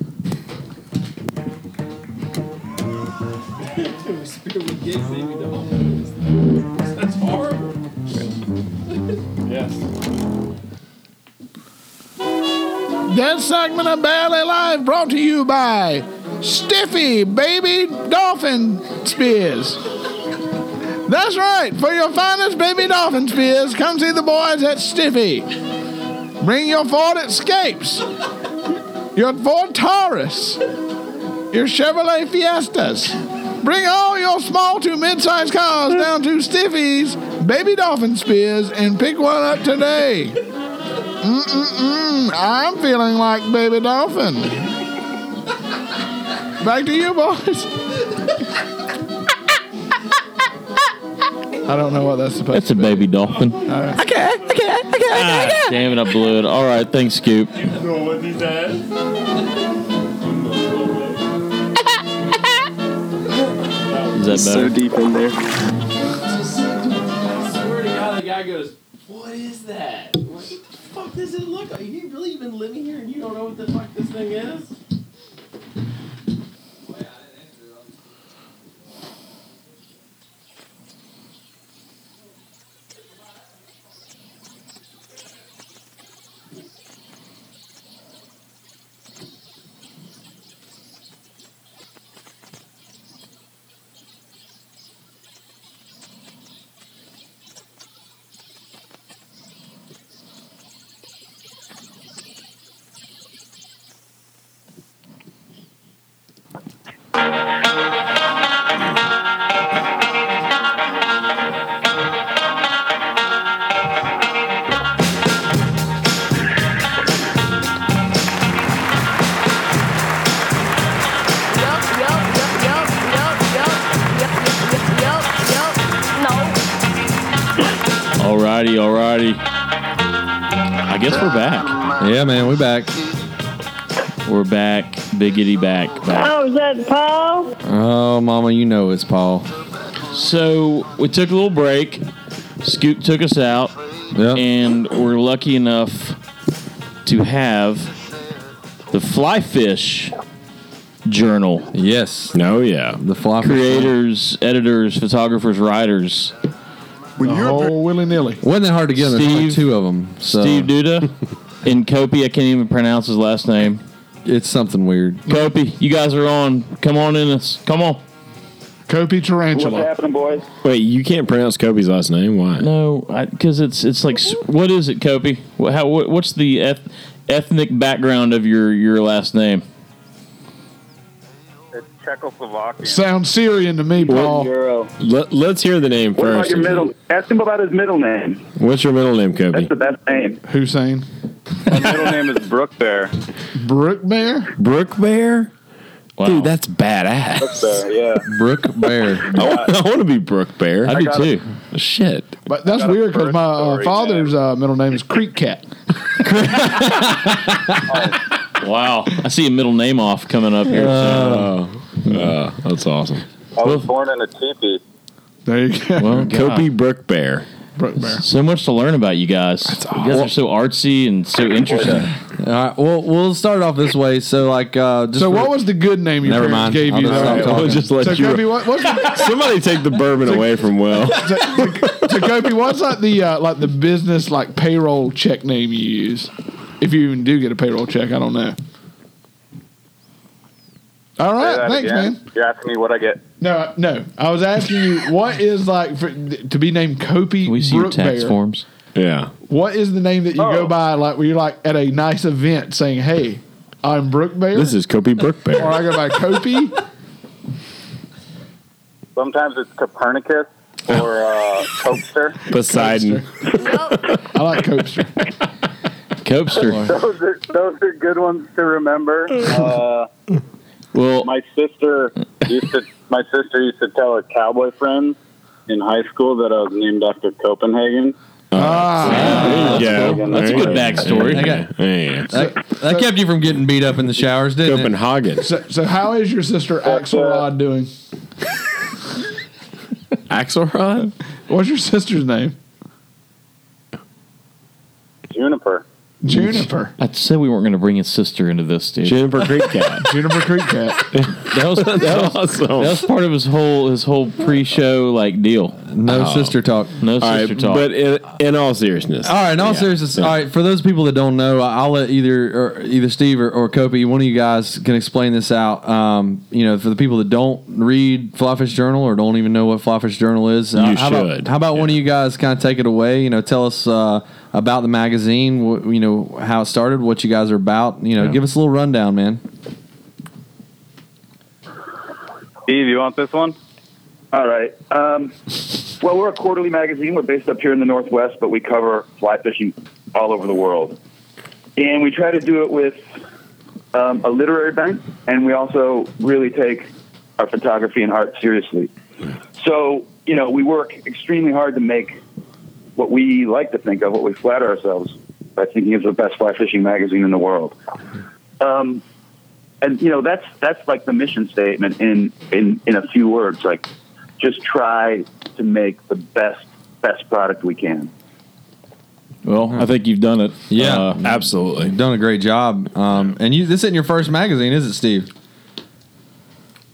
Speaker 9: That segment of Barely Live brought to you by Stiffy Baby Dolphin Spears. That's right, for your finest baby dolphin spears, come see the boys at Stiffy. Bring your Ford Escapes, your Ford Taurus, your Chevrolet Fiestas. Bring all your small to mid sized cars down to Stiffy's Baby Dolphin Spears and pick one up today. I'm feeling like baby dolphin. Back to you, boys. I don't know what that's supposed
Speaker 7: That's a baby dolphin. Okay, okay, okay, okay. Damn it, I blew it. All right, thanks, Scoop. Is that better?
Speaker 11: deep in there.
Speaker 10: swear to God, the guy goes, "What is that? What the fuck does it look like? You really been living here and you don't know what the fuck this thing is?"
Speaker 7: Alrighty, alrighty. I guess we're back.
Speaker 8: Yeah, man, we back.
Speaker 7: We're back. Biggity back. back.
Speaker 4: Oh, is that Paul?
Speaker 8: Oh, Mama, you know it's Paul.
Speaker 7: So we took a little break. Scoop took us out,
Speaker 8: Yeah,
Speaker 7: and we're lucky enough to have the Flyfish Journal.
Speaker 8: yes,
Speaker 5: No, yeah.
Speaker 8: the flop
Speaker 7: Creators, editors, photographers, writers.
Speaker 9: to be. The whole willy nilly.
Speaker 8: Wasn't that hard to get? There's only
Speaker 7: Steve-
Speaker 8: two of them. So
Speaker 7: Steve Duda in Kopi. I can't even pronounce his last name.
Speaker 8: it's something weird.
Speaker 7: Kopi, you guys are on. Come on in us. Come on.
Speaker 9: Kopi
Speaker 6: What's
Speaker 9: tarantula.
Speaker 6: happening, boys?
Speaker 5: Wait, you can't pronounce Kobe's last name? Why?
Speaker 7: No, because it's it's like s- what is it, Kopi? What, how, what, what's the eth- ethnic background of your your last name?
Speaker 6: It's Czechoslovakia.
Speaker 9: Sounds Syrian to me,
Speaker 6: Oh.
Speaker 9: Paul.
Speaker 11: Euro.
Speaker 5: Let, let's hear the name
Speaker 11: What about
Speaker 5: first.
Speaker 11: your middle? Ask him about his middle name.
Speaker 5: What's your middle name, Kobe?
Speaker 11: That's the best name.
Speaker 9: Hussein.
Speaker 6: My middle name is Brooke Bear.
Speaker 9: Brook Bear?
Speaker 5: Brook Bear?
Speaker 7: Wow.
Speaker 5: Dude, that's badass.
Speaker 6: Bear, yeah.
Speaker 8: Brooke Bear.
Speaker 5: I, want, to be Brook Bear.
Speaker 7: I do
Speaker 6: got
Speaker 7: too.
Speaker 5: Shit.
Speaker 9: But that's
Speaker 6: Got a
Speaker 9: weird because
Speaker 6: birth
Speaker 9: my uh,
Speaker 6: story,
Speaker 9: father's uh, middle name is Creek Cat.
Speaker 7: Wow, I see a middle name off coming up here. soon.
Speaker 5: Uh, that's awesome.
Speaker 6: I was born in a teepee.
Speaker 9: There you go.
Speaker 7: Well,
Speaker 5: Kobe Brook Bear.
Speaker 9: Brook Bear.
Speaker 7: So much to learn about you guys. You guys are so artsy and so interesting.
Speaker 8: All right, well, we'll start off this way. So, like, uh, just
Speaker 9: So,
Speaker 8: for-
Speaker 9: what was the good name your
Speaker 8: Never
Speaker 9: parents
Speaker 8: mind.
Speaker 9: gave
Speaker 8: I'll
Speaker 9: you?
Speaker 8: just stop
Speaker 9: though?
Speaker 8: talking.
Speaker 5: I'll just let
Speaker 9: So,
Speaker 5: you.
Speaker 9: Kopi, what, what's the,
Speaker 5: Somebody take the bourbon away from Will.
Speaker 9: so, Kopi, what's like the uh, like the business like payroll check name you use? If you even do get a payroll check, I don't know. All right,
Speaker 6: Say that
Speaker 9: thanks,
Speaker 6: again.
Speaker 9: man.
Speaker 6: You're asking me what I get.
Speaker 9: No, no. I was asking you what is like for, to be named Kopi.
Speaker 7: We see your tax
Speaker 9: Brookbear,
Speaker 7: forms.
Speaker 5: Yeah.
Speaker 9: What is the name that you
Speaker 6: Oh.
Speaker 9: go by? Like when you're like at a nice event, saying, "Hey, I'm Brooke Bear,"
Speaker 5: This is Kopi
Speaker 9: or
Speaker 5: Brookbear.
Speaker 9: I go by Kopi.
Speaker 6: Sometimes it's Copernicus or uh, Copester.
Speaker 5: Poseidon.
Speaker 9: I like Copester.
Speaker 7: Copester.
Speaker 6: Those are, those are good ones to remember. Uh,
Speaker 7: Well,
Speaker 6: my sister used to my sister used to tell her cowboy friends in high school that I was named after Copenhagen.
Speaker 9: Ah,
Speaker 5: Uh, Yeah.
Speaker 7: that's a good backstory.
Speaker 8: I got-
Speaker 5: Yeah.
Speaker 8: That, that kept you from getting beat up in the showers, didn't it?
Speaker 5: Copenhagen.
Speaker 9: so, so how is your sister
Speaker 6: That's, uh,
Speaker 9: Axelrod doing?
Speaker 5: Axelrod?
Speaker 9: What's your sister's name?
Speaker 6: Juniper.
Speaker 9: Juniper.
Speaker 7: I said we weren't going to bring his sister into this, dude.
Speaker 5: Juniper Creek Cat.
Speaker 9: Juniper Creek Cat.
Speaker 7: That was, that
Speaker 5: That's
Speaker 7: was,
Speaker 5: awesome.
Speaker 7: that was part of his whole his whole pre-show like deal.
Speaker 8: No sister talk.
Speaker 7: No
Speaker 5: All right,
Speaker 7: sister talk.
Speaker 5: but in, in all seriousness,
Speaker 8: All right, in all
Speaker 5: Yeah.
Speaker 8: seriousness,
Speaker 5: Yeah.
Speaker 8: all right. For those people that don't know, I- I'll let either or either Steve or, or Kopi, one of you guys, can explain this out. Um, you know, for the people that don't read Flyfish Journal or don't even know what Flyfish Journal is, uh,
Speaker 5: You
Speaker 8: how
Speaker 5: should.
Speaker 8: About, how about one of you guys kind of take it away? You know, tell us uh, about the magazine. What, you know, how it started, what you guys are about. You know, give us a little rundown, man.
Speaker 6: Steve, you want this one?
Speaker 11: All right. Um, well, we're a quarterly magazine. We're based up here in the Northwest, but we cover fly fishing all over the world. And we try to do it with um, a literary bent, and we also really take our photography and art seriously. So, you know, we work extremely hard to make what we like to think of, what we flatter ourselves by thinking is the best fly fishing magazine in the world. Um, and you know, that's that's like the mission statement in in in a few words. Like, just try to make the best best product we can.
Speaker 7: well, I think you've done it.
Speaker 8: Yeah.
Speaker 7: Uh,
Speaker 8: You've done a great job. Um, and you, this isn't your first magazine, is it, Steve?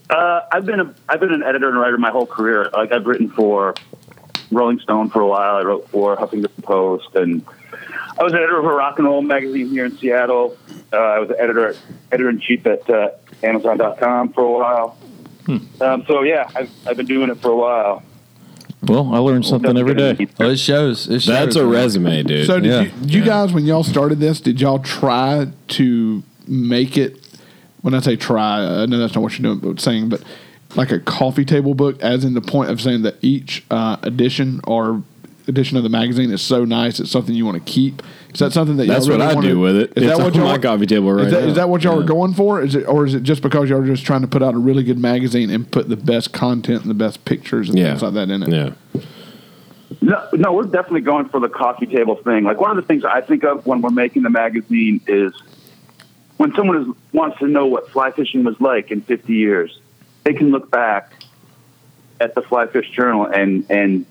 Speaker 11: Uh, I've been a I've been an editor and writer my whole career. Like I've written for Rolling Stone for a while. I wrote for Huffington Post, and I was an editor of a rock and roll magazine here in Seattle. Uh, I was an editor editor in chief at uh, Amazon.com for a while. Um, so yeah, I've I've been doing it for a while.
Speaker 7: well, I learn something every day.
Speaker 8: Oh, it shows. It shows.
Speaker 5: that's a resume, dude.
Speaker 9: So did
Speaker 8: Yeah.
Speaker 9: you, did you guys, when y'all started this, did y'all try to make it? When I say try, I know that's not what you're doing, but saying, but like a coffee table book, as in the point of saying that each uh, edition or edition of the magazine is so nice, it's something you want to keep. Is that something that
Speaker 5: That's
Speaker 9: y'all
Speaker 5: what
Speaker 9: really
Speaker 5: I
Speaker 9: wanna-
Speaker 5: do with it.
Speaker 9: Is
Speaker 5: it's
Speaker 9: that what
Speaker 5: on
Speaker 9: y'all
Speaker 5: my coffee table right
Speaker 9: is that,
Speaker 5: now.
Speaker 9: is that what y'all were
Speaker 5: Yeah.
Speaker 9: going for? Is it, or is it just because y'all are just trying to put out a really good magazine and put the best content and the best pictures and
Speaker 5: Yeah.
Speaker 9: things like that in it?
Speaker 5: Yeah.
Speaker 11: No, no, we're definitely going for the coffee table thing. Like one of the things I think of when we're making the magazine is when someone is, wants to know what fly fishing was like in 50 years, they can look back at the Fly Fish Journal and and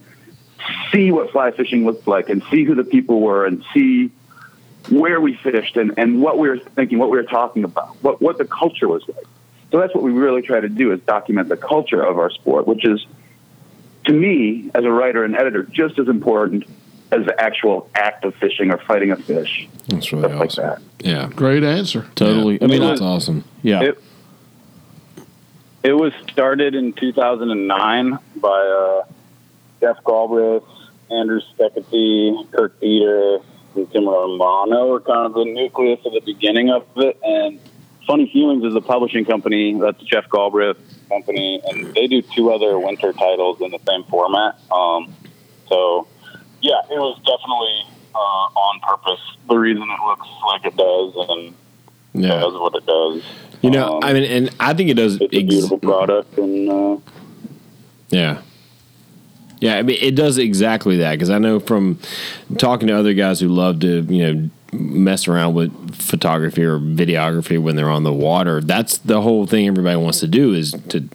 Speaker 11: see what fly fishing looked like, and see who the people were, and see where we fished and, and what we were thinking, what we were talking about, what what the culture was like. So that's what we really try to do is document the culture of our sport, which is to me, as a writer and editor, just as important as the actual act of fishing or fighting a fish,
Speaker 5: That's really
Speaker 11: stuff like
Speaker 5: awesome.
Speaker 11: that.
Speaker 5: Yeah.
Speaker 9: Great answer.
Speaker 7: Totally. I mean,
Speaker 5: that's
Speaker 7: I-
Speaker 5: awesome.
Speaker 7: yeah.
Speaker 6: It, it was started in 2009 by uh, Jeff Galbraith, Andrew Steckety, Kirk Peter, and Tim Romano were kind of the nucleus of the beginning of it. And Funny Feelings is a publishing company. That's Jeff Galbraith's company. And they do two other winter titles in the same format. Um, so, yeah, it was definitely uh, on purpose. The reason it looks like it does and
Speaker 5: Yeah.
Speaker 6: does what it does.
Speaker 5: You know,
Speaker 6: Um,
Speaker 5: I mean, and I think it does.
Speaker 6: it's a
Speaker 5: ex-
Speaker 6: beautiful product, and uh,
Speaker 5: Yeah. Yeah, I mean, it does exactly that because I know from talking to other guys who love to, you know, mess around with photography or videography when they're on the water. That's the whole thing everybody wants to do is to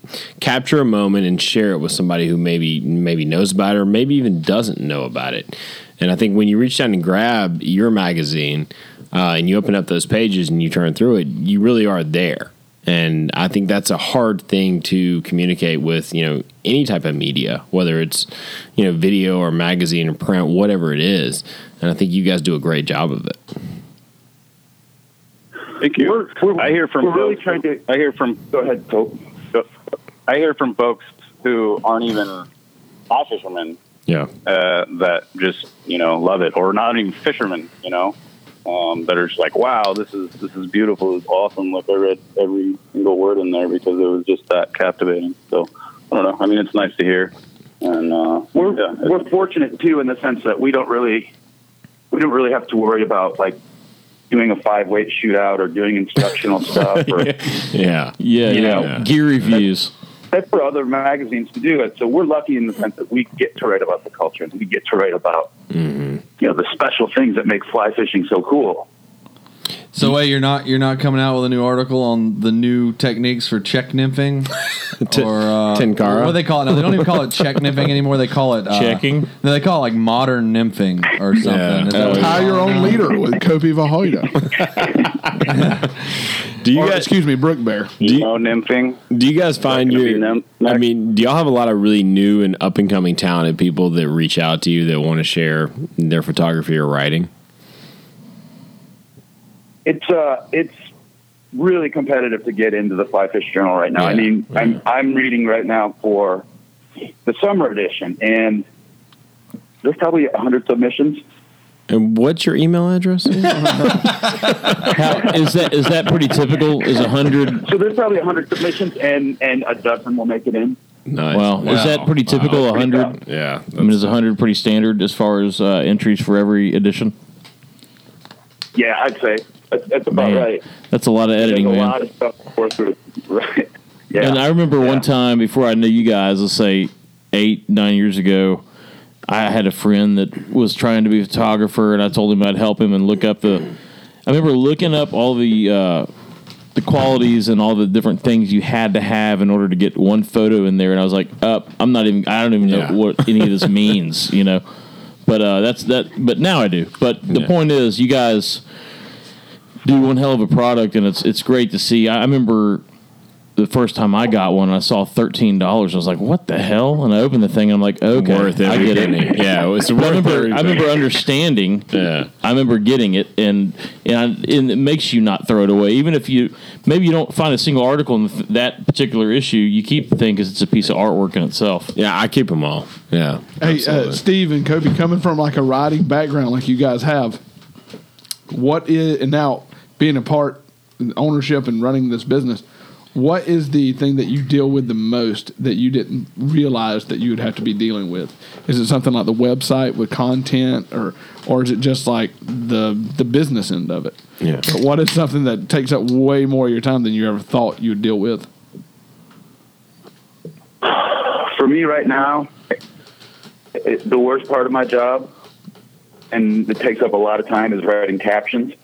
Speaker 5: capture a moment and share it with somebody who maybe maybe knows about it or maybe even doesn't know about it. And I think when you reach down and grab your magazine uh, and you open up those pages and you turn through it, you really are there. And I think that's a hard thing to communicate with, you know, any type of media, whether it's, you know, video or magazine or print, whatever it is. And I think you guys do a great job of it.
Speaker 6: Thank you. I hear from
Speaker 11: we're really
Speaker 6: folks- I hear from go ahead, I hear from folks who aren't even all fishermen
Speaker 5: Yeah.
Speaker 6: uh, that just you know love it, or not even fishermen, you know, um, that are just like, wow, this is this is beautiful, it's awesome. Look, I read every single word in there because it was just that captivating. So I don't know. I mean, it's nice to hear, and uh,
Speaker 11: We're we're fortunate too in the sense that we don't really we don't really have to worry about like doing a five weight shootout or doing instructional stuff or
Speaker 5: Yeah.
Speaker 7: Yeah,
Speaker 11: You
Speaker 7: yeah.
Speaker 11: know.
Speaker 7: Gear reviews.
Speaker 11: that's for other magazines to do it. So we're lucky in the sense that we get to write about the culture and we get to write about
Speaker 5: Mm-hmm.
Speaker 11: you know the special things that make fly fishing so cool.
Speaker 8: So wait, you're not you're not coming out with a new article on the new techniques for check nymphing, or uh,
Speaker 5: Tenkara?
Speaker 8: What do they call it? No, they don't even call it check nymphing anymore. They call it uh,
Speaker 5: Checking?
Speaker 8: No, they call it like modern nymphing or something.
Speaker 5: Yeah.
Speaker 8: Is that what
Speaker 9: Tie
Speaker 8: it's
Speaker 9: your
Speaker 8: called
Speaker 9: own
Speaker 8: now?
Speaker 9: leader with Kopi Vahoida.
Speaker 5: Do you
Speaker 9: or,
Speaker 5: guys
Speaker 9: excuse me, Brook Bear.
Speaker 5: do you,
Speaker 6: no nymphing.
Speaker 5: do you guys find
Speaker 6: gonna
Speaker 5: your
Speaker 6: be them
Speaker 5: I
Speaker 6: next.
Speaker 5: mean, do y'all have a lot of really new and up and coming talented people that reach out to you that want to share their photography or writing?
Speaker 11: It's uh it's really competitive to get into the Fly Fish Journal right now. I
Speaker 5: Yeah, Mm-hmm.
Speaker 11: mean,
Speaker 5: yeah.
Speaker 11: I'm I'm reading right now for the summer edition, and there's probably a hundred submissions.
Speaker 5: And what's your email address?
Speaker 7: How, is that is that pretty typical? Is a hundred?
Speaker 11: So there's probably a hundred submissions, and and a dozen will make it in.
Speaker 5: nice.
Speaker 7: Well, is that pretty typical? A hundred?
Speaker 5: Yeah.
Speaker 7: I mean, is a hundred pretty standard as far as uh, entries for every edition?
Speaker 11: Yeah, I'd say that's, that's about
Speaker 7: Man.
Speaker 11: right.
Speaker 7: That's a lot of editing,
Speaker 11: there's a
Speaker 7: man.
Speaker 11: lot of stuff to work through. Right. Yeah.
Speaker 7: And I remember
Speaker 11: Yeah.
Speaker 7: one time before I knew you guys, let's say eight, nine years ago, I had a friend that was trying to be a photographer, and I told him I'd help him and look up the. I remember looking up all the uh, the qualities and all the different things you had to have in order to get one photo in there, and I was like, "Up, I'm not even. I don't even
Speaker 5: Yeah.
Speaker 7: know what any of this means," you know. But uh, that's that. But now I do. But the
Speaker 5: Yeah.
Speaker 7: point is, you guys do one hell of a product, and it's it's great to see. I, I remember the first time I got one, I saw thirteen dollars. I was like, "What the hell?" And I opened the thing, and I'm like, "Okay,
Speaker 5: worth
Speaker 7: I
Speaker 5: every
Speaker 7: get it."
Speaker 5: penny. Yeah, it's
Speaker 7: But I
Speaker 5: worth
Speaker 7: remember,
Speaker 5: every
Speaker 7: I remember
Speaker 5: penny.
Speaker 7: understanding.
Speaker 5: Yeah.
Speaker 7: I remember getting it, and and, I, and it makes you not throw it away, even if you maybe you don't find a single article in th- that particular issue. You keep the thing because it's a piece of artwork in itself.
Speaker 5: Yeah, I keep them all. Yeah.
Speaker 9: Hey, uh,
Speaker 5: absolutely.
Speaker 9: Steve and Kobe, coming from like a riding background like you guys have, what is and now being a part in ownership and running this business, what is the thing that you deal with the most that you didn't realize that you would have to be dealing with? Is it something like the website with content, or or is it just like the the business end of it?
Speaker 5: Yeah.
Speaker 9: But what is something that takes up way more of your time than you ever thought you would deal with?
Speaker 11: for me right now, it, the worst part of my job, and it takes up a lot of time, is writing captions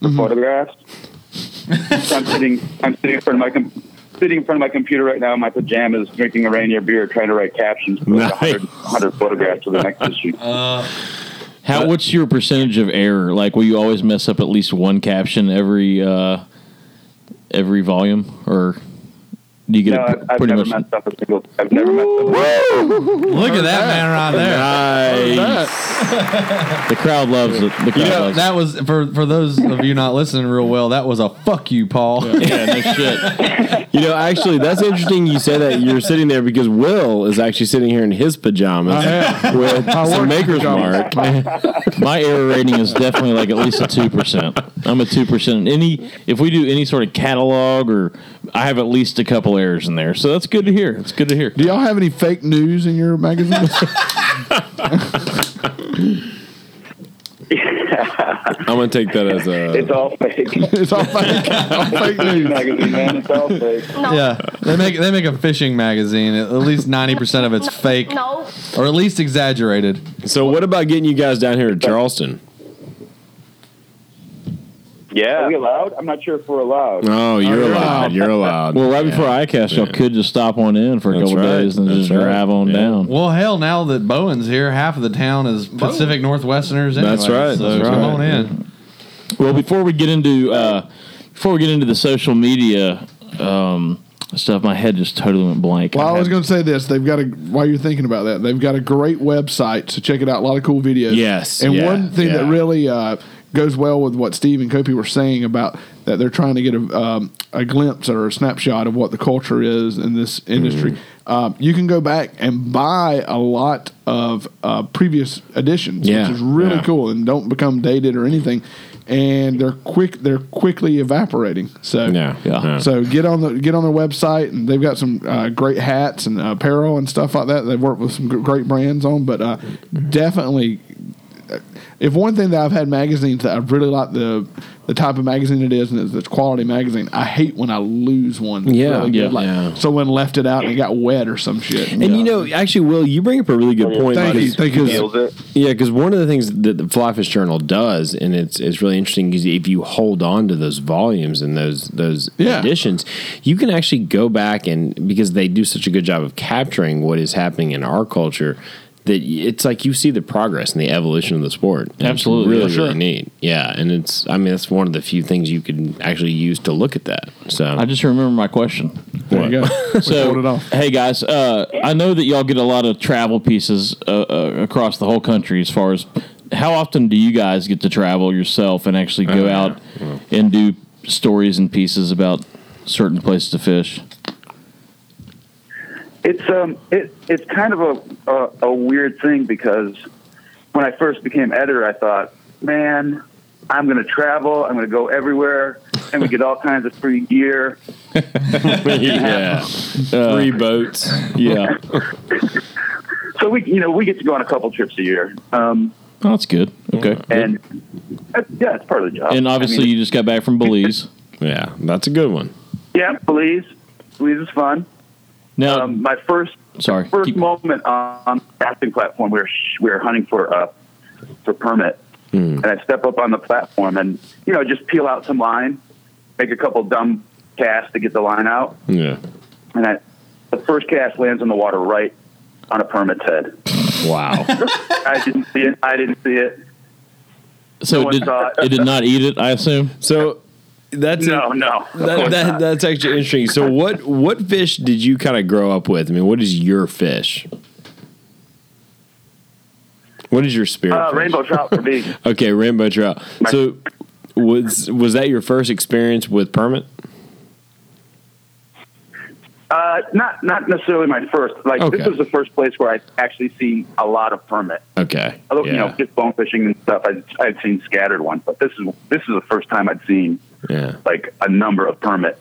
Speaker 11: for photographs. So I'm sitting, I'm sitting in front of my com- sitting in front of my computer right now in my pajamas, drinking a Rainier beer, trying to write captions for
Speaker 5: Nice.
Speaker 11: like 100, 100 photographs for the next issue.
Speaker 7: How? What's your percentage of error? Like, will you always mess up at least one caption every uh, every volume, or do you get
Speaker 11: no,
Speaker 7: it
Speaker 11: I've,
Speaker 7: pr-
Speaker 11: I've
Speaker 7: pretty
Speaker 11: never
Speaker 7: much?
Speaker 11: messed up a single. I've never messed up.
Speaker 8: Look at that man right there.
Speaker 7: The crowd loves it. The crowd
Speaker 8: Yeah,
Speaker 7: loves
Speaker 8: that was for for those of you not listening real well. That was a fuck you, Paul.
Speaker 7: it. Yeah, no shit.
Speaker 5: You know, actually, that's interesting. You say that you're sitting there because Will is actually sitting here in his
Speaker 9: Uh,
Speaker 5: pajamas with some Maker's Mark.
Speaker 7: My error rating is definitely like at least a two percent. I'm a two percent. Any if we do any sort of catalog or I have at least a couple errors in there, so that's good to hear. It's good to hear.
Speaker 9: Do y'all have any fake news in your magazines?
Speaker 5: I'm gonna take that as
Speaker 11: It's
Speaker 5: a.
Speaker 11: all fake.
Speaker 9: it's all fake, all fake news.
Speaker 11: magazine, man. It's all fake.
Speaker 8: Yeah, they make they make a fishing magazine. At least ninety percent of it's fake,
Speaker 2: No.
Speaker 8: or at least exaggerated.
Speaker 5: So, what about getting you guys down here to Charleston?
Speaker 11: Yeah. Are we allowed? I'm not sure if we're allowed.
Speaker 5: Oh, you're
Speaker 9: you're
Speaker 5: allowed.
Speaker 9: allowed.
Speaker 5: You're allowed.
Speaker 7: Well, right before ICAST, y'all
Speaker 5: Yeah.
Speaker 7: could just stop on in for a
Speaker 5: That's
Speaker 7: couple
Speaker 5: right.
Speaker 7: days and
Speaker 5: That's
Speaker 7: just
Speaker 5: right.
Speaker 7: drive on
Speaker 5: Yeah.
Speaker 7: down.
Speaker 8: Well, hell, now that Bowen's here, half of the town is Pacific Northwesterners. Anyway,
Speaker 5: That's right,
Speaker 8: So
Speaker 5: that's
Speaker 8: come
Speaker 5: right.
Speaker 8: on in.
Speaker 7: Well, before we get into uh, before we get into the social media um, stuff, my head just totally went blank.
Speaker 9: Well, I was
Speaker 7: had-
Speaker 9: going to say this. They've got a while you're thinking about that. They've got a great website, so check it out. A lot of cool videos.
Speaker 5: Yes,
Speaker 9: And
Speaker 5: yeah,
Speaker 9: one thing
Speaker 5: yeah.
Speaker 9: that really uh, goes well with what Steve and Kopi were saying about that they're trying to get a, um, a glimpse or a snapshot of what the culture is in this
Speaker 5: Mm.
Speaker 9: industry. Um, you can go back and buy a lot of uh, previous editions,
Speaker 5: Yeah,
Speaker 9: which is really
Speaker 5: yeah.
Speaker 9: cool, and don't become dated or anything. And they're quick; they're quickly evaporating. So uh,
Speaker 5: Yeah, yeah.
Speaker 9: So get on the get on their website, and they've got some uh, great hats and apparel and stuff like that. They've worked with some gr- great brands on, but uh, definitely uh, if one thing that I've had magazines that I really like the the type of magazine it is and it's, it's quality magazine. I hate when I lose one. that's
Speaker 5: Yeah,
Speaker 9: really good,
Speaker 5: yeah,
Speaker 9: Like
Speaker 5: yeah.
Speaker 9: someone left it out and it got wet or some shit.
Speaker 5: And you know, actually, Will, you bring up a really good point.
Speaker 9: Thank you,
Speaker 5: because-
Speaker 9: thank you.
Speaker 5: because-
Speaker 9: Nailed
Speaker 6: it.
Speaker 5: Yeah, because one of the things that the Flyfish Journal does, and it's it's really interesting, is if you hold on to those volumes and those those
Speaker 9: Yeah.
Speaker 5: editions, you can actually go back and because they do such a good job of capturing what is happening in our culture. That y- it's like you see the progress and the evolution of the sport. And it's
Speaker 7: Absolutely,
Speaker 5: really,
Speaker 7: yeah, sure.
Speaker 5: really neat. Yeah, and it's I mean that's one of the few things you can actually use to look at that. So
Speaker 7: I just remember my question.
Speaker 9: there you go.
Speaker 7: So,
Speaker 9: Hold it off.
Speaker 7: hey guys, uh, I know that y'all get a lot of travel pieces uh, uh, across the whole country. As far as how often do you guys get to travel yourself and actually go
Speaker 5: Oh, yeah.
Speaker 7: out and do stories and pieces about certain places to fish?
Speaker 11: It's um, it, it's kind of a, a a weird thing because when I first became editor, I thought, man, I'm going to travel. I'm going to go everywhere. I'm going to get all kinds of free gear.
Speaker 5: yeah, Uh, three boats.
Speaker 7: Yeah,
Speaker 11: So we, you know, we get to go on a couple trips a year. Um,
Speaker 7: oh, that's good. Okay,
Speaker 11: and uh, yeah, it's part of the job.
Speaker 7: and obviously
Speaker 11: I mean,
Speaker 7: you just got back from Belize.
Speaker 5: Yeah, that's a good one.
Speaker 11: yeah, Belize, Belize is fun.
Speaker 7: Now,
Speaker 11: Um, my first
Speaker 7: sorry,
Speaker 11: first
Speaker 7: keep-
Speaker 11: moment on the casting platform, we were sh- we were hunting for uh, for permit,
Speaker 5: Hmm.
Speaker 11: and I step up on the platform and you know just peel out some line, make a couple dumb casts to get the line out,
Speaker 5: Yeah.
Speaker 11: and I, the first cast lands in the water right on a permit's head.
Speaker 5: Wow.
Speaker 11: I didn't see it. I didn't see it.
Speaker 7: so
Speaker 11: no one
Speaker 7: it, did,
Speaker 11: saw it.
Speaker 7: it did not eat it, I assume.
Speaker 5: So that's
Speaker 11: No, no. of
Speaker 5: That,
Speaker 11: course
Speaker 5: that,
Speaker 11: not.
Speaker 5: that's actually interesting. So what what fish did you kind of grow up with? I mean, what is your fish? What is your spirit?
Speaker 11: uh,
Speaker 5: fish?
Speaker 11: rainbow trout for me.
Speaker 5: Okay, rainbow trout.
Speaker 11: My-
Speaker 5: So was was that your first experience with permit?
Speaker 11: Uh, not not necessarily my first. Like this
Speaker 5: Okay.
Speaker 11: was the first place where I actually seen a lot of permit.
Speaker 5: Okay.
Speaker 11: Although you know,
Speaker 5: yeah.
Speaker 11: just bone fishing and stuff, I'd, I'd seen scattered ones, but this is this is the first time I'd seen
Speaker 5: yeah.
Speaker 11: like a number of permit.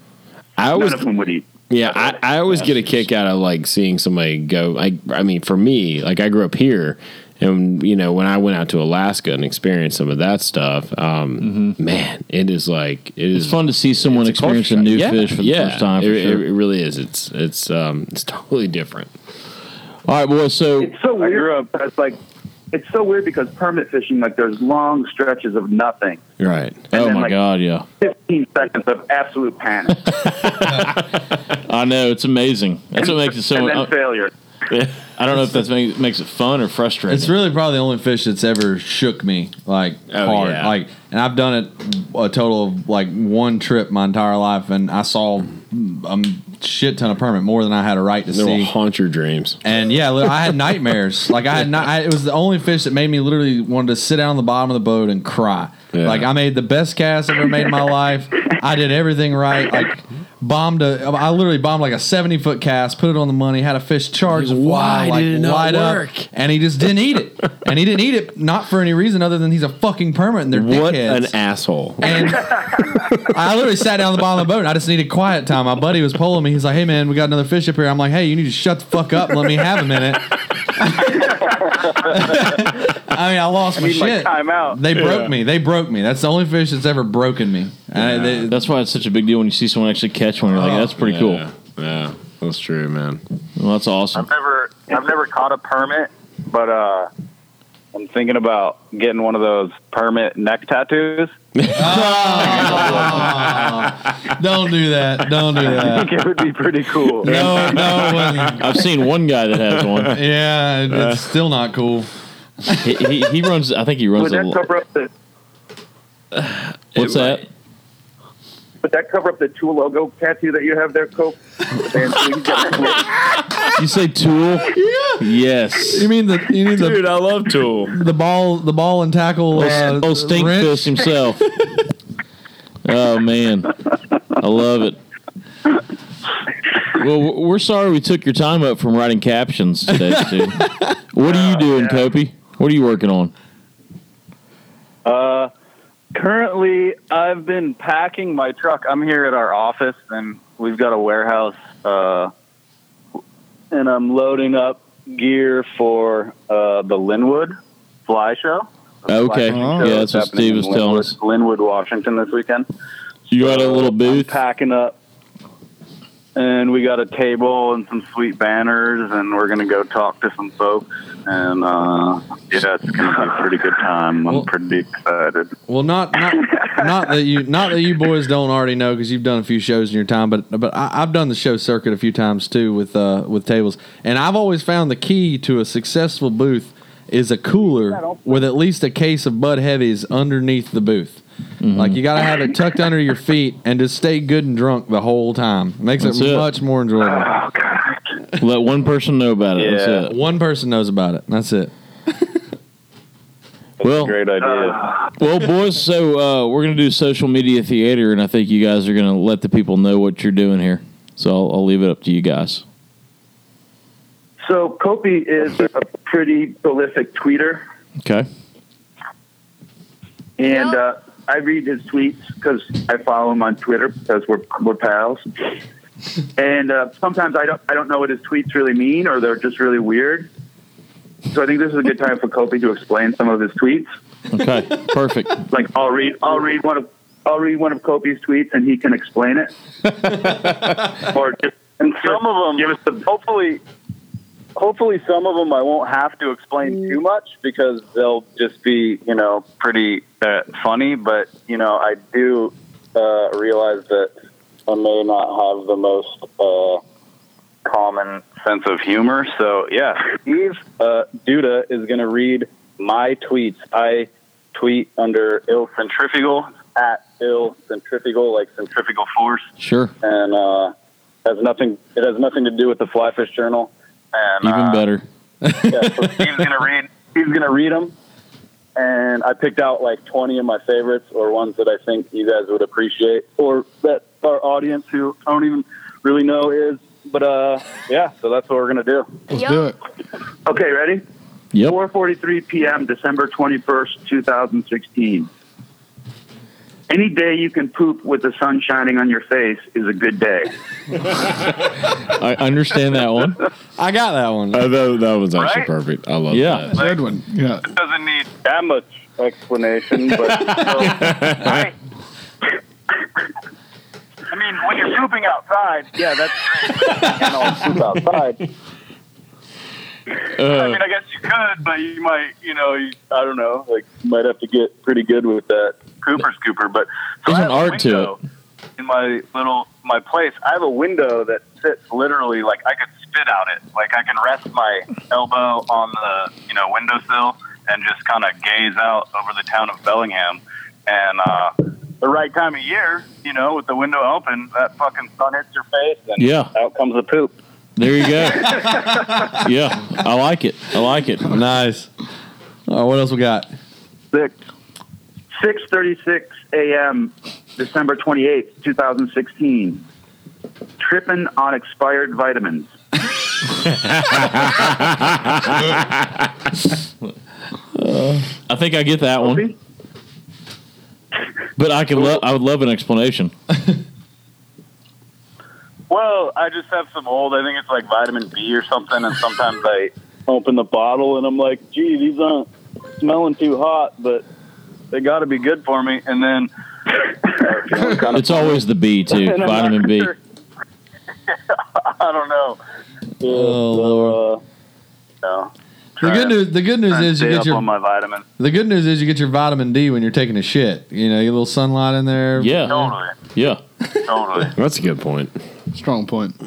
Speaker 5: I
Speaker 7: Oh,
Speaker 11: None
Speaker 5: was
Speaker 11: of them would eat.
Speaker 5: Yeah, I, I always get a kick out of like seeing somebody go. I I mean, for me, like I grew up here, and you know when I went out to Alaska and experienced some of that stuff, um,
Speaker 11: Mm-hmm.
Speaker 5: man, it is like it
Speaker 7: It's
Speaker 5: is-
Speaker 7: fun to see someone
Speaker 5: it's a culture
Speaker 7: experience a new
Speaker 5: shock. Yeah,
Speaker 7: fish for the
Speaker 5: yeah,
Speaker 7: first time. For
Speaker 5: it,
Speaker 7: sure.
Speaker 5: it really is. It's it's um it's totally different.
Speaker 7: All right, boys. So
Speaker 11: It's so weird. It's like it's so weird because permit fishing, like there's long stretches of nothing,
Speaker 5: Right.
Speaker 7: oh
Speaker 11: then,
Speaker 7: my
Speaker 11: like-
Speaker 7: god, yeah.
Speaker 11: fifteen seconds of absolute panic,
Speaker 7: I know it's amazing. That's what makes it so.
Speaker 11: and then
Speaker 7: I,
Speaker 11: failure.
Speaker 7: I don't know if that make, makes it fun or frustrating.
Speaker 8: It's really probably the only fish that's ever shook me like
Speaker 5: Oh,
Speaker 8: hard.
Speaker 5: yeah.
Speaker 8: Like, and I've done it a total of like one trip my entire life, and I saw a shit ton of permit more than I had a right to
Speaker 5: They will
Speaker 8: see.
Speaker 5: haunt your dreams.
Speaker 8: And yeah, li- I had nightmares. Like I had not. I, it was the only fish that made me literally wanted to sit down on the bottom of the boat and cry.
Speaker 5: Yeah.
Speaker 8: Like I made the best cast I've ever made in my life. I did everything right. Like bombed a. I literally bombed like a seventy foot cast. Put it on the money. Had a fish charge.
Speaker 5: Why did it not
Speaker 8: wide
Speaker 5: work?
Speaker 8: and he just didn't eat it. And he didn't eat it not for any reason other than he's a fucking permit and they're
Speaker 5: What
Speaker 8: dickheads.
Speaker 5: an asshole!
Speaker 8: And I literally sat down on the bottom of the boat and I just needed quiet time. My buddy was pulling me. He's like, hey, man, we got another fish up here. I'm like, hey, you need to shut the fuck up and let me have a minute. I mean, I lost
Speaker 7: Oh,
Speaker 8: my
Speaker 11: need my
Speaker 8: shit.
Speaker 11: time out.
Speaker 8: They broke me. They broke me. That's the only fish that's ever broken me. And I- they-
Speaker 7: That's why it's such a big deal when you see someone actually catch one. You're like, that's pretty cool.
Speaker 5: Yeah, yeah, that's true, man.
Speaker 7: Well, that's awesome.
Speaker 6: I've never I've never caught a permit, but uh, I'm thinking about getting one of those permit neck tattoos.
Speaker 8: don't do that. Don't do
Speaker 6: I
Speaker 8: that.
Speaker 6: think it would be pretty cool.
Speaker 8: No, no. it wasn't.
Speaker 7: I've seen one guy that has one.
Speaker 8: Yeah, it- it's still not cool.
Speaker 7: He, he, he runs. I think he runs.
Speaker 11: Would
Speaker 7: A,
Speaker 11: that
Speaker 7: l-
Speaker 11: cover up the?
Speaker 7: what's that?
Speaker 11: Would that cover up the two logo tattoo that you have there, Cope?
Speaker 7: You say tool?
Speaker 8: Yeah.
Speaker 7: Yes.
Speaker 8: You mean the you mean
Speaker 5: Dude,
Speaker 8: the,
Speaker 5: I love Tool.
Speaker 8: the ball the ball and tackle uh,
Speaker 7: Old, old Stinkfish
Speaker 8: wrench?
Speaker 7: oh, himself. oh man, I love it. Well, w- we're sorry we took your time up from writing captions today, Stu. What are you doing, Kopi? What are you working on?
Speaker 11: Uh, currently, I've been packing my truck. I'm here at our office, and we've got a warehouse, uh, and I'm loading up gear for uh, the Linwood Fly Show.
Speaker 7: Okay, yeah,
Speaker 11: Fly show
Speaker 7: that's what
Speaker 11: happening
Speaker 7: Steve
Speaker 11: in
Speaker 7: was telling
Speaker 11: Linwood-
Speaker 7: us.
Speaker 11: Linwood, Washington, this weekend.
Speaker 7: You got a little
Speaker 11: I'm
Speaker 7: booth.
Speaker 11: packing up. And we got a table and some sweet banners, and we're gonna go talk to some folks. And uh, yeah, it's gonna be a pretty good time. I'm
Speaker 8: Well-
Speaker 11: pretty excited.
Speaker 8: Well, not not not that you not that you boys don't already know because you've done a few shows in your time, but but I, I've done the show circuit a few times too with uh, with tables, and I've always found the key to a successful booth is a cooler with at least a case of Bud Heavies underneath the booth.
Speaker 7: Mm-hmm.
Speaker 8: Like you got to have it tucked under your feet and just stay good and drunk the whole time. Makes
Speaker 7: That's
Speaker 8: it
Speaker 7: it.
Speaker 8: much more enjoyable.
Speaker 11: Oh God.
Speaker 7: Let one person know about it. That's it.
Speaker 8: One person knows about it. That's it.
Speaker 7: Well, uh,
Speaker 11: Great idea.
Speaker 7: well, boys. So uh, we're gonna do social media theater, and I think you guys are gonna let the people know what you're doing here. So I'll, I'll leave it up to you guys.
Speaker 2: So Kopi is a pretty prolific tweeter,
Speaker 7: Okay.
Speaker 2: and uh, I read his tweets because I follow him on Twitter because we're we're pals. And uh, sometimes I don't I don't know what his tweets really mean, or they're just really weird. So I think this is a good time for Kopi to explain some of his tweets.
Speaker 7: Okay. Perfect.
Speaker 2: Like I'll read I'll read one of I'll read one of Kopi's tweets and he can explain it. or just
Speaker 11: And some of them,
Speaker 2: give us the
Speaker 11: hopefully, hopefully, some of them I won't have to explain too much because they'll just be, you know, pretty uh, funny. But you know, I do uh, realize that I may not have the most uh, common sense of humor. So yeah, Steve uh, Duda is going to read my tweets. I tweet under ill centrifugal at ill centrifugal like centrifugal force
Speaker 7: Sure.
Speaker 11: and uh, has nothing. It has nothing to do with the Flyfish Journal. And
Speaker 7: Even
Speaker 11: uh,
Speaker 7: better.
Speaker 11: yeah, so Steve's gonna read. Steve's gonna read them, and I picked out like twenty of my favorites or ones that I think you guys would appreciate, or that our audience who I don't even really know is. But uh, yeah, so that's what we're gonna do.
Speaker 9: Let's do it.
Speaker 2: Okay, ready?
Speaker 7: Yep.
Speaker 2: 4:43 p.m. December 21st, 2016. Any day you can poop with the sun shining on your face is a good day.
Speaker 7: I understand that one.
Speaker 8: I got that one.
Speaker 5: I thought Uh, that was actually
Speaker 11: Right?
Speaker 5: perfect. I love
Speaker 7: Yeah.
Speaker 5: that.
Speaker 9: Good one. Yeah.
Speaker 11: Doesn't need that much explanation, but I mean, when you're pooping outside, yeah, that's great. but You know, poop outside. I mean, I guess you could, but you might, you know, you, I don't know, like you might have to get pretty good with that Cooper scooper. But so
Speaker 7: There's
Speaker 11: I
Speaker 7: an
Speaker 11: have a
Speaker 7: art to
Speaker 11: window In my little my place, I have a window that sits literally like I could spit out it. Like I can rest my elbow on the you know windowsill and just kind of gaze out over the town of Bellingham. And uh, the right time of year, you know, with the window open, that fucking sun hits your face, and
Speaker 7: Yeah.
Speaker 11: out comes the poop.
Speaker 7: There you go. yeah. I like it. I like it.
Speaker 8: Nice. All right, what else we got?
Speaker 2: Six. 6:36 a.m. December 28th, 2016. Tripping on expired vitamins.
Speaker 7: I think I get that one.
Speaker 2: Kobe?
Speaker 7: But I could lo- I would love an explanation.
Speaker 11: Well, I just have some old. I think it's like vitamin B or something. And sometimes I open the bottle and I'm like, gee, these aren't smelling too hot, but they got to be good for me. And then
Speaker 7: It's always the B too.
Speaker 11: and I'm not
Speaker 7: Vitamin B.
Speaker 11: sure. I don't know. Yeah,
Speaker 8: Oh,
Speaker 11: so,
Speaker 8: Lord.
Speaker 11: uh, no.
Speaker 8: The good news. The good news
Speaker 11: Trying to
Speaker 8: is you
Speaker 11: stay
Speaker 8: get
Speaker 11: up
Speaker 8: your
Speaker 11: on my vitamin.
Speaker 8: The good news is you get your vitamin D when you're taking a shit. You know, you get a little sunlight in there.
Speaker 7: Yeah.
Speaker 11: Totally,
Speaker 7: Yeah.
Speaker 11: totally.
Speaker 5: That's a good point.
Speaker 9: Strong point.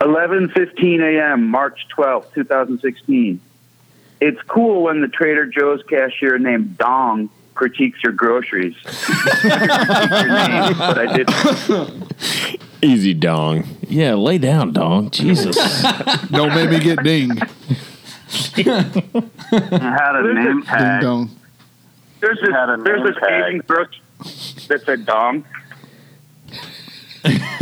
Speaker 2: 11:15 a.m. March 12th, 2016. It's cool when the Trader Joe's cashier named Dong critiques your groceries. Your name, but I did.
Speaker 5: Easy dong.
Speaker 7: Yeah, lay down, dong. Jesus.
Speaker 9: Don't make me get dinged.
Speaker 11: I had a name
Speaker 9: Ding
Speaker 11: tag.
Speaker 9: dong.
Speaker 6: There's this, there's this Asian girl that said Dong.
Speaker 5: Dong.
Speaker 6: Yeah,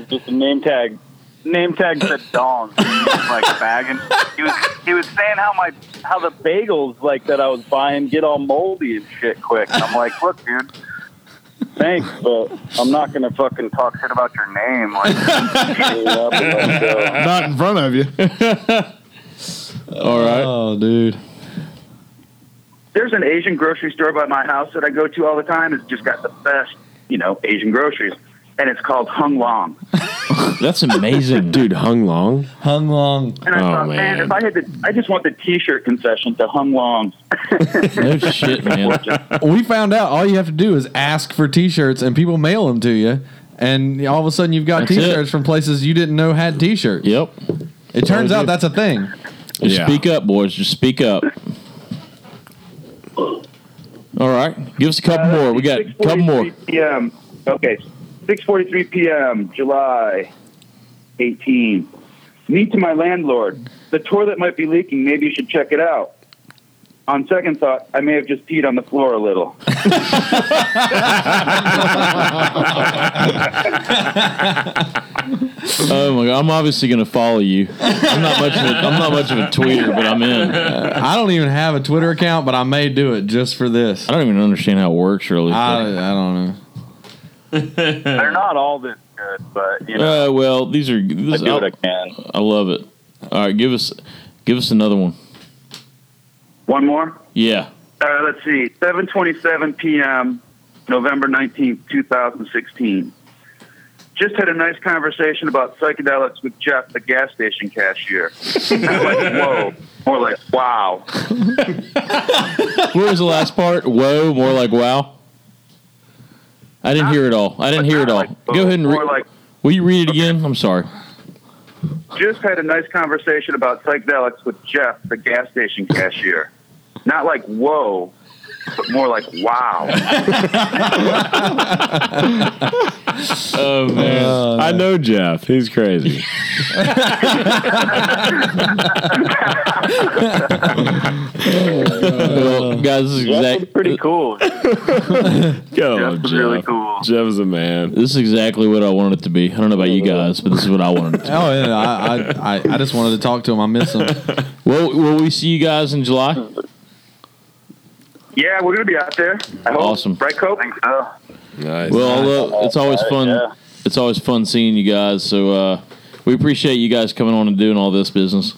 Speaker 6: it's just a name tag. Name tag said Dong, like bag, and he was he was saying how my how the bagels like that I was buying get all moldy and shit quick. And I'm like, look, dude. Thanks, but I'm not gonna fucking talk shit about your name. Like, straight up and let go.
Speaker 9: Not in front of you.
Speaker 7: All right.
Speaker 8: Oh, dude.
Speaker 11: There's an Asian grocery store by my house that I go to all the time. It's just got the best, you know, Asian groceries, and it's called Hung Long.
Speaker 7: That's amazing.
Speaker 5: Dude, Hung Long?
Speaker 10: Hung long.
Speaker 11: And I
Speaker 5: Oh,
Speaker 11: thought, man.
Speaker 5: man.
Speaker 11: if I had to, I just want the T-shirt concession to Hung Long.
Speaker 7: No shit, man.
Speaker 8: We found out all you have to do is ask for T-shirts, and people mail them to you. And all of a sudden, you've got
Speaker 7: That's it.
Speaker 8: T-shirts from places you didn't know had T-shirts.
Speaker 7: Yep.
Speaker 8: It turns
Speaker 7: Oh,
Speaker 8: out
Speaker 7: dude.
Speaker 8: that's a thing.
Speaker 7: Just
Speaker 5: Yeah.
Speaker 7: speak up, boys. Just speak up. All right. Give us a couple more. We got a couple more.
Speaker 11: 6:43 PM. Okay, 6:43 p.m. July 18. Me to my landlord. The toilet might be leaking. Maybe you should check it out. On second thought, I may have just peed on the floor a little.
Speaker 7: Oh my god. I'm obviously gonna follow you. I'm not much of a, I'm not much of a tweeter, but I'm in. I
Speaker 8: I don't even have a Twitter account, but I may do it just for this.
Speaker 7: don't even understand how it works really. Uh,
Speaker 8: I, I don't know.
Speaker 6: They're not all this good, but you know,
Speaker 7: Uh, well, these are. This,
Speaker 6: I do what
Speaker 7: I,
Speaker 6: I can.
Speaker 7: I love it. All right, give us, give us another one.
Speaker 11: One more.
Speaker 7: Yeah,
Speaker 11: Uh, let's see, 7:27 p.m., November 19th, 2016. Just had a nice conversation about psychedelics with Jeff, the gas station cashier. I'm like, whoa, more like wow.
Speaker 7: what was the last part? Whoa, more like wow. I didn't hear it all. I didn't hear it all. Go ahead and
Speaker 11: more
Speaker 7: re-
Speaker 11: like
Speaker 7: will you read it again? I'm sorry.
Speaker 11: just had a nice conversation about psychedelics with Jeff, the gas station cashier. Not like whoa, but more like wow.
Speaker 5: Oh, man. I know Jeff. He's crazy.
Speaker 7: Well,
Speaker 5: Um,
Speaker 7: guys, this is
Speaker 6: That's
Speaker 7: exactly
Speaker 6: pretty cool.
Speaker 5: Go,
Speaker 7: Oh,
Speaker 11: Jeff
Speaker 5: Jeff.
Speaker 11: was really cool.
Speaker 5: Jeff is a man.
Speaker 7: this is exactly what I wanted it to be. I don't know about you guys, but this is what I wanted it to.
Speaker 8: Oh yeah, I, I, I, I just wanted to talk to him. I miss him.
Speaker 7: Be. Well, will we see you guys in July?
Speaker 11: Yeah, we're gonna be out there. I hope.
Speaker 7: Awesome.
Speaker 11: Right, Cope?
Speaker 5: Nice.
Speaker 7: Well, uh, it's always fun.
Speaker 6: yeah.
Speaker 7: It's always fun seeing you guys. So uh, we appreciate you guys coming on and doing all this business.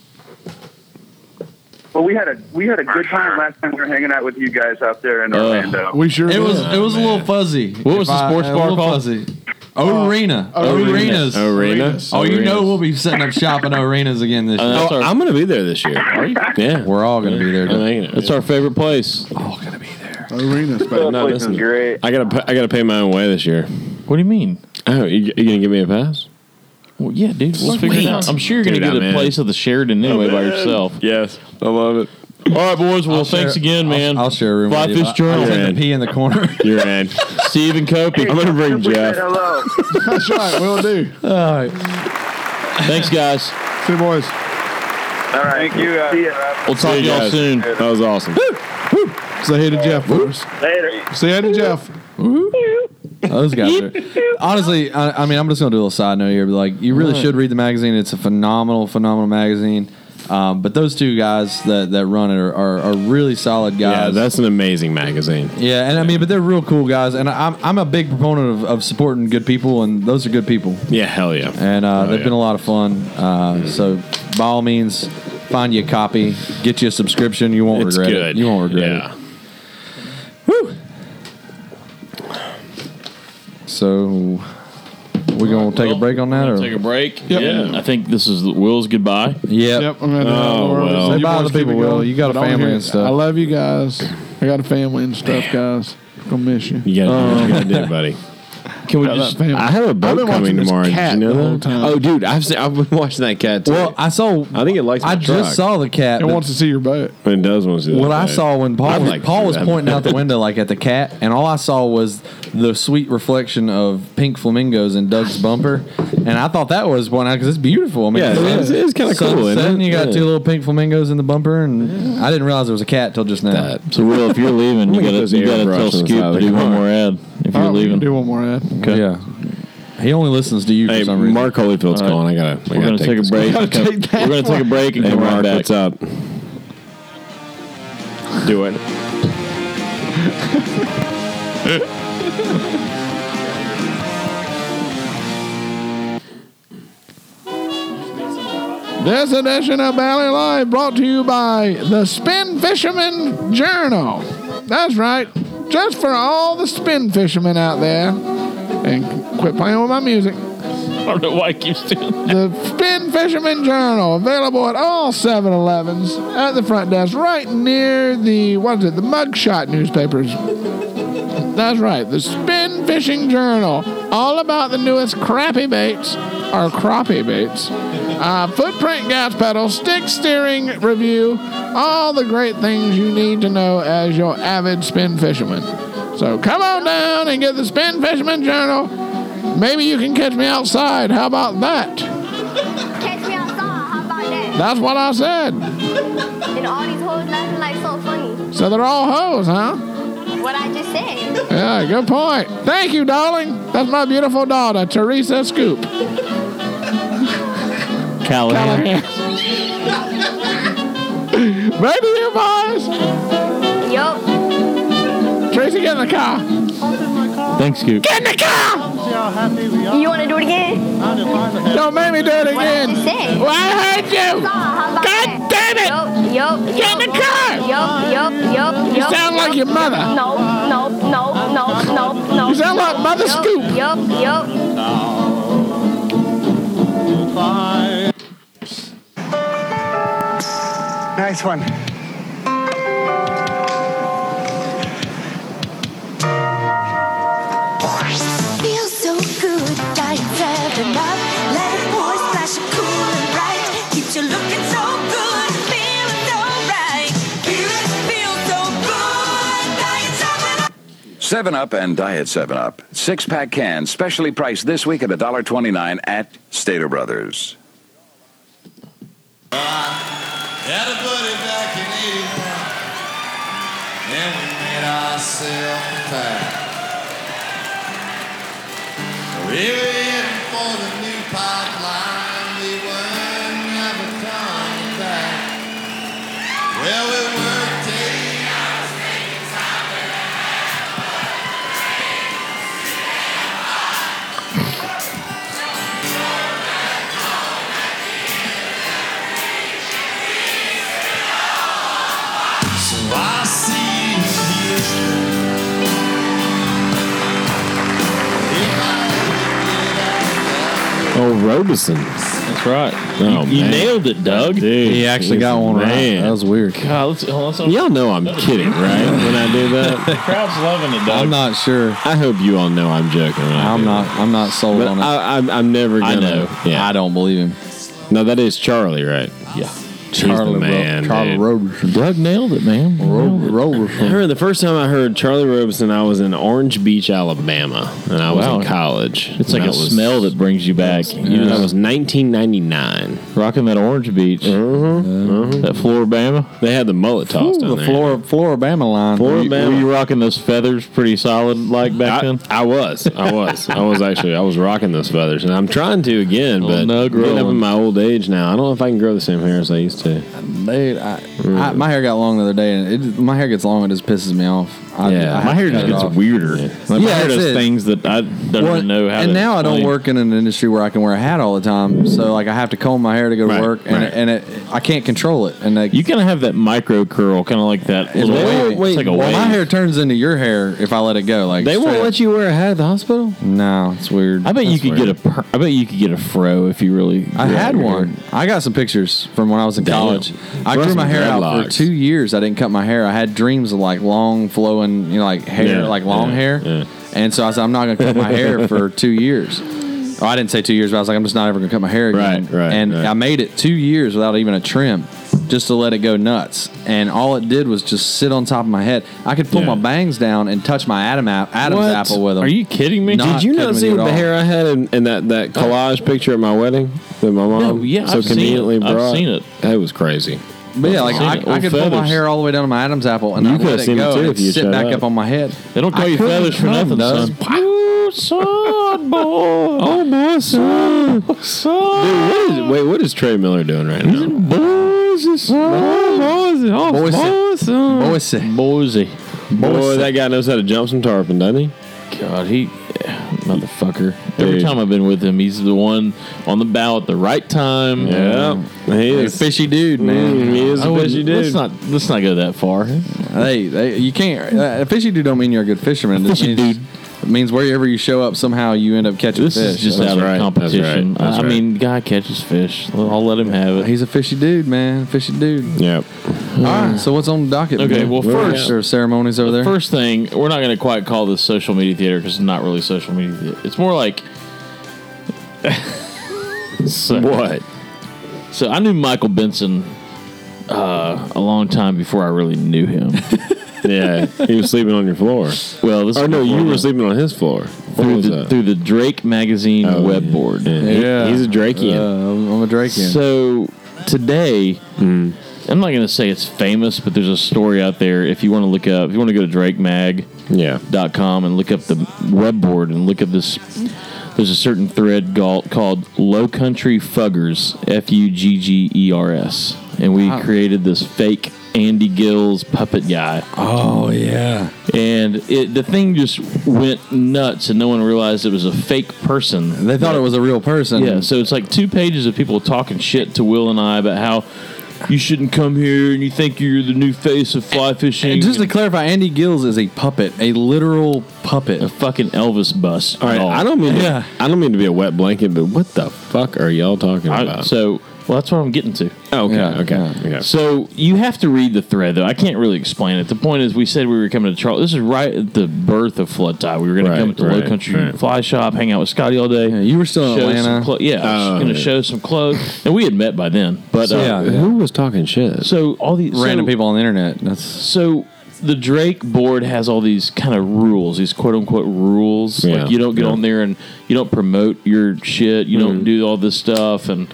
Speaker 11: Well, we had a we had a good time last time we were hanging out with you guys out there in
Speaker 7: Uh,
Speaker 11: Orlando.
Speaker 9: We sure
Speaker 8: It
Speaker 9: will.
Speaker 8: was it was a little fuzzy.
Speaker 7: What was
Speaker 8: If
Speaker 7: the sports
Speaker 8: I- a
Speaker 7: bar
Speaker 8: little
Speaker 7: called?
Speaker 8: Fuzzy. O Arena. O Arenas.
Speaker 5: Arena.
Speaker 8: Oh, you know
Speaker 7: Arenas.
Speaker 8: we'll be setting up shop in O Arenas again this year.
Speaker 7: Uh,
Speaker 5: Oh,
Speaker 7: that's our-
Speaker 5: I'm going to be there this year. Are you? Yeah.
Speaker 8: We're all gonna be there.
Speaker 5: I'm hanging out.
Speaker 7: That's our favorite place.
Speaker 9: Arena
Speaker 6: That
Speaker 9: space.
Speaker 5: not
Speaker 6: place
Speaker 5: missing
Speaker 6: is
Speaker 5: it.
Speaker 6: great.
Speaker 5: I gotta, pa- I gotta pay my own way this year.
Speaker 7: What do you mean?
Speaker 5: Oh, you, you gonna give me a pass?
Speaker 7: Well, yeah, dude, we'll
Speaker 5: Fuck
Speaker 7: figure it
Speaker 5: me.
Speaker 7: out. I'm sure you're going to
Speaker 5: Dude,
Speaker 7: get a
Speaker 5: I'm in.
Speaker 7: place at the Sheridan anyway by yourself.
Speaker 5: Yes, I love it.
Speaker 7: All right, boys. Well,
Speaker 8: I'll
Speaker 7: thanks
Speaker 8: share-
Speaker 7: again, man.
Speaker 8: I'll share a room.
Speaker 7: Fly
Speaker 8: with you.
Speaker 7: Fish
Speaker 8: I- I'll
Speaker 7: Journal.
Speaker 8: take the pee in the corner.
Speaker 5: You're in.
Speaker 7: Steve and Kopi.
Speaker 5: I'm gonna bring
Speaker 11: We said
Speaker 5: Jeff.
Speaker 11: hello.
Speaker 9: That's right. We'll do.
Speaker 8: all right.
Speaker 7: Thanks, guys.
Speaker 9: Two boys.
Speaker 11: All right, thank you. uh, See ya.
Speaker 7: We'll talk to
Speaker 5: See you
Speaker 7: y'all
Speaker 5: guys.
Speaker 7: soon.
Speaker 5: That was awesome.
Speaker 9: Say hey to Jeff for us.
Speaker 6: Later.
Speaker 9: Say hey to Jeff.
Speaker 8: Those guys are. Honestly, I, I mean, I'm just going to do a little side note here, but like, you really should read the magazine. It's a phenomenal, phenomenal magazine. Um, but those two guys that, that run it are, are, are really solid
Speaker 5: Yeah,
Speaker 8: guys.
Speaker 5: that's an amazing magazine.
Speaker 8: Yeah, and I mean, but they're real cool guys. And I'm, I'm a big proponent of, of supporting good people, and those are good people.
Speaker 5: Yeah, hell yeah.
Speaker 8: And uh,
Speaker 5: Oh,
Speaker 8: they've
Speaker 5: yeah.
Speaker 8: been a lot of fun. Uh, So, by all means, find you a copy, get you a subscription. You won't
Speaker 5: It's
Speaker 8: regret
Speaker 5: good.
Speaker 8: it. You won't regret
Speaker 5: yeah.
Speaker 8: it. So, we're going to take a break on that? or?
Speaker 7: Take a break.
Speaker 9: Yep.
Speaker 7: Yeah, I think this is Will's goodbye.
Speaker 8: Yep.
Speaker 9: Yep, I'm gonna
Speaker 5: Oh, well.
Speaker 8: Say bye to the people, Will. You got a family and stuff.
Speaker 9: I love you guys. I got a family and stuff, guys. Gonna miss you.
Speaker 5: You gotta do what you gotta
Speaker 8: Um,
Speaker 5: do, buddy. Can we
Speaker 9: Got
Speaker 5: just?
Speaker 9: that family.
Speaker 5: I have a
Speaker 9: I've
Speaker 5: boat
Speaker 9: been
Speaker 5: coming
Speaker 9: watching this
Speaker 5: tomorrow. Did
Speaker 9: cat
Speaker 5: you know
Speaker 9: the
Speaker 5: that?
Speaker 9: whole time.
Speaker 5: Oh, dude, I've seen, I've been watching that cat too.
Speaker 8: Well, I saw.
Speaker 5: I think it likes. My
Speaker 8: I
Speaker 5: truck.
Speaker 8: just saw the cat.
Speaker 9: It
Speaker 8: but
Speaker 9: wants to see your boat.
Speaker 5: It does want to. do
Speaker 8: What
Speaker 5: that
Speaker 8: I
Speaker 5: thing.
Speaker 8: saw when Paul
Speaker 5: I'd
Speaker 8: was,
Speaker 5: like to
Speaker 8: Paul
Speaker 5: do
Speaker 8: was
Speaker 5: that.
Speaker 8: pointing out the window like at the cat, and all I saw was the sweet reflection of pink flamingos in Doug's bumper, and I thought that was one because it's beautiful. I mean,
Speaker 7: Yeah, it is- it is kinda cool,
Speaker 8: sunset,
Speaker 7: isn't it?
Speaker 8: and you got
Speaker 7: Yeah.
Speaker 8: two little pink flamingos in the bumper, and I didn't realize there was a cat till just now.
Speaker 7: So, Will, if you're leaving, you gotta, you gotta tell Scoop to do one more ad. If you're leaving,
Speaker 9: do one more ad.
Speaker 7: Okay.
Speaker 8: Yeah. He only listens to you
Speaker 5: Hey,
Speaker 8: for some reason.
Speaker 5: Mark Holyfield's
Speaker 7: All right.
Speaker 5: calling. I gotta. I
Speaker 7: We're
Speaker 5: gotta
Speaker 7: gonna take a
Speaker 5: this
Speaker 7: break.
Speaker 5: call.
Speaker 7: and come- We're gonna take a break and
Speaker 5: Hey,
Speaker 7: come right
Speaker 5: Mark,
Speaker 7: back.
Speaker 5: what's up? Do it.
Speaker 9: This edition of Valley Live brought to you by the Spin Fisherman Journal. That's right, just for all the spin fishermen out there. And quit playing with my music.
Speaker 7: I don't know why it keeps doing that.
Speaker 9: The Spin Fisherman Journal, available at all 7 Elevens at the front desk, right near the, what is it, the mugshot newspapers. That's right, the Spin Fishing Journal, all about the newest crappie baits, or crappie baits, uh, footprint gas pedal, stick steering review, all the great things you need to know as your avid spin fisherman. So come on down and get the Spin Fisherman Journal. Maybe you can catch me outside. How about that?
Speaker 2: Catch me outside, how about that?
Speaker 9: That's what I said.
Speaker 2: And all these hoes laughing like so funny.
Speaker 9: So they're all hoes, huh?
Speaker 2: What I just said.
Speaker 9: Yeah, good point. Thank you, darling. That's my beautiful daughter, Teresa Scoop.
Speaker 7: Callahan.
Speaker 9: Baby, you boys.
Speaker 2: Yo,
Speaker 9: Teresa, get in the car.
Speaker 7: Thanks, Scoop.
Speaker 9: Get in the car!
Speaker 2: you wanna do it again?
Speaker 9: Don't make me do it
Speaker 2: What I
Speaker 9: again.
Speaker 2: just said.
Speaker 9: Well, I heard you.
Speaker 2: Outside, how about
Speaker 9: God
Speaker 2: that?
Speaker 9: damn
Speaker 2: Yo,
Speaker 9: it!
Speaker 2: yo,
Speaker 9: Get in the car!
Speaker 2: yo, yo, yo, yo.
Speaker 9: You sound like your mother.
Speaker 2: No, no, no, no, no, no.
Speaker 9: You sound like Mother Scoop.
Speaker 2: Yup, yup.
Speaker 10: Nice one.
Speaker 12: Feels so good, dying fast enough. Let it pour, splash it cool and bright. Keeps you looking so good, feeling so right. Feels, feels so good, dying something.
Speaker 13: 7 Up and Diet 7 Up. Six pack cans, specially priced this week at $1.29 at Stater Brothers.
Speaker 14: Had a buddy back in 81. Then we made ourselves a pact. We were heading for the new pipeline. We were never coming back. Well, we worked it. So I see you Houston. If I
Speaker 5: Oh, Robeson. That's
Speaker 7: right.
Speaker 5: Oh,
Speaker 7: you
Speaker 5: man.
Speaker 7: nailed it, Doug.
Speaker 5: Dude,
Speaker 8: He actually got one right.
Speaker 5: man.
Speaker 8: That was weird.
Speaker 7: God, let's, hold on, let's-
Speaker 5: Y'all know I'm kidding, right? When I do
Speaker 7: the
Speaker 5: that,
Speaker 7: crowd's loving it, Doug.
Speaker 8: I'm not sure.
Speaker 5: I hope you all know I'm joking. when I
Speaker 8: I'm
Speaker 5: do
Speaker 8: not.
Speaker 5: that.
Speaker 8: I'm not sold
Speaker 5: But
Speaker 8: on it.
Speaker 5: I, I'm, I'm never
Speaker 7: I
Speaker 5: gonna.
Speaker 7: know.
Speaker 5: Yeah.
Speaker 8: I don't believe him.
Speaker 5: no, that is Charlie, right?
Speaker 7: Yeah.
Speaker 5: Charlie, man,
Speaker 8: Charlie
Speaker 5: dude.
Speaker 8: Roberson.
Speaker 7: Doug nailed it, man.
Speaker 8: Ro-
Speaker 5: I
Speaker 8: Roberson.
Speaker 5: heard the first time I heard Charlie Robeson, I was in Orange Beach, Alabama, and I was
Speaker 7: Wow.
Speaker 5: in college. And
Speaker 7: It's like a
Speaker 5: that was-
Speaker 7: smell that brings you back. You
Speaker 5: That
Speaker 7: just
Speaker 5: was 1999.
Speaker 7: rocking that Orange Beach, Mm-hmm. that Floribama.
Speaker 5: They had the mullet toss down
Speaker 8: Ooh, the
Speaker 5: there.
Speaker 8: Flor- Floribama line.
Speaker 7: Were you,
Speaker 5: Floribama.
Speaker 7: were you rocking those feathers pretty solid like back
Speaker 5: I,
Speaker 7: then?
Speaker 5: I was, I was, I was actually, I was rocking those feathers, and I'm trying to again,
Speaker 7: Little
Speaker 5: but
Speaker 7: nug
Speaker 5: getting up
Speaker 7: rolling.
Speaker 5: in my old age now, I don't know if I can grow the same hair as I used to.
Speaker 8: Dude, I, I, my hair got long the other day, and it, my hair gets long. It just pisses me off. I, I
Speaker 5: Yeah.
Speaker 8: have
Speaker 7: my hair
Speaker 8: to
Speaker 7: just
Speaker 8: cut it
Speaker 7: gets
Speaker 8: off.
Speaker 7: weirder. Like, my
Speaker 8: Yeah,
Speaker 7: hair
Speaker 8: that's
Speaker 7: does
Speaker 8: it.
Speaker 7: things that I don't
Speaker 8: Well,
Speaker 7: even know how.
Speaker 8: and
Speaker 7: to
Speaker 8: now I don't
Speaker 7: explain.
Speaker 8: work in an industry where I can wear a hat all the time, so like I have to comb my hair to go
Speaker 5: Right,
Speaker 8: to work, and,
Speaker 5: right.
Speaker 8: and it, I can't control it. And like,
Speaker 7: You kind of have that micro curl, kind of like that
Speaker 8: it's
Speaker 7: little wave.
Speaker 8: wavy.
Speaker 7: it's like a
Speaker 8: well,
Speaker 7: wave.
Speaker 8: my hair turns into your hair if I let it go. Like
Speaker 5: They won't let you wear a hat at the hospital.
Speaker 8: you. No, it's weird.
Speaker 7: I bet you
Speaker 5: That's
Speaker 7: could
Speaker 5: weird.
Speaker 7: get a. Per, I bet you could get a fro if you really.
Speaker 8: I
Speaker 7: grew out
Speaker 8: had
Speaker 7: your
Speaker 8: one.
Speaker 7: hair.
Speaker 8: I got some pictures from when I was in
Speaker 5: Damn.
Speaker 8: college. I
Speaker 5: Grow
Speaker 8: grew
Speaker 5: some
Speaker 8: my hair out for
Speaker 5: dreadlocks.
Speaker 8: two years. I didn't cut my hair. I had dreams of like long flowing, you know, like hair,
Speaker 5: Yeah,
Speaker 8: like long
Speaker 5: yeah,
Speaker 8: hair.
Speaker 5: yeah.
Speaker 8: And so I said, I'm not gonna cut my hair for two years. Oh, I didn't say two years, but I was like, I'm just not ever gonna cut my hair again.
Speaker 5: Right, right,
Speaker 8: And
Speaker 5: right.
Speaker 8: I made it two years without even a trim. just to let it go nuts. And all it did was just sit on top of my head. I could pull
Speaker 5: Yeah.
Speaker 8: my bangs down and touch my Adam app, Adam's
Speaker 5: What?
Speaker 8: apple with them.
Speaker 5: Are you kidding me? Did you not see the hair I had in, in that, that collage picture at my wedding that my mom
Speaker 8: Oh. No, yeah,
Speaker 5: so
Speaker 8: I've seen
Speaker 5: conveniently
Speaker 8: it. I've
Speaker 5: brought?
Speaker 8: seen it.
Speaker 5: That was crazy.
Speaker 8: But yeah, like
Speaker 5: I've seen
Speaker 8: I,
Speaker 5: it.
Speaker 8: I
Speaker 5: Or
Speaker 8: could pull my
Speaker 5: feathers.
Speaker 8: hair all the way down to my Adam's apple, and
Speaker 5: You
Speaker 8: I
Speaker 5: could've
Speaker 8: let it
Speaker 5: seen it
Speaker 8: go
Speaker 5: too
Speaker 8: and
Speaker 5: if you
Speaker 8: it'd sit
Speaker 5: showed
Speaker 8: back
Speaker 5: up.
Speaker 8: up. on my head.
Speaker 7: They don't
Speaker 5: call you feathers for nothing, son.
Speaker 7: Ooh, son, boy. Oh, my son. Son.
Speaker 5: Dude, what is, wait, what is Trey Miller doing right now?
Speaker 7: Boise, son. Oh,
Speaker 5: Boise.
Speaker 8: Boise.
Speaker 7: Boise.
Speaker 5: Boy, that guy knows how to jump some tarpon, doesn't he?
Speaker 7: God, he motherfucker. Every
Speaker 5: Dude.
Speaker 7: time I've been with him, he's the one on the bow at the right time.
Speaker 5: Yeah. He is.
Speaker 8: fishy dude, man.
Speaker 5: Mm, he is a
Speaker 7: I wouldn't-
Speaker 5: fishy dude.
Speaker 7: Let's not let's not go that far.
Speaker 8: Hey, hey, you can't. Uh, a fishy dude don't mean you're a good fisherman. It
Speaker 7: Fishy
Speaker 8: means,
Speaker 7: dude.
Speaker 8: It means wherever you show up, somehow you end up catching
Speaker 7: This
Speaker 8: fish.
Speaker 7: is just
Speaker 5: That's
Speaker 7: out
Speaker 5: right,
Speaker 7: of
Speaker 5: that's
Speaker 7: competition.
Speaker 5: right, that's
Speaker 7: I
Speaker 5: right.
Speaker 7: mean, guy catches fish. I'll I'll let him have it.
Speaker 8: He's a fishy dude, man. Fishy dude.
Speaker 5: Yep.
Speaker 8: All right. So what's on the docket?
Speaker 7: Okay,
Speaker 8: man?
Speaker 7: well,
Speaker 8: What
Speaker 7: first-
Speaker 8: are there ceremonies over there.
Speaker 7: First thing, we're not going to quite call this social media theater because it's not really social media. Theater. It's more like so,
Speaker 5: What?
Speaker 7: So I knew Michael Benson uh, a long time before I really knew him.
Speaker 5: Yeah, he was sleeping on your floor.
Speaker 7: Well, this
Speaker 5: Or no, you were
Speaker 7: through
Speaker 5: sleeping on his floor. What was
Speaker 7: the,
Speaker 5: that?
Speaker 7: through the Drake magazine
Speaker 5: Oh,
Speaker 7: web
Speaker 5: yeah.
Speaker 7: board.
Speaker 5: Yeah. He- he's a Drakean.
Speaker 8: Uh, I'm a Drakean.
Speaker 7: So today,
Speaker 8: Hmm.
Speaker 7: I'm not going to say it's famous, but there's a story out there. If you want to look up, if you want to go to drakemag.com
Speaker 5: yeah.
Speaker 7: and look up the web board and look up this, there's a certain thread gal- called Low Country Fuggers, F U G G E R S. And we created this fake Andy Gills puppet guy
Speaker 8: oh yeah.
Speaker 7: and it, the thing just went nuts, and no one realized it was a fake person.
Speaker 8: They thought it was a real person.
Speaker 7: Yeah, so it's like two pages of people talking shit to Will and I about how you shouldn't come here, and you think you're the new face of fly fishing.
Speaker 8: And just to
Speaker 7: and
Speaker 8: clarify, Andy Gills is a puppet, a literal puppet.
Speaker 7: a fucking Elvis bust.
Speaker 5: All right,
Speaker 7: Oh.
Speaker 5: I don't mean to,
Speaker 8: Yeah.
Speaker 5: I don't mean to be a wet blanket, but what the fuck are y'all talking
Speaker 7: I-
Speaker 5: about?
Speaker 7: so well, that's what I'm getting to.
Speaker 5: Oh, okay,
Speaker 8: Yeah,
Speaker 5: okay,
Speaker 8: yeah.
Speaker 5: okay.
Speaker 7: So you have to read the thread, though. I can't really explain it. The point is, we said we were coming to Charles. This is right at the birth of flood tide. We were going
Speaker 5: Right,
Speaker 7: to come to
Speaker 5: right,
Speaker 7: Low Country
Speaker 5: right.
Speaker 7: Fly Shop, hang out with Scotty all day.
Speaker 8: Yeah, you were still in
Speaker 7: show
Speaker 8: Atlanta.
Speaker 7: some clo- yeah, I
Speaker 5: Oh,
Speaker 7: was going
Speaker 5: yeah.
Speaker 7: to show some clothes, and we had met by then. But
Speaker 8: So,
Speaker 7: uh,
Speaker 8: yeah.
Speaker 5: Who was talking shit?
Speaker 7: so all these
Speaker 8: Random
Speaker 7: so,
Speaker 8: people on the internet. That's
Speaker 7: So the Drake board has all these kind of rules, these quote unquote rules.
Speaker 5: Yeah,
Speaker 7: Like you don't get
Speaker 5: yeah.
Speaker 7: on there and you don't promote your shit. You
Speaker 8: Mm-hmm.
Speaker 7: don't do all this stuff and.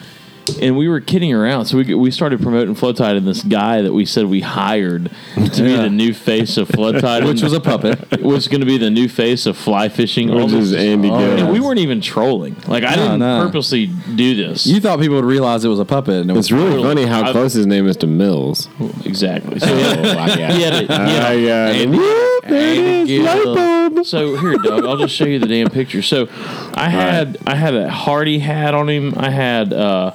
Speaker 7: And we were kidding around, so we, we started promoting Flood Tide, and this guy that we said we hired to be
Speaker 8: Yeah.
Speaker 7: the new face of Flood Tide,
Speaker 8: which was a puppet.
Speaker 7: was going to be the new face of fly fishing. all
Speaker 5: Which
Speaker 7: this-
Speaker 5: is Andy
Speaker 8: Oh,
Speaker 5: Gill.
Speaker 7: and we weren't even trolling. Like I
Speaker 8: No,
Speaker 7: didn't
Speaker 8: no.
Speaker 7: purposely do this.
Speaker 8: You thought people would realize it was a puppet, and it
Speaker 5: It's
Speaker 8: was
Speaker 5: really funny how
Speaker 7: I've-
Speaker 5: close his name is to Mills. Oh,
Speaker 7: Exactly. So,
Speaker 5: my God.
Speaker 7: He had it, he had
Speaker 5: I got it. Whoop, there it is, light bulb.
Speaker 7: so here, Doug, I'll just show you the damn picture. So I had I had a Hardy hat on him. I had uh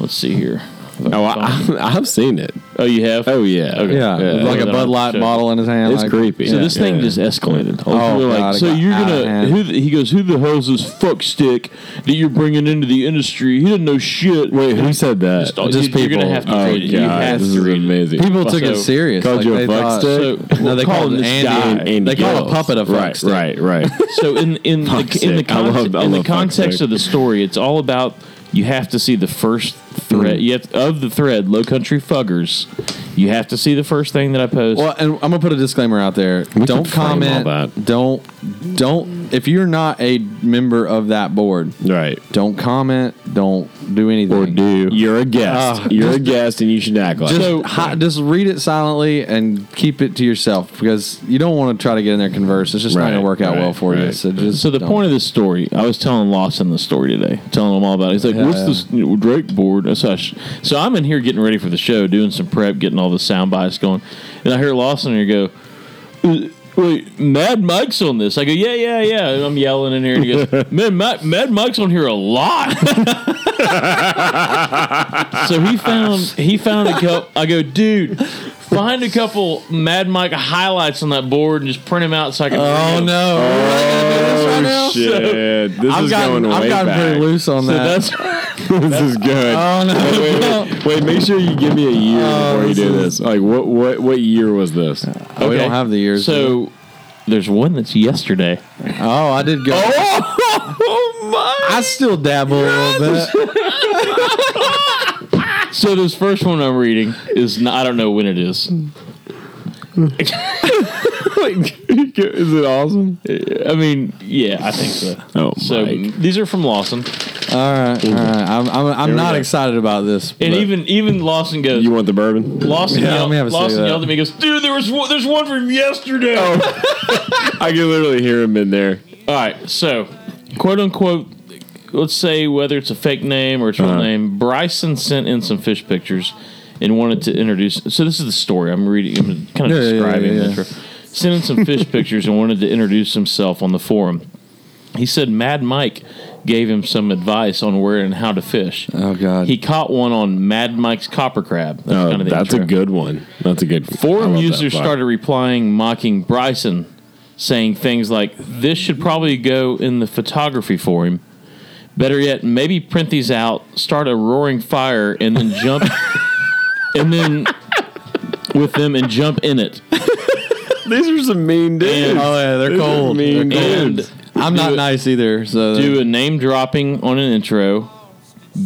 Speaker 7: let's see here.
Speaker 5: Oh, I, I've seen it.
Speaker 7: oh, you have?
Speaker 5: Oh yeah,
Speaker 7: Okay.
Speaker 8: yeah,
Speaker 5: Yeah.
Speaker 8: like a
Speaker 7: Yeah.
Speaker 8: Bud Light
Speaker 7: Sure.
Speaker 8: bottle in his hand.
Speaker 5: It's
Speaker 8: like-
Speaker 5: creepy.
Speaker 7: So
Speaker 5: Yeah.
Speaker 7: this thing
Speaker 5: Yeah.
Speaker 7: just escalated.
Speaker 8: Oh,
Speaker 7: We're like,
Speaker 8: God, it
Speaker 7: so
Speaker 8: got
Speaker 7: you're
Speaker 8: out of
Speaker 7: gonna?
Speaker 8: hand.
Speaker 7: Who, the- he goes, who the hell's this fuck stick that you're bringing into the industry? He didn't know shit.
Speaker 5: Wait, who said that?
Speaker 7: Just- just
Speaker 5: people.
Speaker 7: you're gonna have to
Speaker 5: oh,
Speaker 7: read it. You
Speaker 5: God,
Speaker 7: have
Speaker 5: this
Speaker 7: to
Speaker 5: is
Speaker 7: read it.
Speaker 5: amazing.
Speaker 8: People took it
Speaker 7: So-
Speaker 8: serious.
Speaker 5: Called
Speaker 8: like
Speaker 5: you a
Speaker 8: they
Speaker 5: fuck
Speaker 8: thought-
Speaker 5: stick?
Speaker 7: So
Speaker 8: no, they
Speaker 7: we're
Speaker 8: called
Speaker 7: calling this
Speaker 8: Andy.
Speaker 7: guy
Speaker 5: Andy
Speaker 8: they call a
Speaker 5: Gill.
Speaker 8: puppet a fuck
Speaker 5: right,
Speaker 8: stick.
Speaker 5: Right, right,
Speaker 7: so in in the,
Speaker 5: Fuck's
Speaker 7: in the,
Speaker 5: sake. I
Speaker 7: context,
Speaker 5: love- I
Speaker 7: in the
Speaker 5: love fuck's
Speaker 7: context
Speaker 5: sake.
Speaker 7: of the story, it's all about you have to see the first
Speaker 5: Hmm.
Speaker 7: thread. You have of the thread, Low Country Fuggers. You have to see the first thing that I post.
Speaker 8: Well, and I'm gonna put a disclaimer out there.
Speaker 5: We
Speaker 8: don't
Speaker 5: could frame all
Speaker 8: comment.
Speaker 5: that.
Speaker 8: Don't don't. If you're not a member of that board,
Speaker 5: right.
Speaker 8: don't comment. Don't do anything.
Speaker 5: Or do you're a guest?
Speaker 8: Ah.
Speaker 5: you're a guest, and you should act like.
Speaker 8: Just,
Speaker 5: it.
Speaker 8: hi- just read it silently and keep it to yourself because you don't want to try to get in there and converse. It's just not
Speaker 5: Right,
Speaker 8: going to work out
Speaker 5: right,
Speaker 8: well for you.
Speaker 5: right.
Speaker 8: So just
Speaker 7: so the
Speaker 8: don't.
Speaker 7: point of this story, I was telling Lawson the story today, telling him all about it. He's like,
Speaker 8: Yeah,
Speaker 7: "What's
Speaker 8: yeah.
Speaker 7: this you know, Drake board?" So, I sh- so I'm in here getting ready for the show, doing some prep, getting all the sound bites going, and I hear Lawson here go, "Uh, "Wait, Mad Mike's on this?" I go, "Yeah, yeah, yeah." And I'm yelling in here, and he goes, "Man, Mad, Mad Mike's on here a lot." so he found he found a couple. I go, dude. Find a couple Mad Mike highlights on that board and just print them out so I can.
Speaker 8: Oh no!
Speaker 5: Oh shit! This
Speaker 8: I've
Speaker 5: is
Speaker 8: gotten,
Speaker 5: going
Speaker 8: I've
Speaker 5: way
Speaker 8: gotten
Speaker 5: back.
Speaker 8: pretty loose on
Speaker 7: So
Speaker 8: that.
Speaker 7: that's
Speaker 5: this is good.
Speaker 8: Oh no!
Speaker 5: Wait, wait, wait, wait, make sure you give me a year before you do this. Like, what, what, what year was this?
Speaker 8: Oh, We don't have the years.
Speaker 7: So there's one that's yesterday.
Speaker 8: oh, I did go.
Speaker 5: Oh my!
Speaker 8: I still dabble a little bit.
Speaker 7: So this first one I'm reading is not, I don't know when it is.
Speaker 5: is it awesome?
Speaker 7: I mean, yeah, I think so.
Speaker 5: Oh,
Speaker 7: so these are from Lawson.
Speaker 8: All right, all right. I'm, I'm, I'm not excited about this.
Speaker 7: And
Speaker 8: but-
Speaker 7: even even Lawson goes.
Speaker 5: You want the bourbon?
Speaker 7: Lawson,
Speaker 8: Yeah, let
Speaker 7: yelled,
Speaker 8: me have a sip of
Speaker 7: Lawson
Speaker 8: that. Oh,
Speaker 7: yelled at me. He goes, dude, there was one, there's one from yesterday.
Speaker 5: I can literally hear him in there.
Speaker 7: All right, so quote unquote, let's say whether it's a fake name or its real
Speaker 5: Uh-huh.
Speaker 7: name, Bryson sent in some fish pictures and wanted to introduce. So this is the story I'm reading. I'm kind of
Speaker 8: Yeah, yeah, yeah,
Speaker 7: describing
Speaker 8: yeah,
Speaker 7: the
Speaker 8: yeah.
Speaker 7: intro. Sent in some fish pictures and wanted to introduce himself on the forum. He said Mad Mike gave him some advice on where and how to fish.
Speaker 8: Oh God.
Speaker 7: He caught one on Mad Mike's Copper Crab. That's,
Speaker 5: Oh,
Speaker 7: kind of the
Speaker 5: that's a
Speaker 7: intro.
Speaker 5: good one. That's a good I
Speaker 7: Forum
Speaker 5: love that
Speaker 7: users
Speaker 5: vibe.
Speaker 7: started replying, mocking Bryson, saying things like, This should probably go in the photography for him. Better yet, maybe print these out, start a roaring fire, and then jump and then with them and jump in it.
Speaker 5: These are some mean dudes.
Speaker 8: oh yeah, they're
Speaker 5: These are
Speaker 8: cold.
Speaker 5: mean
Speaker 8: They're cold.
Speaker 7: dudes.
Speaker 8: I'm not
Speaker 7: Do it.
Speaker 8: nice either. So
Speaker 7: Do a name dropping on an intro.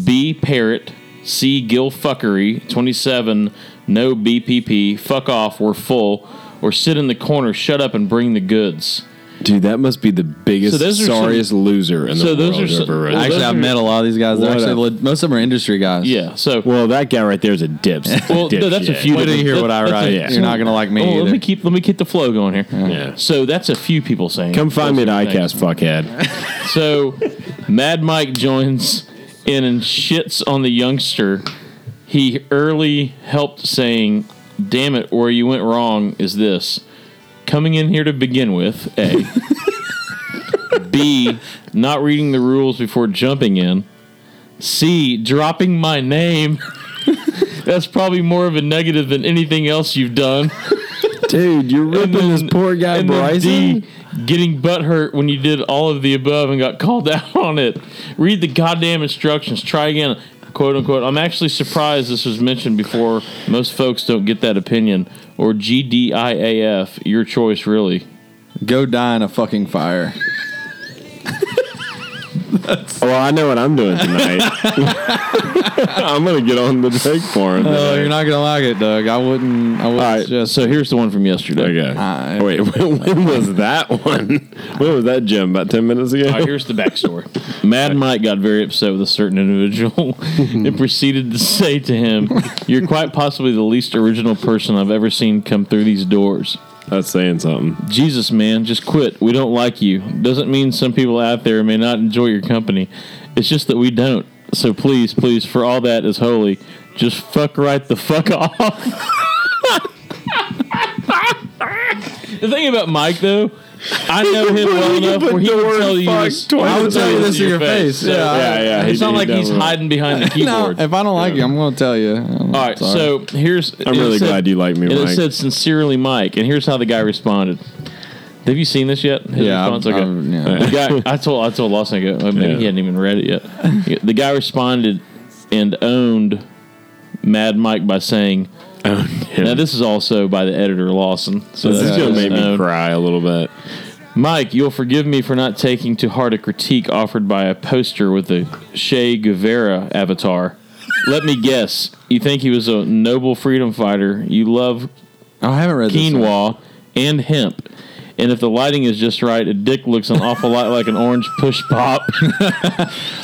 Speaker 7: B parrot. C gill fuckery. Twenty seven. No BPP. Fuck off. We're full. Or sit in the corner. Shut up and bring the goods.
Speaker 5: Dude, that must be the biggest,
Speaker 7: So those are some-
Speaker 5: sorriest loser in the
Speaker 7: So those
Speaker 5: world.
Speaker 7: are some-
Speaker 5: ever written.
Speaker 7: well,
Speaker 8: actually,
Speaker 7: those
Speaker 8: I've
Speaker 7: are-
Speaker 8: met a lot of these guys. They're
Speaker 5: What
Speaker 8: actually
Speaker 5: up?
Speaker 8: le- most of them are industry guys.
Speaker 7: Yeah. So
Speaker 5: well, that guy right there is a dips.
Speaker 7: well, th- that's a few.
Speaker 8: Wait till you
Speaker 7: different-
Speaker 8: hear what I
Speaker 7: that's a-
Speaker 8: write.
Speaker 5: yeah.
Speaker 8: You're not gonna like me
Speaker 7: Oh, let me
Speaker 8: either.
Speaker 7: keep let me keep the flow going here.
Speaker 5: Yeah.
Speaker 7: So that's a few people saying.
Speaker 5: Come find me at
Speaker 7: those things.
Speaker 5: ICAST, fuckhead.
Speaker 7: So Mad Mike joins in and shits on the youngster. He early helped saying, Damn it, where you went wrong is this. Coming in here to begin with, A. B. Not reading the rules before jumping in. C. Dropping my name. That's probably more of a negative than anything else you've done.
Speaker 5: Dude, you're ripping
Speaker 7: then-
Speaker 5: this poor guy,
Speaker 7: And then
Speaker 5: Bryson.
Speaker 7: D, getting butt hurt when you did all of the above and got called out on it. Read the goddamn instructions. Try again. Quote unquote. I'm actually surprised this was mentioned before. Most folks don't get that opinion. Or GDIAF. Your choice, really.
Speaker 8: Go die in a fucking fire.
Speaker 5: Well, I know what I'm doing tonight. I'm gonna get on the take for him.
Speaker 8: Oh, you're not gonna like it, Doug. I wouldn't. I wouldn't
Speaker 5: All right.
Speaker 8: suggest.
Speaker 7: So here's the one from yesterday.
Speaker 5: Okay.
Speaker 8: I-
Speaker 5: Wait, when, when was that one? When was that, Jim? About 10 minutes ago?
Speaker 7: All right, here's the backstory. Mad Mike got very upset with a certain individual and proceeded to say to him, You're quite possibly the least original person I've ever seen come through these doors.
Speaker 5: That's saying something.
Speaker 7: Jesus, man, just quit. We don't like you. Doesn't mean some people out there may not enjoy your company. It's just that we don't. So please, please, for all that is holy, just fuck right the fuck off. the thing about Mike, though, I know him well
Speaker 5: You
Speaker 7: enough
Speaker 5: put
Speaker 7: where he
Speaker 5: the
Speaker 7: would
Speaker 5: word
Speaker 7: tell you
Speaker 5: fuck
Speaker 7: this.
Speaker 5: twice
Speaker 7: I would
Speaker 5: as
Speaker 7: tell you
Speaker 5: fast
Speaker 7: this
Speaker 5: as
Speaker 7: in your face.
Speaker 5: Yeah,
Speaker 7: So
Speaker 5: yeah. yeah
Speaker 7: It's
Speaker 5: he-
Speaker 7: not
Speaker 5: he
Speaker 7: like he's
Speaker 5: definitely-
Speaker 7: hiding behind the
Speaker 8: no,
Speaker 7: keyboard.
Speaker 8: if I don't like you, I'm gonna tell you. I'm
Speaker 7: All right,
Speaker 8: sorry.
Speaker 7: so here's.
Speaker 5: I'm really glad you like me,
Speaker 7: and
Speaker 5: Mike.
Speaker 7: It said sincerely, Mike, and here's how the guy responded. Have you seen this yet? His
Speaker 8: yeah,
Speaker 7: response?
Speaker 8: I'm,
Speaker 7: Okay.
Speaker 8: I'm- yeah.
Speaker 7: The guy, I told I told Lawson I go, oh, maybe
Speaker 5: Yeah.
Speaker 7: he hadn't even read it yet. The guy responded and owned Mad Mike by saying, "Now this is also by the editor Lawson." So
Speaker 5: This is
Speaker 7: that's
Speaker 8: uh,
Speaker 5: gonna make me
Speaker 7: owned.
Speaker 5: cry a little bit.
Speaker 7: Mike, you'll forgive me for not taking to heart a critique offered by a poster with a Che Guevara avatar. Let me guess. You think he was a noble freedom fighter. You love
Speaker 8: Oh, I haven't read this one.
Speaker 7: quinoa and hemp. And if the lighting is just right, a dick looks an awful lot like an orange push pop.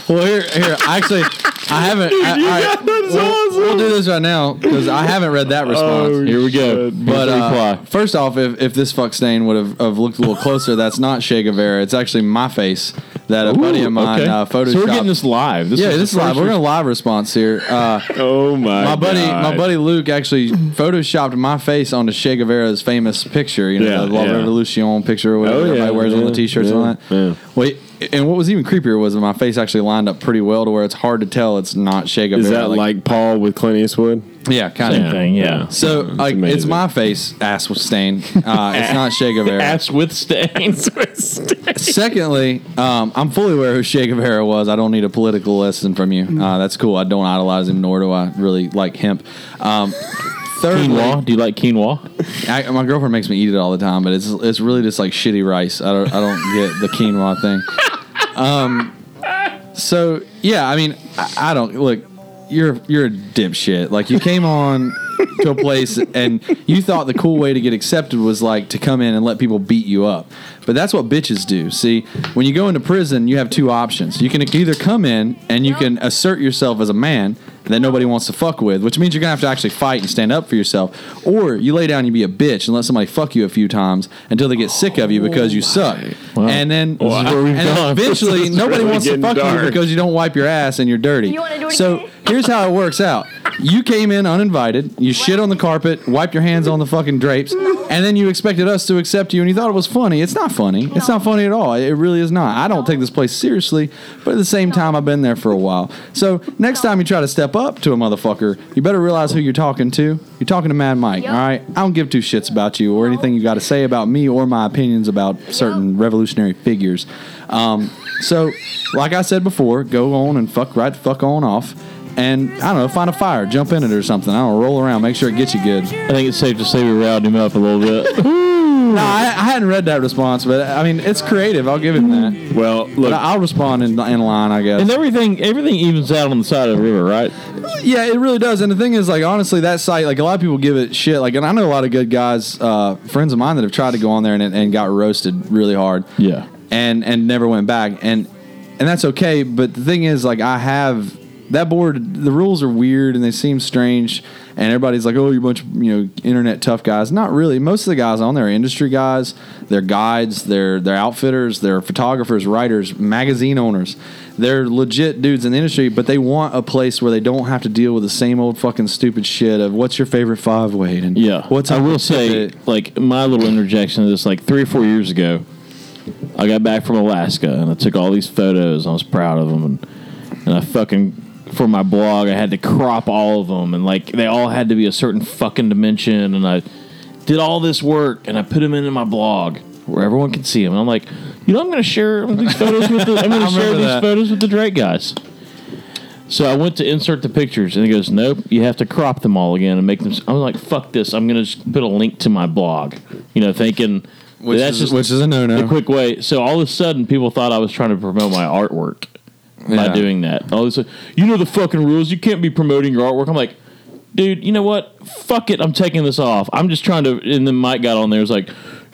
Speaker 8: Well, here, here. Actually, I haven't. I, all right, we'll, we'll do this right now because I haven't read that response.
Speaker 7: Here we go. Here's
Speaker 8: But
Speaker 7: the
Speaker 8: uh,
Speaker 7: reply.
Speaker 8: first off, if, if this fuck stain would have, have looked a little closer, that's not Che Guevara. It's actually my face that a buddy
Speaker 7: Ooh,
Speaker 8: of mine
Speaker 7: okay.
Speaker 8: uh, photoshopped.
Speaker 7: So we're getting this live. This
Speaker 8: yeah,
Speaker 7: is
Speaker 8: this is
Speaker 7: the
Speaker 8: live.
Speaker 7: first
Speaker 8: We're gonna live response here. Uh,
Speaker 5: Oh my!
Speaker 8: my buddy,
Speaker 5: God.
Speaker 8: my buddy Luke actually photoshopped my face onto Che Guevara's famous picture. You know,
Speaker 5: Yeah,
Speaker 8: the La
Speaker 5: yeah.
Speaker 8: Revolution picture, or whatever
Speaker 5: Oh, yeah,
Speaker 8: everybody wears on
Speaker 5: yeah,
Speaker 8: the t-shirts
Speaker 5: yeah,
Speaker 8: and all that.
Speaker 5: yeah.
Speaker 8: Wait, and what was even creepier was that my face actually lined up pretty well to where it's hard to tell it's not Che Guevara.
Speaker 5: Is that like, Paul with Clint Eastwood?
Speaker 8: yeah, kind
Speaker 7: Same
Speaker 8: of.
Speaker 7: thing, yeah.
Speaker 8: So like it's
Speaker 5: amazing.
Speaker 8: my face ass with stain. Uh, it's not Che Guevara.
Speaker 7: Ass with stains.
Speaker 8: Secondly, um, I'm fully aware who Che Guevara was. I don't need a political lesson from you. Uh, that's cool. I don't idolize him, nor do I really like hemp. Um, thirdly,
Speaker 7: quinoa. Do you like quinoa?
Speaker 8: I, my girlfriend makes me eat it all the time, but it's it's really just like shitty rice. I don't I don't get the quinoa thing. Um, so yeah, I mean, I, I don't look. you're you're a dipshit. Like you came on to a place and you thought the cool way to get accepted was like to come in and let people beat you up. But that's what bitches do. See, when you go into prison, you have two options. You can either come in and you can assert yourself as a man that nobody wants to fuck with, which means you're gonna have to actually fight and stand up for yourself, or you lay down and you be a bitch and let somebody fuck you a few times until they get sick of you because you suck. And then,
Speaker 7: This is where we've
Speaker 8: and then
Speaker 7: gone. This
Speaker 8: eventually,
Speaker 7: is
Speaker 8: nobody
Speaker 7: really
Speaker 8: wants to
Speaker 7: getting
Speaker 8: fuck
Speaker 7: dark.
Speaker 8: you because you don't wipe your ass and you're dirty.
Speaker 2: You wanna do it
Speaker 8: so
Speaker 2: again?
Speaker 8: here's how it works out. You came in uninvited, you shit on the carpet, wiped your hands on the fucking drapes, and then you expected us to accept you and you thought it was funny. It's not funny. It's not funny at all. It really is not. I don't take this place seriously, but at the same time I've been there for a while. So next time you try to step up to a motherfucker, you better realize who you're talking to. You're talking to Mad Mike, all right? I don't give two shits about you or anything you got to say about me or my opinions about certain revolutionary figures. Um, so, like I said before, go on and fuck right, the fuck on off, and I don't know, find a fire, jump in it or something. I don't know, roll around, make sure it gets you good. I
Speaker 7: think it's safe to say we riled him up a little bit.
Speaker 8: no, I, I hadn't read that response, but I mean, it's creative. I'll give him that.
Speaker 5: Well, look,
Speaker 8: I'll respond in, in line, I guess.
Speaker 7: And everything everything evens out on the side of the river, right?
Speaker 8: Yeah, it really does. And the thing is, like, honestly, that site, like, a lot of people give it shit. Like, and I know a lot of good guys, uh, friends of mine that have tried to go on there and, and got roasted really hard.
Speaker 7: Yeah.
Speaker 8: And and never went back. And and that's okay. But the thing is, like, I have that board. The rules are weird and they seem strange. And everybody's like, oh, you're a bunch of you know internet tough guys. Not really. Most of the guys on there are industry guys. They're guides. They're they're outfitters. They're photographers, writers, magazine owners they're legit dudes in the industry, but they want a place where they don't have to deal with the same old fucking stupid shit of what's your favorite five weight and
Speaker 7: Yeah.
Speaker 8: what's
Speaker 7: I will say, like my little interjection to this, like three or four years ago, I got back from Alaska and I took all these photos. And I was proud of them, and, and I fucking for my blog, I had to crop all of them, and like they all had to be a certain fucking dimension. And I did all this work, and I put them into my blog where everyone could see them. And I'm like, you know, I'm going to share these photos with the, I'm going
Speaker 8: I
Speaker 7: to share
Speaker 8: remember
Speaker 7: these
Speaker 8: that.
Speaker 7: photos with the Drake guys. So I went to insert the pictures, and he goes, "Nope, you have to crop them all again and make them." s-" I'm like, "Fuck this! I'm gonna just put a link to my blog," you know, thinking
Speaker 8: Which is- which is a no-no.
Speaker 7: The quick way. So all of a sudden, people thought I was trying to promote my artwork
Speaker 8: Yeah.
Speaker 7: by doing that. All of a sudden, you know the fucking rules. You can't be promoting your artwork. I'm like. Dude, you know what? Fuck it. I'm taking this off. I'm just trying to. And then Mike got on there. It's like,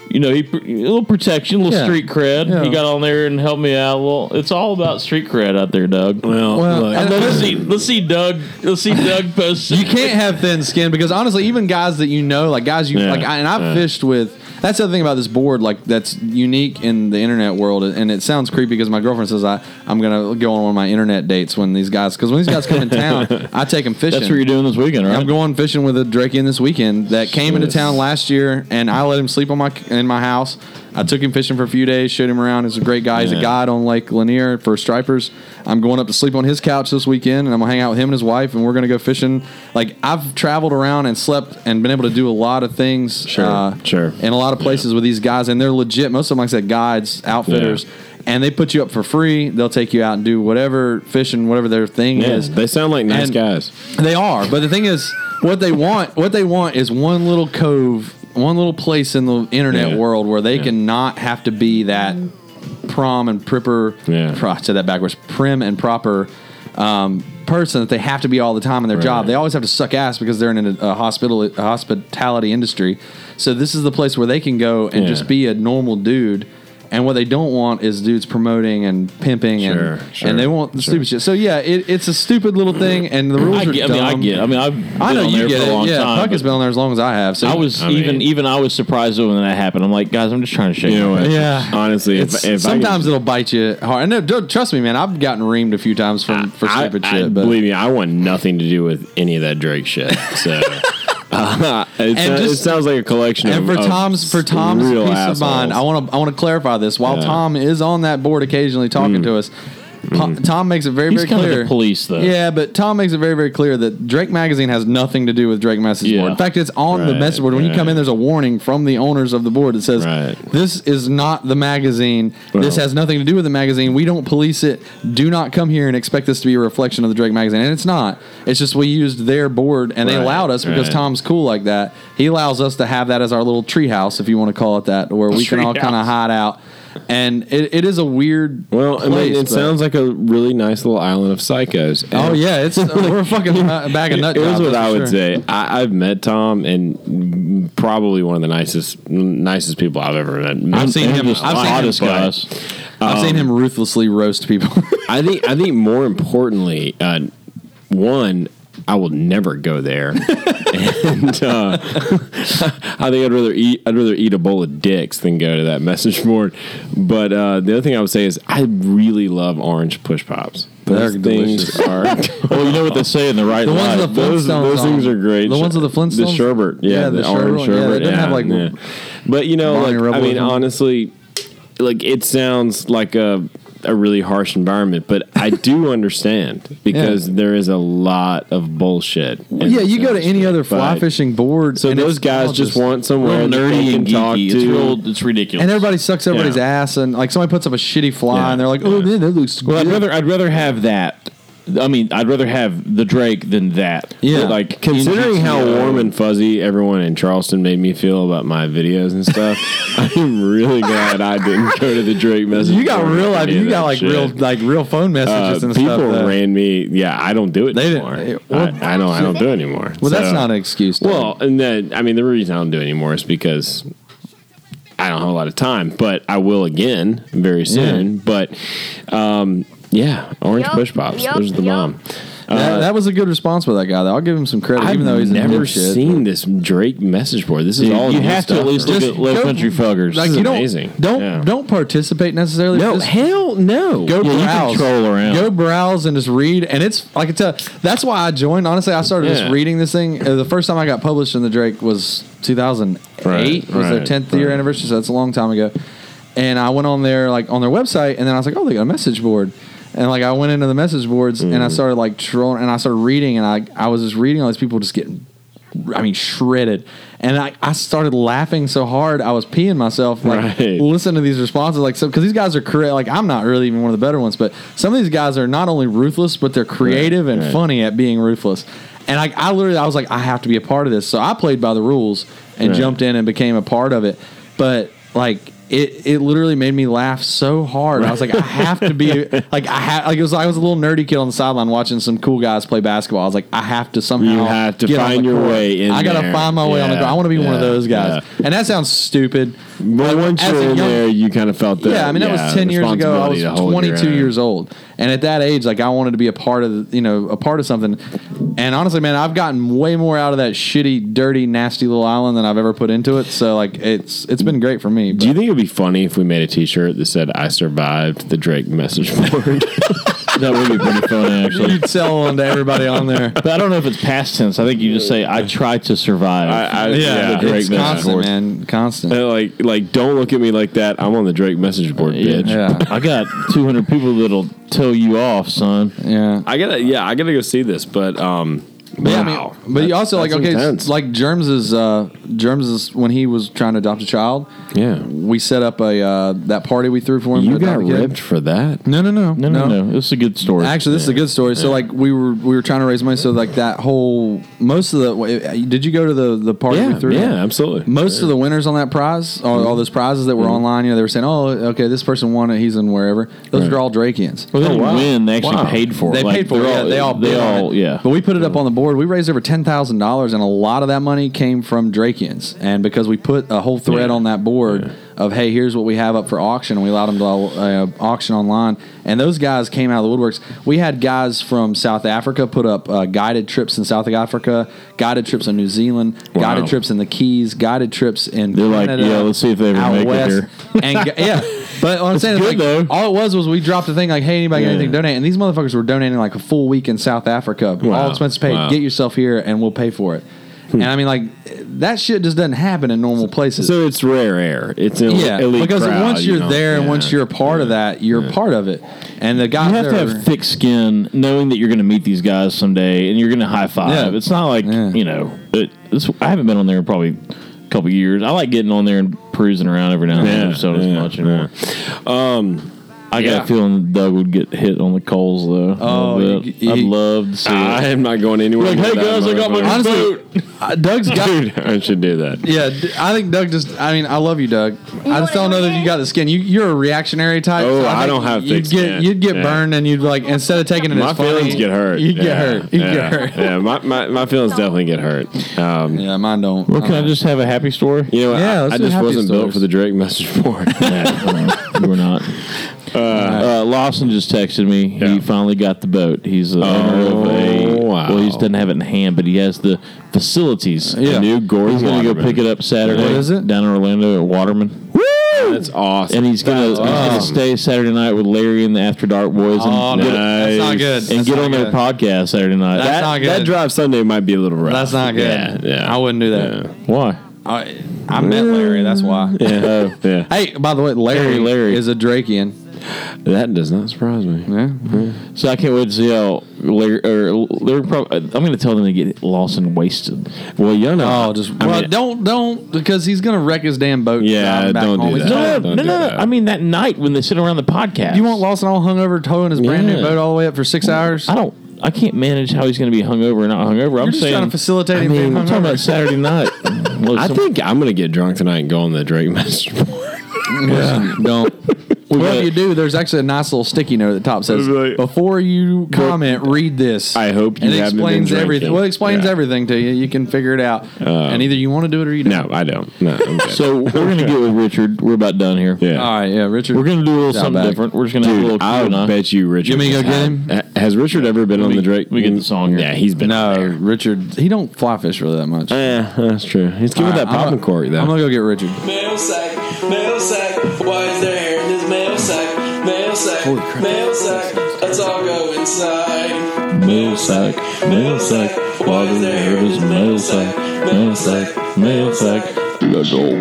Speaker 7: you know, he pr- a little protection, a little
Speaker 8: Yeah.
Speaker 7: street cred.
Speaker 8: Yeah.
Speaker 7: He got on there and helped me out. Well, it's all about street cred out there, Doug.
Speaker 8: Well, look.
Speaker 7: I'd love to see. Let's see Doug. Let's see Doug post.
Speaker 8: you can't have thin skin because honestly, even guys that you know, like guys you
Speaker 7: Yeah,
Speaker 8: like, I, and I've
Speaker 7: yeah.
Speaker 8: fished with. That's the other thing about this board, like that's unique in the internet world, and it sounds creepy because my girlfriend says I I'm gonna go on one of my internet dates when these guys because when these guys come in town, I take them fishing.
Speaker 7: That's what you're doing this weekend, right?
Speaker 8: I'm going fishing with a Drakean this weekend that came into
Speaker 7: Yes.
Speaker 8: town last year, and I let him sleep on my in my house. I took him fishing for a few days, showed him around. He's a great guy. He's a
Speaker 7: Yeah.
Speaker 8: guide on Lake Lanier for stripers. I'm going up to sleep on his couch this weekend, and I'm gonna hang out with him and his wife, and we're gonna go fishing. Like I've traveled around and slept and been able to do a lot of things. Sure, sure. In a lot of places with these guys, and they're legit. Most of them, like I said, guides, outfitters. And they put you up for free. They'll take you out and do whatever fishing, whatever their thing
Speaker 5: Yeah,
Speaker 8: is.
Speaker 5: they sound like nice
Speaker 8: And-
Speaker 5: guys.
Speaker 8: they are, but the thing is, what they want, what they want is one little cove, one little place in the internet
Speaker 5: Yeah.
Speaker 8: world where they
Speaker 5: Yeah.
Speaker 8: can not have to be that prom and pripper. pro- I said that backwards. Prim and proper um, person that they have to be all the time in their job. They always have to suck ass because they're in a, a hospital a hospitality industry. So this is the place where they can go and
Speaker 5: Yeah.
Speaker 8: just be a normal dude. And what they don't want is dudes promoting and pimping,
Speaker 7: Sure,
Speaker 8: and,
Speaker 7: sure,
Speaker 8: and they want the
Speaker 7: sure.
Speaker 8: stupid shit. So yeah, it, it's a stupid little thing, and the rules
Speaker 7: I
Speaker 8: are
Speaker 7: get, I
Speaker 8: dumb.
Speaker 7: mean, I get. I mean, I've.
Speaker 8: I
Speaker 7: been
Speaker 8: know
Speaker 7: on
Speaker 8: you
Speaker 7: there
Speaker 8: get
Speaker 7: for a
Speaker 8: it.
Speaker 7: long
Speaker 8: yeah,
Speaker 7: time,
Speaker 8: Puck has
Speaker 7: but
Speaker 8: been on there as long as I have. So
Speaker 7: I was even even I was surprised when that happened. I'm like, guys, I'm just trying to shake.
Speaker 8: You know
Speaker 7: my
Speaker 8: what?
Speaker 7: hand."
Speaker 8: Yeah.
Speaker 5: Honestly, if,
Speaker 8: It's-
Speaker 5: if I could-
Speaker 8: sometimes it'll bite you hard. And no, don't- trust me, man. I've gotten reamed a few times from for
Speaker 5: I-
Speaker 8: stupid
Speaker 5: I-
Speaker 8: shit. But
Speaker 5: believe me, I want nothing to do with any of that Drake shit. So uh, it,
Speaker 8: And
Speaker 5: so- it
Speaker 8: just-
Speaker 5: sounds like a collection.
Speaker 8: and
Speaker 5: of,
Speaker 8: for
Speaker 5: of
Speaker 8: Tom's for
Speaker 5: s-
Speaker 8: Tom's peace
Speaker 5: real
Speaker 8: of
Speaker 5: assholes.
Speaker 8: mind, I want to I want to clarify this. While
Speaker 5: Yeah.
Speaker 8: Tom is on that board occasionally talking to us, Pa- Tom makes it very
Speaker 7: Mm. He's
Speaker 8: very
Speaker 7: kind of the
Speaker 8: clear.
Speaker 7: police, though.
Speaker 8: Yeah, but Tom makes it very very clear that Drake magazine has nothing to do with Drake message board.
Speaker 7: Yeah.
Speaker 8: In fact, it's on the
Speaker 7: Right,
Speaker 8: message board. When you come
Speaker 7: right.
Speaker 8: in, there's a warning from the owners of the board that says this is not the magazine. this
Speaker 7: Well-
Speaker 8: has nothing to do with the magazine. We don't police it. Do not come here and expect this to be a reflection of the Drake magazine. And it's not. It's just we used their board and they
Speaker 5: Right,
Speaker 8: allowed us because
Speaker 5: right.
Speaker 8: Tom. Tom's cool like that. He allows us to have that as our little treehouse, if you want to call it that, where we can all
Speaker 5: Treehouse.
Speaker 8: kind of hide out. and it, it is a weird.
Speaker 5: Well, I mean,
Speaker 8: place,
Speaker 5: it
Speaker 8: but-
Speaker 5: sounds like a really nice little island of psychos.
Speaker 8: Oh yeah, it's we're a fucking a bag of nut
Speaker 5: Here's
Speaker 8: jobs,
Speaker 5: what
Speaker 8: that's
Speaker 5: I
Speaker 8: for
Speaker 5: would
Speaker 8: sure.
Speaker 5: say. I, I've met Tom, and probably one of the nicest nicest people I've ever met.
Speaker 8: I've seen him- I've seen him- I've seen
Speaker 5: Um,
Speaker 8: him ruthlessly roast people.
Speaker 5: I think. I think more importantly, uh, one, I will never go there, and uh, I think I'd rather eat. I'd rather eat a bowl of dicks than go to that message board. But uh, the other thing I would say is I really love orange push pops. Those
Speaker 7: They're
Speaker 5: things
Speaker 7: delicious.
Speaker 5: are.
Speaker 7: well, you know what they say in the right
Speaker 5: The ones
Speaker 7: light.
Speaker 5: with the Those- Flintstones those things on. are great.
Speaker 8: The ones with the Flintstones,
Speaker 5: The sherbet, yeah, the, orange
Speaker 8: Yeah, they
Speaker 5: sherbet.
Speaker 8: didn't
Speaker 5: yeah,
Speaker 8: have like
Speaker 5: yeah. But you know,
Speaker 8: Barney
Speaker 5: like
Speaker 8: Rubble
Speaker 5: I
Speaker 8: or
Speaker 5: mean,
Speaker 8: something.
Speaker 5: honestly, like it sounds like a a really harsh environment, but I do understand because there is a lot of bullshit. in
Speaker 8: yeah,
Speaker 5: this
Speaker 8: you go to any other fly
Speaker 5: Right.
Speaker 8: fishing board.
Speaker 5: So
Speaker 8: and
Speaker 5: those
Speaker 8: it's
Speaker 5: guys
Speaker 8: all
Speaker 5: just want somewhere
Speaker 7: real
Speaker 5: that they
Speaker 7: nerdy
Speaker 5: can
Speaker 7: and
Speaker 5: talk
Speaker 7: geeky.
Speaker 5: to.
Speaker 7: It's real. It's ridiculous.
Speaker 8: And everybody sucks everybody's
Speaker 7: Yeah.
Speaker 8: ass, and like somebody puts up a shitty fly, and they're like, "Oh man, that looks
Speaker 7: Well, I'd
Speaker 8: good."
Speaker 7: rather I'd rather have that. I mean, I'd rather have the Drake than that.
Speaker 5: Yeah,
Speaker 7: But,
Speaker 5: like considering
Speaker 7: in
Speaker 5: how
Speaker 8: uh,
Speaker 7: GTO,
Speaker 5: warm and fuzzy everyone in Charleston made me feel about my videos and stuff, I'm really glad I didn't go to the Drake message.
Speaker 8: You got
Speaker 5: board
Speaker 8: real
Speaker 5: or
Speaker 8: life.
Speaker 5: any of
Speaker 8: You got
Speaker 5: that
Speaker 8: like
Speaker 5: shit.
Speaker 8: real like real phone messages
Speaker 5: Uh,
Speaker 8: and
Speaker 5: people
Speaker 8: stuff. that-
Speaker 5: ran me. Yeah, I don't do it anymore. I, I don't. I don't do it anymore.
Speaker 8: Well, that's not an excuse. Dave.
Speaker 5: Well, and then I mean, the reason I don't do it anymore is because I don't have a lot of time, but I will again very soon. But um, yeah, orange
Speaker 8: Yup,
Speaker 5: push pops.
Speaker 8: yup,
Speaker 5: Those are the bomb.
Speaker 8: that, that was a good response by that guy. Though. I'll give him some credit,
Speaker 5: uh, I've
Speaker 8: even though he's a
Speaker 5: never
Speaker 8: dipshit.
Speaker 5: seen this Drake message board. This is
Speaker 7: Dude,
Speaker 5: all
Speaker 7: you
Speaker 5: new
Speaker 7: have to at
Speaker 5: stuff.
Speaker 7: least look
Speaker 5: Just
Speaker 7: at Low
Speaker 5: go-
Speaker 7: Country Fuggers.
Speaker 5: Like,
Speaker 7: This is
Speaker 5: you don't-
Speaker 7: amazing.
Speaker 8: Don't don't participate necessarily.
Speaker 5: No, hell no.
Speaker 8: Go
Speaker 5: Yeah, you can
Speaker 8: browse,
Speaker 5: troll around.
Speaker 8: Go browse and just read. And it's like I tell. That's why I joined. Honestly, I started
Speaker 5: Yeah.
Speaker 8: just reading this thing. Uh, the first time I got published in the Drake was 2008.
Speaker 5: Right,
Speaker 8: was their
Speaker 5: right,
Speaker 8: 10th year anniversary, so that's a long time ago. And I went on their like on their website, and then I was like, oh, they got a message board. And like I went into the message boards, and I
Speaker 5: Mm.
Speaker 8: started like trolling, and I started reading, and I I was just reading all these people just getting I mean, shredded. And I, I started laughing so hard I was peeing myself. Like, listen to these responses, like, so because these guys are correct. Like, I'm not really even one of the better ones, but some of these guys are not only ruthless, but they're creative and
Speaker 5: right.
Speaker 8: funny at being ruthless. And I, I literally, I was like, I have to be a part of this. So I played by the rules and
Speaker 5: Right.
Speaker 8: jumped in and became a part of it. But like. It, it literally made me laugh so hard. I was like, I have to be like I ha- like it was I was a little nerdy kid on the sideline watching some cool guys play basketball. I was like, I have to somehow
Speaker 5: You have to
Speaker 8: get on
Speaker 5: find
Speaker 8: the
Speaker 5: your
Speaker 8: court.
Speaker 5: way in
Speaker 8: I gotta
Speaker 5: there.
Speaker 8: find my way on the
Speaker 5: Yeah,
Speaker 8: court. I want to be one
Speaker 5: yeah,
Speaker 8: of those guys. And that sounds stupid.
Speaker 5: But once
Speaker 8: as
Speaker 5: you're
Speaker 8: a
Speaker 5: in
Speaker 8: young-
Speaker 5: there, you kind of felt that.
Speaker 8: yeah, I mean that was ten years ago.
Speaker 5: responsibility
Speaker 8: I was
Speaker 5: to hold your
Speaker 8: twenty two
Speaker 5: own.
Speaker 8: years old, and at that age, like I wanted to be a part of the, you know a part of something. And honestly, man, I've gotten way more out of that shitty, dirty, nasty little island than I've ever put into it. So like it's it's been great for me.
Speaker 5: Do you think it'd be funny if we made a T-shirt that said "I survived the Drake message board"? that would be pretty funny, actually.
Speaker 8: You'd sell one to everybody on there.
Speaker 7: But I don't know if it's past tense. I think you just say, "I try to survive."
Speaker 5: I, I, yeah, the Drake
Speaker 8: it's
Speaker 5: message
Speaker 8: constant,
Speaker 5: board.
Speaker 8: man, constant.
Speaker 5: And like, like, don't look at me like that. I'm on the Drake message board, bitch.
Speaker 7: Yeah. I got 200 people that'll tow you off, son.
Speaker 8: Yeah.
Speaker 5: I gotta, yeah, I gotta go see this, but um,
Speaker 8: But yeah, I
Speaker 5: wow.
Speaker 8: mean, but you also like
Speaker 5: that's
Speaker 8: okay,
Speaker 5: intense.
Speaker 8: like Germs is uh, Germs is when he was trying to adopt a child.
Speaker 5: Yeah,
Speaker 8: we set up a uh, that party we threw for him.
Speaker 5: you
Speaker 8: for
Speaker 5: got
Speaker 8: Adopt a Kid.
Speaker 5: ripped for that.
Speaker 8: No, no, no,
Speaker 7: no, no, no. This is a good story.
Speaker 8: Actually, this is a good story. So
Speaker 7: Yeah.
Speaker 8: like we were we were trying to raise money. So like that whole most of the eh, did you go to the the party
Speaker 5: Yeah,
Speaker 8: we threw?
Speaker 5: yeah, absolutely. Mm-hmm.
Speaker 8: Most of the winners on that prize, all, all those prizes that were online, you know, they were saying, "Oh, okay, this person won it. He's in wherever." Those
Speaker 7: Right.
Speaker 8: are all Drakeans.
Speaker 5: Oh,
Speaker 7: Well, they didn't win. They actually paid for it.
Speaker 8: Oh, They
Speaker 7: Like,
Speaker 8: paid for it.
Speaker 7: they're
Speaker 8: yeah,
Speaker 7: all-
Speaker 8: they all.
Speaker 7: they
Speaker 8: bid on
Speaker 7: all-
Speaker 8: it.
Speaker 7: yeah.
Speaker 8: But we put it up on the board. We raised over ten thousand dollars, and a lot of that money came from Drakeans. And because we put a whole thread on that board of, "Hey, here's what we have up for auction," and we allowed them to uh, auction online. And those guys came out of the woodworks. We had guys from South Africa put up uh, guided trips in South Africa, guided trips in New Zealand,
Speaker 7: Wow.
Speaker 8: guided trips in the Keys, guided trips in.
Speaker 7: They're like,
Speaker 8: Canada,
Speaker 7: "Yeah, let's see if they ever
Speaker 8: out
Speaker 7: make it
Speaker 8: west."
Speaker 7: here.
Speaker 8: And g- yeah, but what I'm saying is, like, all it was was we dropped the thing like, hey, anybody got
Speaker 7: Yeah.
Speaker 8: anything to donate? And these motherfuckers were donating like a full week in South Africa,
Speaker 7: Wow.
Speaker 8: all expenses paid.
Speaker 7: Wow.
Speaker 8: Get yourself here, and we'll pay for it. And I mean, like that shit just doesn't happen in normal places.
Speaker 5: Hmm. So it's rare air. It's an
Speaker 8: yeah,
Speaker 5: elite
Speaker 8: because
Speaker 5: crowd,
Speaker 8: once
Speaker 5: you
Speaker 8: you're
Speaker 5: know?
Speaker 8: there and
Speaker 5: Yeah.
Speaker 8: once you're a part of that, you're a part of it. And the guy
Speaker 7: You have to have thick skin, knowing that you're going to meet these guys someday, and you're going to high five.
Speaker 8: Yeah.
Speaker 7: It's not like you know. It, it's, I haven't been on there in probably a couple years. I like getting on there and perusing around every now and then.
Speaker 5: Yeah,
Speaker 7: I just don't as
Speaker 5: yeah,
Speaker 7: much anymore.
Speaker 5: Um,
Speaker 7: I
Speaker 5: Yeah.
Speaker 7: got a feeling Doug would get hit on the coals though. a
Speaker 5: Oh,
Speaker 7: little bit.
Speaker 5: he-
Speaker 7: I'd
Speaker 5: he-
Speaker 7: love to see.
Speaker 5: I
Speaker 7: it.
Speaker 5: am not going anywhere.
Speaker 7: Like,
Speaker 5: with
Speaker 7: hey
Speaker 5: that
Speaker 7: guys, I got my
Speaker 5: motherfucker.
Speaker 7: Honestly,
Speaker 8: Dude, uh, Doug's got.
Speaker 5: Dude, I should do that.
Speaker 8: Yeah, d- I think Doug just. I mean, I love you, Doug. I just don't know that you got the skin. You, you're a reactionary type.
Speaker 5: Oh, I
Speaker 8: think
Speaker 5: don't have thick
Speaker 8: You'd get
Speaker 5: skin.
Speaker 8: you'd get
Speaker 5: Yeah.
Speaker 8: burned, and you'd be like instead of taking it
Speaker 5: my
Speaker 8: as funny,
Speaker 5: feelings get hurt.
Speaker 8: You'd
Speaker 5: yeah,
Speaker 8: get hurt. You'd
Speaker 5: yeah,
Speaker 8: get hurt.
Speaker 5: Yeah, my, my, my feelings definitely get hurt. Um,
Speaker 8: yeah, mine don't. Uh,
Speaker 7: Well, can I just have a happy story?
Speaker 5: You know,
Speaker 7: Yeah,
Speaker 5: yeah,
Speaker 7: let's
Speaker 5: I, I
Speaker 7: do
Speaker 5: just
Speaker 7: happy
Speaker 5: wasn't built
Speaker 7: stories.
Speaker 5: for the Drake message board.
Speaker 7: We're not. Uh, uh, Lawson just texted me. He finally got the boat. He's the owner of a. Well, he just doesn't have it in hand, but he has the facilities.
Speaker 5: Yeah.
Speaker 7: The new Gordon. He's gonna go
Speaker 5: Waterman.
Speaker 7: pick it up Saturday.
Speaker 5: What
Speaker 7: is it? Down in Orlando at Waterman. Woo!
Speaker 5: That's awesome.
Speaker 7: And he's gonna, he's gonna stay Saturday night with Larry and the After Dark Boys. And
Speaker 5: Oh,
Speaker 7: get-
Speaker 5: that's not good.
Speaker 7: And
Speaker 5: That's
Speaker 7: get
Speaker 5: not
Speaker 7: on their
Speaker 5: good.
Speaker 7: podcast Saturday night.
Speaker 5: That's That- not good. that drive Sunday might be a little rough.
Speaker 8: That's not good.
Speaker 5: Yeah, yeah.
Speaker 8: I wouldn't do that.
Speaker 7: Why? Oh,
Speaker 8: I I met Larry. That's why.
Speaker 5: Yeah. yeah.
Speaker 8: Hey, by the way, Larry, Larry is a Drakean.
Speaker 5: That does not surprise me.
Speaker 8: Yeah.
Speaker 7: So I can't wait to see how Larry. Or they're probably. I'm going to tell them to get Lawson wasted. Well, you know.
Speaker 8: Oh, just
Speaker 7: I
Speaker 8: well,
Speaker 7: mean-
Speaker 8: don't don't because he's gonna wreck his damn boat. driving back home.
Speaker 7: No,
Speaker 8: He's not-
Speaker 7: no, no, no, I mean that night when they sit around the podcast.
Speaker 8: You want Lawson all hungover towing his brand new
Speaker 7: Yeah.
Speaker 8: boat all the way up for six hours?
Speaker 7: I don't. I can't manage how he's going to be hungover or not hungover. I'm
Speaker 8: You're just
Speaker 7: saying
Speaker 8: trying to facilitate
Speaker 7: I
Speaker 8: him being
Speaker 7: mean, I'm talking
Speaker 8: hungover.
Speaker 7: about Saturday night. Look,
Speaker 5: I
Speaker 7: some-
Speaker 5: think I'm gonna get drunk tonight and go on the Drake message board.
Speaker 8: Yeah, don't. well, if you do, there's actually a nice little sticky note at the top says, "Before you comment, read this." I
Speaker 5: hope
Speaker 8: and
Speaker 5: you
Speaker 8: it
Speaker 5: haven't been
Speaker 8: explains everything.
Speaker 5: drinking.
Speaker 8: Well, it explains
Speaker 5: Yeah.
Speaker 8: everything to you. You can figure it out, and either you want to do it or you
Speaker 5: No,
Speaker 8: don't.
Speaker 5: I don't. No. I'm good.
Speaker 7: So we're going to get with Richard. We're about done here.
Speaker 5: Yeah.
Speaker 8: All right, yeah, Richard.
Speaker 7: We're going to do a little something
Speaker 5: Outback.
Speaker 7: different. We're just going to have a
Speaker 5: Dude,
Speaker 7: little.
Speaker 5: I
Speaker 7: Q&A.
Speaker 5: bet you Richard.
Speaker 7: You mean go
Speaker 5: has
Speaker 7: get
Speaker 5: had- ha- Has Richard ever been on the Drake?
Speaker 7: we get the song here.
Speaker 5: Yeah, he's been.
Speaker 8: No, Uh, Richard. He don't fly fish really that much.
Speaker 5: Yeah, that's true. He's
Speaker 8: All
Speaker 5: giving
Speaker 8: right,
Speaker 5: that popping
Speaker 8: I'm,
Speaker 5: cork though.
Speaker 8: I'm gonna go get Richard.
Speaker 15: Mail sack, mail sack. Why is there hair in this mail sack? Mail sack,
Speaker 8: Holy crap.
Speaker 15: mail sack. Let's all go inside.
Speaker 7: Mail sack, mail sack, while the air is mail sack, mail sack, mail sack. Let's all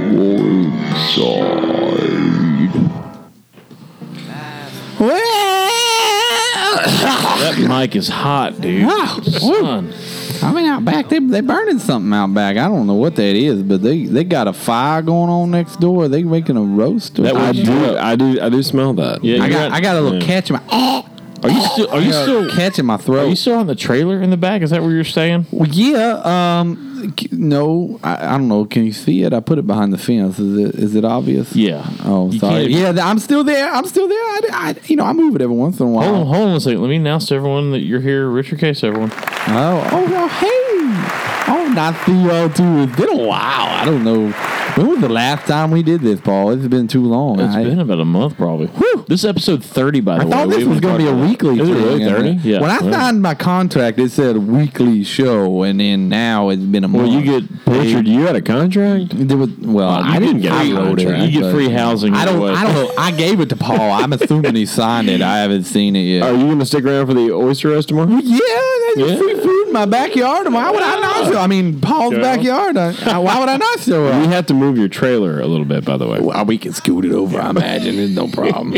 Speaker 7: that mic is hot, dude.
Speaker 8: Ah,
Speaker 7: Son.
Speaker 8: I mean, out back they they burning something out back. I don't know what that is, but they they got a fire going on next door. They making a roast. or
Speaker 5: I
Speaker 8: something.
Speaker 5: do. I do. I do smell that.
Speaker 7: Yeah,
Speaker 8: I
Speaker 7: you're
Speaker 8: got
Speaker 7: right.
Speaker 8: I got a little
Speaker 7: Yeah.
Speaker 8: catch in my.
Speaker 7: Are you still? Are you
Speaker 8: Yeah,
Speaker 7: still
Speaker 8: catching my throat?
Speaker 7: Are you still on the trailer in the back? Is that where you're staying?
Speaker 8: Well, yeah. Um, c- no, I, I don't know. Can you see it? I put it behind the fence. Is it is it obvious?
Speaker 7: Yeah.
Speaker 8: Oh,
Speaker 7: You
Speaker 8: sorry.
Speaker 7: can't-
Speaker 8: Yeah, th- I'm still there. I'm still there. I, I- you know, I move it every once in a
Speaker 7: Hold on,
Speaker 8: while.
Speaker 7: hold on a second. Let me announce to everyone that you're here, Richard Case. Everyone,
Speaker 8: Oh, oh, well, hey. Oh, not too well too. It's been a while. I don't know. When was the last time we did this, Paul? It's been too long.
Speaker 7: it's
Speaker 8: I,
Speaker 7: been about a month probably. This is episode thirty, by the
Speaker 8: I
Speaker 7: way.
Speaker 8: thought
Speaker 7: We
Speaker 8: this was
Speaker 7: haven't
Speaker 8: going to be a
Speaker 7: talked about
Speaker 8: weekly.
Speaker 7: that. Is it
Speaker 8: thing,
Speaker 7: really
Speaker 8: and
Speaker 7: thirty?
Speaker 8: then- When I signed my contract, it said weekly show, and then now it's been a
Speaker 7: Well,
Speaker 8: month.
Speaker 7: you get
Speaker 5: Richard, you had a contract.
Speaker 8: There was, well,
Speaker 7: you
Speaker 8: I
Speaker 7: didn't
Speaker 8: didn't
Speaker 7: get a
Speaker 8: free
Speaker 7: contract.
Speaker 8: order,
Speaker 7: You get
Speaker 8: but-
Speaker 7: free housing
Speaker 8: I don't.
Speaker 7: either way.
Speaker 8: I don't know. I gave it to Paul. I'm assuming he signed it. I haven't seen it yet.
Speaker 5: Are you going to stick around for the oyster roast tomorrow?
Speaker 8: yeah, there's free food in my backyard. Why would I not? Show? I mean, Paul's
Speaker 5: Yeah.
Speaker 8: backyard. I, I- why would I not show
Speaker 5: We
Speaker 8: up?
Speaker 5: have to move your trailer a little bit, by the way.
Speaker 8: Well, we can scoot it over. I imagine it's no problem.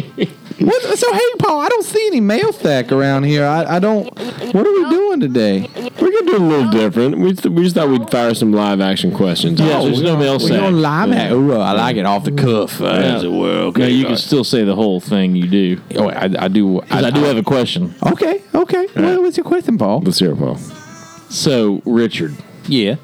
Speaker 8: What, so hey, Paul, I don't see any mail sack around here. I, I don't. What are we doing today?
Speaker 5: We're gonna do a little different. We, th- we just thought we'd fire some live action questions. Oh,
Speaker 7: Yeah, there's no mail
Speaker 8: we
Speaker 7: sack.
Speaker 8: don't lie
Speaker 7: Yeah.
Speaker 8: at. Ooh, I like it off the cuff. Uh, As it were. Okay,
Speaker 7: no, you
Speaker 8: all
Speaker 7: can
Speaker 8: right.
Speaker 7: still say the whole thing. You do.
Speaker 8: Oh, I, I do.
Speaker 7: 'Cause I, do have a question.
Speaker 8: Okay, okay. What, what's your question, Paul?
Speaker 5: Let's hear it, Paul.
Speaker 7: So, Richard,
Speaker 8: Yeah.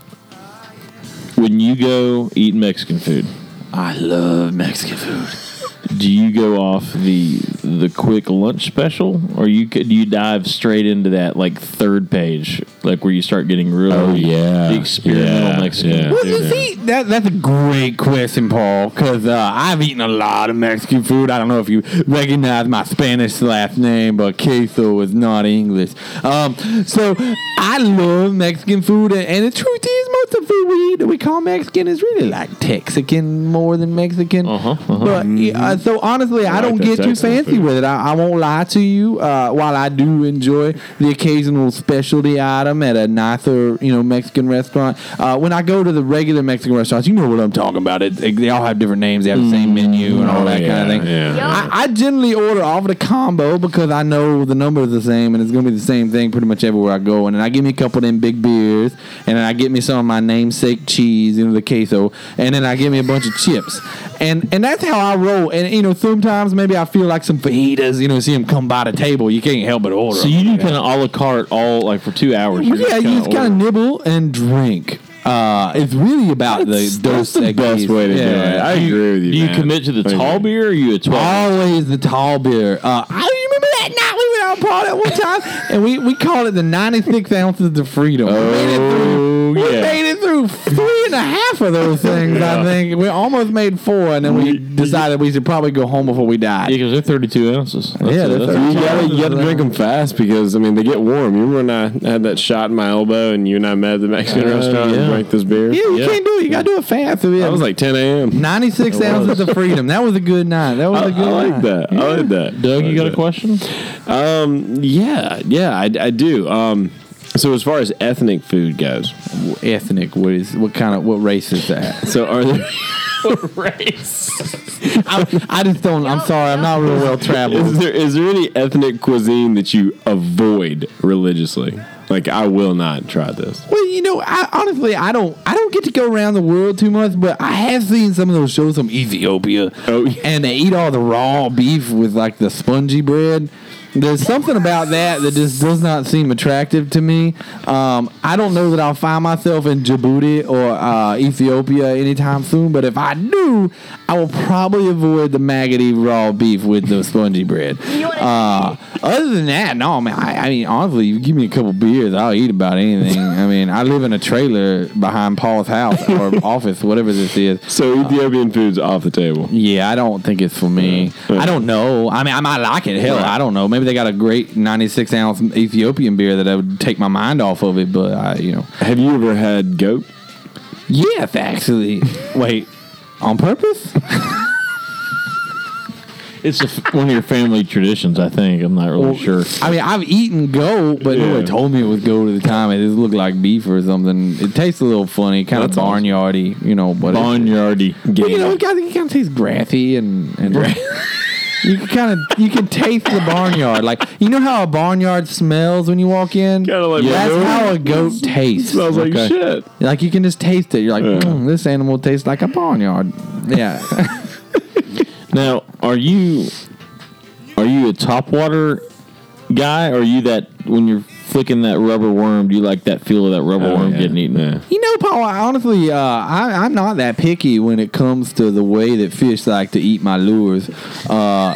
Speaker 7: when you go eat Mexican food,
Speaker 8: I love Mexican food.
Speaker 7: do you go off the the quick lunch special, or you could you dive straight into that like third page, like where you start getting really
Speaker 5: Oh, yeah.
Speaker 7: the experimental
Speaker 5: Yeah,
Speaker 7: Mexican?
Speaker 5: yeah.
Speaker 8: Well, you
Speaker 7: food?
Speaker 8: see, that, that's a great question, Paul, because uh, I've eaten a lot of Mexican food. I don't know if you recognize my Spanish last name, but queso is not English. Um, so I love Mexican food, and, and the truth is, most of the food we eat that we call Mexican is really like Texican more than Mexican. Uh-huh, But uh, so honestly,
Speaker 5: Mm-hmm.
Speaker 8: I,
Speaker 5: like
Speaker 8: don't
Speaker 5: that
Speaker 8: get too
Speaker 5: Texican
Speaker 8: fancy
Speaker 5: food.
Speaker 8: with it. I, I won't lie to you. Uh, while I do enjoy the occasional specialty item at a nicer, you know, Mexican restaurant, uh, when I go to the regular Mexican restaurants, you know what I'm talking about. It, it- they all have different names. They have the same menu and all
Speaker 5: Oh,
Speaker 8: that kind
Speaker 5: yeah,
Speaker 8: of thing.
Speaker 5: yeah, yeah.
Speaker 8: I, I generally order off the combo because I know the number is the same and it's going to be the same thing pretty much everywhere I go. And then I give me a couple of them big beers, and then I get me some of my namesake cheese, you know, the queso, and then I give me a bunch of chips. And and that's how I roll. And you know, sometimes maybe I feel like some fajitas. You know, see them come by the table, you can't help but order.
Speaker 7: So you do kind of a la carte all like for two hours.
Speaker 8: yeah, you just kind
Speaker 7: order.
Speaker 8: of nibble and drink. Uh, it's really about the those
Speaker 7: the best way to do it. I agree with you,
Speaker 8: Do you
Speaker 7: man.
Speaker 8: commit to the
Speaker 7: I
Speaker 8: tall
Speaker 7: agree.
Speaker 8: beer? or You a twelve? Always the tall beer. Uh, I do you remember that night we went out party at one time and we, we called it the ninety six ounces to freedom. we
Speaker 5: Oh,
Speaker 8: made it through. We
Speaker 10: yeah.
Speaker 8: made it through three and a half of those things. I think we almost made four, and then we decided we should probably go home before we died.
Speaker 7: Yeah, because they're 32 ounces. That's
Speaker 8: Yeah,
Speaker 7: a-
Speaker 8: they're
Speaker 7: that's a-
Speaker 5: You gotta, you gotta drink them fast because I mean they get warm. You remember when I had that shot in my elbow and you and I met at the Mexican
Speaker 8: Oh,
Speaker 5: restaurant
Speaker 8: yeah.
Speaker 5: and drank this beer?
Speaker 8: Yeah, you can't do it. You gotta do it fast.
Speaker 5: That was like 10 a.m.
Speaker 8: 96
Speaker 5: It was.
Speaker 8: ounces of freedom. That was a good night. That was a good
Speaker 5: I
Speaker 8: night.
Speaker 5: like that. I like that.
Speaker 7: Doug,
Speaker 5: I
Speaker 7: you
Speaker 5: like
Speaker 7: got a
Speaker 5: that.
Speaker 7: question?
Speaker 5: Um, yeah, yeah, I, I do. Um, so as far as ethnic food goes,
Speaker 8: ethnic, what is what kind of what race is that?
Speaker 5: So are there?
Speaker 8: I, I just don't. I'm sorry. I'm not real well traveled.
Speaker 5: Is there is there any ethnic cuisine that you avoid religiously? Like I will not try this.
Speaker 8: Well, you know, I honestly, I don't, I don't get to go around the world too much, but I have seen some of those shows from Ethiopia, and they eat all the raw beef with like the spongy bread. There's something about that that just does not seem attractive to me. Um, I don't know that I'll find myself in Djibouti or uh, Ethiopia anytime soon, but if I do, I will probably avoid the maggoty raw beef with the spongy bread. Uh, other than that, no, man. I, I mean, honestly, you give me a couple beers, I'll eat about anything. I mean, I live in a trailer behind Paul's house or office, whatever this is.
Speaker 5: So Ethiopian food's off the table.
Speaker 8: Yeah, I don't think it's for me. I don't know. I mean, I might like it. Hell, I don't know. Maybe they got a great 96 ounce Ethiopian beer that I would take my mind off of it, but I, you know.
Speaker 5: Have you ever had goat?
Speaker 8: Yes, actually. Wait, on purpose?
Speaker 7: It's a f one of your family traditions, I think. I'm not really sure.
Speaker 8: I mean, I've eaten goat, but no one told me it was goat at the time. It just looked like beef or something. It tastes a little funny, kind of barnyardy, you know. But
Speaker 7: barnyardy.
Speaker 8: Well, you know, it kind of, it kind of tastes grassy and and. You can kind of you can taste the barnyard, like you know how a barnyard smells when you walk in.
Speaker 5: like
Speaker 8: That's
Speaker 5: manure.
Speaker 8: how a goat tastes.
Speaker 5: smells like shit.
Speaker 8: Like you can just taste it. You're like, "Mm, this animal tastes like a barnyard. Yeah.
Speaker 7: Now, are you are you a top water guy? Or are you that when you're flicking that rubber worm? Do you like that feel of that
Speaker 5: Oh,
Speaker 7: rubber worm getting eaten?
Speaker 8: You know, Paul, I honestly, uh, I, I'm not that picky when it comes to the way that fish like to eat my lures. Uh,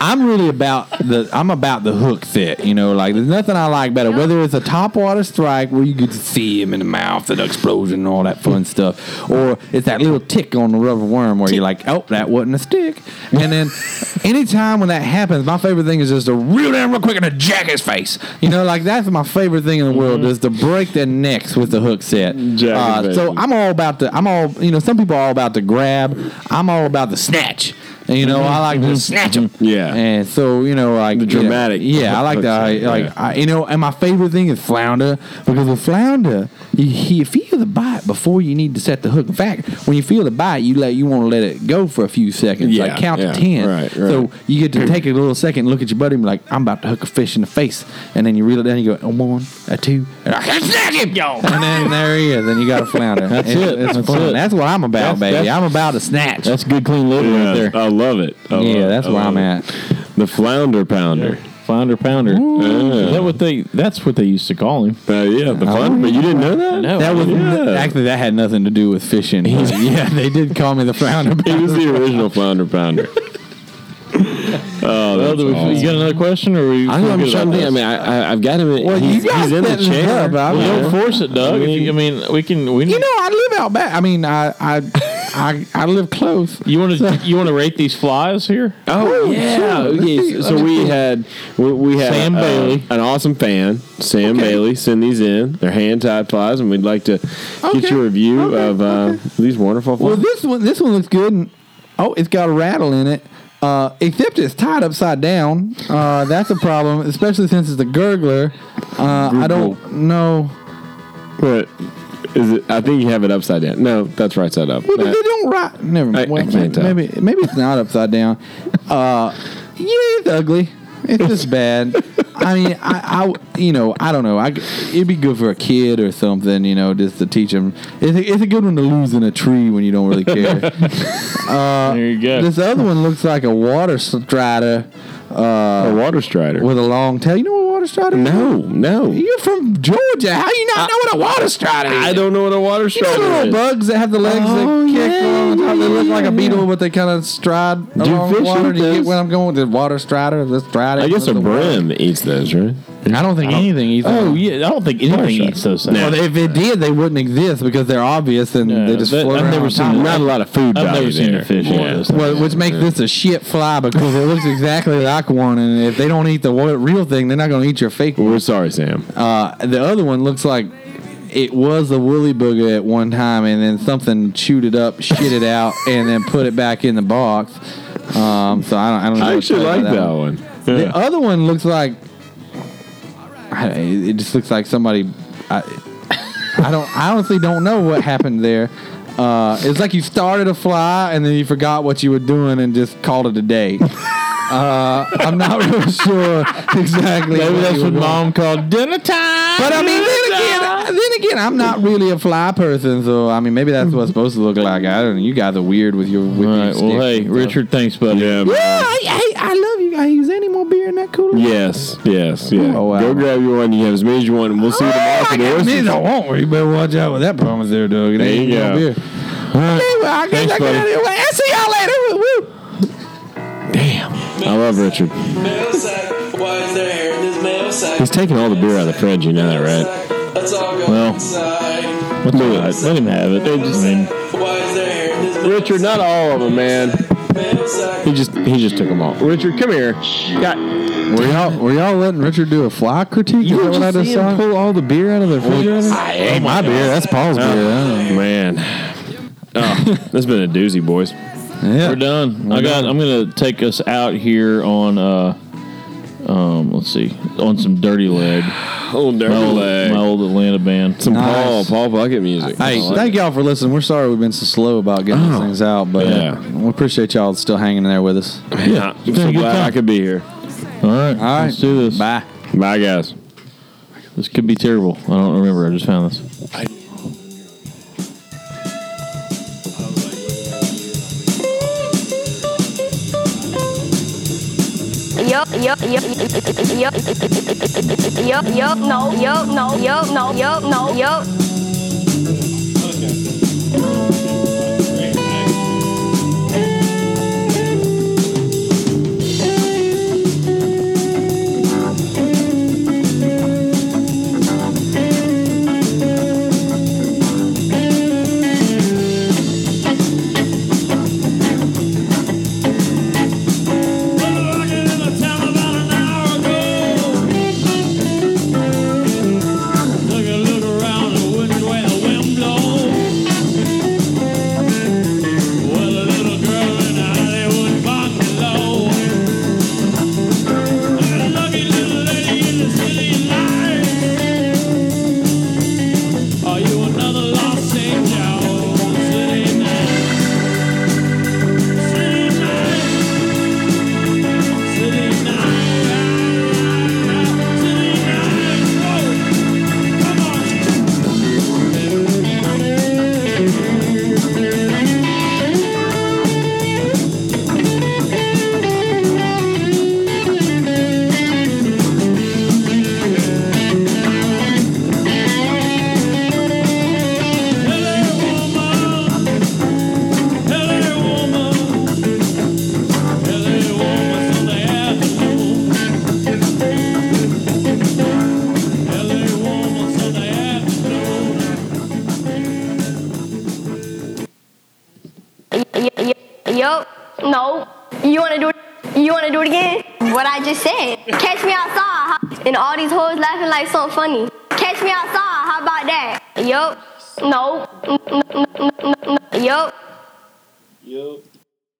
Speaker 8: I'm really about the I'm about the hook set. You know, like there's nothing I like better. Whether it's a topwater strike where you get to see him in the mouth and explosion and all that fun stuff, or it's that little tick on the rubber worm where you're like, oh, that wasn't a stick. And then anytime when that happens, my favorite thing is just to reel down real quick and to jack his face. You know, like that's my favorite thing in the
Speaker 5: Mm-hmm.
Speaker 8: world is to break their necks with the hook set.
Speaker 5: Jack
Speaker 8: Uh,
Speaker 5: his
Speaker 8: so
Speaker 5: face.
Speaker 8: I'm all about the I'm all you know some people are all about the grab. I'm all about the snatch. And, you know I like to snatch them.
Speaker 5: Mm-hmm. Yeah.
Speaker 8: And so you know like the
Speaker 5: dramatic
Speaker 8: yeah, I like
Speaker 5: hook
Speaker 8: that. I,
Speaker 5: set,
Speaker 8: like
Speaker 5: yeah.
Speaker 8: I, you know, and my favorite thing is flounder because with flounder, you, you feel the bite before you need to set the hook. In fact, when you feel the bite, you let you want to let it go for a few seconds,
Speaker 5: Yeah,
Speaker 8: like count
Speaker 5: yeah,
Speaker 8: to ten.
Speaker 5: right,
Speaker 8: So
Speaker 5: right.
Speaker 8: you get to take a little second, look at your buddy, and be like, "I'm about to hook a fish in the face," and then you reel it down. You go, "A one, a two, and I can snag him, yo!" And then there he is. Then you got a flounder.
Speaker 7: That's
Speaker 8: It's-
Speaker 7: it.
Speaker 8: It's
Speaker 7: That's
Speaker 8: fun.
Speaker 7: it.
Speaker 8: That's what I'm about,
Speaker 7: That's-
Speaker 8: baby.
Speaker 7: that's-
Speaker 8: I'm about to snatch.
Speaker 7: That's good, clean living right there.
Speaker 5: I love it. I love
Speaker 8: Yeah,
Speaker 5: it.
Speaker 8: that's
Speaker 5: I
Speaker 8: where
Speaker 5: love
Speaker 8: I'm
Speaker 5: it.
Speaker 8: at.
Speaker 5: The flounder pounder.
Speaker 7: Flounder pounder. Is that what they? That's what they used to call him.
Speaker 5: Uh, yeah, the flounder. But you didn't know that?
Speaker 7: No,
Speaker 8: That was
Speaker 5: Yeah.
Speaker 8: actually that had nothing to do with fishing. yeah, they did call me the flounder.
Speaker 5: He was the original flounder pounder. Oh,
Speaker 7: Well,
Speaker 5: that's
Speaker 7: do we,
Speaker 5: awesome.
Speaker 7: you got another question, or we?
Speaker 5: I know,
Speaker 7: feel
Speaker 5: I'm
Speaker 7: good
Speaker 5: trying to
Speaker 7: about
Speaker 5: think. I
Speaker 7: this?
Speaker 5: mean, I, I, I've got him. In,
Speaker 8: Well,
Speaker 5: he's,
Speaker 8: you guys
Speaker 5: he's in the
Speaker 8: setting it
Speaker 5: chair.
Speaker 8: up, I
Speaker 5: Well,
Speaker 8: mean-
Speaker 5: don't
Speaker 7: force it, Doug.
Speaker 5: I
Speaker 7: If you- I mean, we can. We
Speaker 8: You know, I live out back. I mean, I I I, I live close.
Speaker 7: You want to you want to rate these flies here?
Speaker 5: Oh yeah.
Speaker 7: sure. Let's
Speaker 5: Okay,
Speaker 7: see.
Speaker 5: so- So
Speaker 7: Let's
Speaker 5: we
Speaker 7: see.
Speaker 5: had we, we had
Speaker 7: Sam
Speaker 5: uh,
Speaker 7: Bailey.
Speaker 5: an awesome fan, Sam Bailey, send these in. They're hand tied flies, and we'd like to get your review of uh, these wonderful
Speaker 8: Well,
Speaker 5: flies.
Speaker 8: this one this one looks good. And, oh, it's got a rattle in it. Uh, except it's tied upside down. Uh, that's a problem, especially since it's a gurgler. Uh, I don't know.
Speaker 5: But is it? I think you have it upside down. No, that's right side up. Uh,
Speaker 8: Well, but
Speaker 5: That-
Speaker 8: they don't write. Never
Speaker 5: I- I
Speaker 8: mind. Well,
Speaker 5: can't tell.
Speaker 8: maybe maybe it's not upside down. Uh, yeah, it's ugly. It's just bad. I mean, I, I, you know, I don't know. I, it'd be good for a kid or something, you know, just to teach them. It's a, it's a good one to lose in a tree when you don't really care. uh, there you go. This other one looks like a water strider. Uh, a
Speaker 5: water strider
Speaker 8: with a long tail. You know what a water strider? is?
Speaker 5: No, no.
Speaker 8: You're from Georgia. How you not know what a water strider is?
Speaker 5: I don't know what a water
Speaker 8: You know
Speaker 5: strider
Speaker 8: the little
Speaker 5: is.
Speaker 8: bugs that have the legs that kick along the top? They look like a beetle, but they kind of stride along the
Speaker 5: fish
Speaker 8: water.
Speaker 5: eat
Speaker 8: Do you get
Speaker 5: those?
Speaker 8: what I'm going with? The water strider, the strider.
Speaker 5: I guess a
Speaker 8: the water-
Speaker 5: brim eats those, right?
Speaker 8: I don't think anything eats.
Speaker 5: Oh,
Speaker 8: them.
Speaker 7: yeah, I don't think
Speaker 5: anything eats those things.
Speaker 8: Well, if it did, they wouldn't exist because they're obvious and they just float around. on top.
Speaker 7: I've never seen a fish. eat those things.
Speaker 8: Well, which makes this a shit fly because it looks exactly like one, and if they don't eat the wa- real thing, they're not going to eat your fake. one.
Speaker 5: We're sorry, Sam.
Speaker 8: Uh, the other one looks like it was a woolly booger at one time, and then something chewed it up, shit it out, and then put it back in the box. Um, so I don't, I don't know.
Speaker 5: I
Speaker 8: what to
Speaker 5: actually
Speaker 8: tell you
Speaker 5: like
Speaker 8: about
Speaker 5: that one. Yeah.
Speaker 8: The other one looks like I, it just looks like somebody. I, I don't. I honestly don't know what happened there. Uh, it's like you started a fly and then you forgot what you were doing and just called it a day. Uh, I'm not real sure exactly.
Speaker 7: Maybe that's what
Speaker 8: mom
Speaker 7: called dinner time.
Speaker 8: But I mean, then again, then again, I'm not really a fly person, so I mean, maybe that's what it's supposed to look like. I don't know. You guys are weird with your. With your
Speaker 7: well, hey, Richard, thanks, buddy.
Speaker 5: Yeah,
Speaker 8: Yeah, I, I, I love you guys. Is there any more beer in that cooler?
Speaker 5: Yes, yes, yeah. Go grab your one. You have as many as you want, and we'll see you tomorrow for the rest.
Speaker 8: Oh, Neither won't we? You better watch out with that promise there, Doug. It
Speaker 5: There
Speaker 8: ain't
Speaker 5: you
Speaker 8: no
Speaker 5: go.
Speaker 8: beer. Okay, well, I guess
Speaker 5: Thanks,
Speaker 8: I got
Speaker 5: buddy.
Speaker 8: out of here. Well, See y'all later. Woo, woo.
Speaker 5: I love Richard.
Speaker 15: Mail sack, why is there hair in this mail sack?
Speaker 5: He's taking all the beer out of the fridge. You know that, right?
Speaker 15: Let's all go
Speaker 5: Well,
Speaker 15: inside.
Speaker 5: Let him have it.
Speaker 15: Why is there hair in this
Speaker 5: Richard, not all of them, man.
Speaker 15: mail sack?
Speaker 5: He just he just took them all. Richard, come here. Got.
Speaker 8: Were y'all were y'all letting Richard do a fly critique?
Speaker 5: You
Speaker 8: Is
Speaker 5: were
Speaker 8: that what I
Speaker 5: just
Speaker 8: just
Speaker 5: saying
Speaker 8: saw? Pull all the beer out of the refrigerator.
Speaker 5: I ate
Speaker 8: my
Speaker 5: it.
Speaker 8: beer. That's Paul's beer.
Speaker 5: Oh, man. Oh, that's been a doozy, boys.
Speaker 7: We're done. I got. I'm gonna take us out here on. uh um, let's see. On some dirty leg.
Speaker 5: Old dirty
Speaker 7: my old,
Speaker 5: leg.
Speaker 7: My old Atlanta band.
Speaker 5: Some
Speaker 8: Nice.
Speaker 5: Paul Paul Bucket music.
Speaker 8: Hey,
Speaker 5: I like
Speaker 8: thank y'all for listening. We're sorry we've been so slow about getting these things out, but
Speaker 5: Yeah.
Speaker 8: we appreciate y'all still hanging in there with us.
Speaker 5: it. yeah. I'm so
Speaker 7: good
Speaker 5: glad I
Speaker 7: time.
Speaker 5: could be here.
Speaker 7: All right. All
Speaker 8: right.
Speaker 7: Let's do this.
Speaker 8: Bye.
Speaker 5: Bye, guys.
Speaker 7: This could be terrible. I don't remember. I just found this.
Speaker 2: Yo, yo, yo, yo, yo, yo, no, yo, no, yo, no, yo, no, yo.
Speaker 15: Are you another lost angel? City night. City night. City night.
Speaker 2: Yo, no. You wanna do it? You wanna do it again? What I just said. Catch me outside, huh? and all these hoes laughing like something funny. Catch me outside, how about that? Yo, no, no, no, no, no. yo.
Speaker 15: Yo.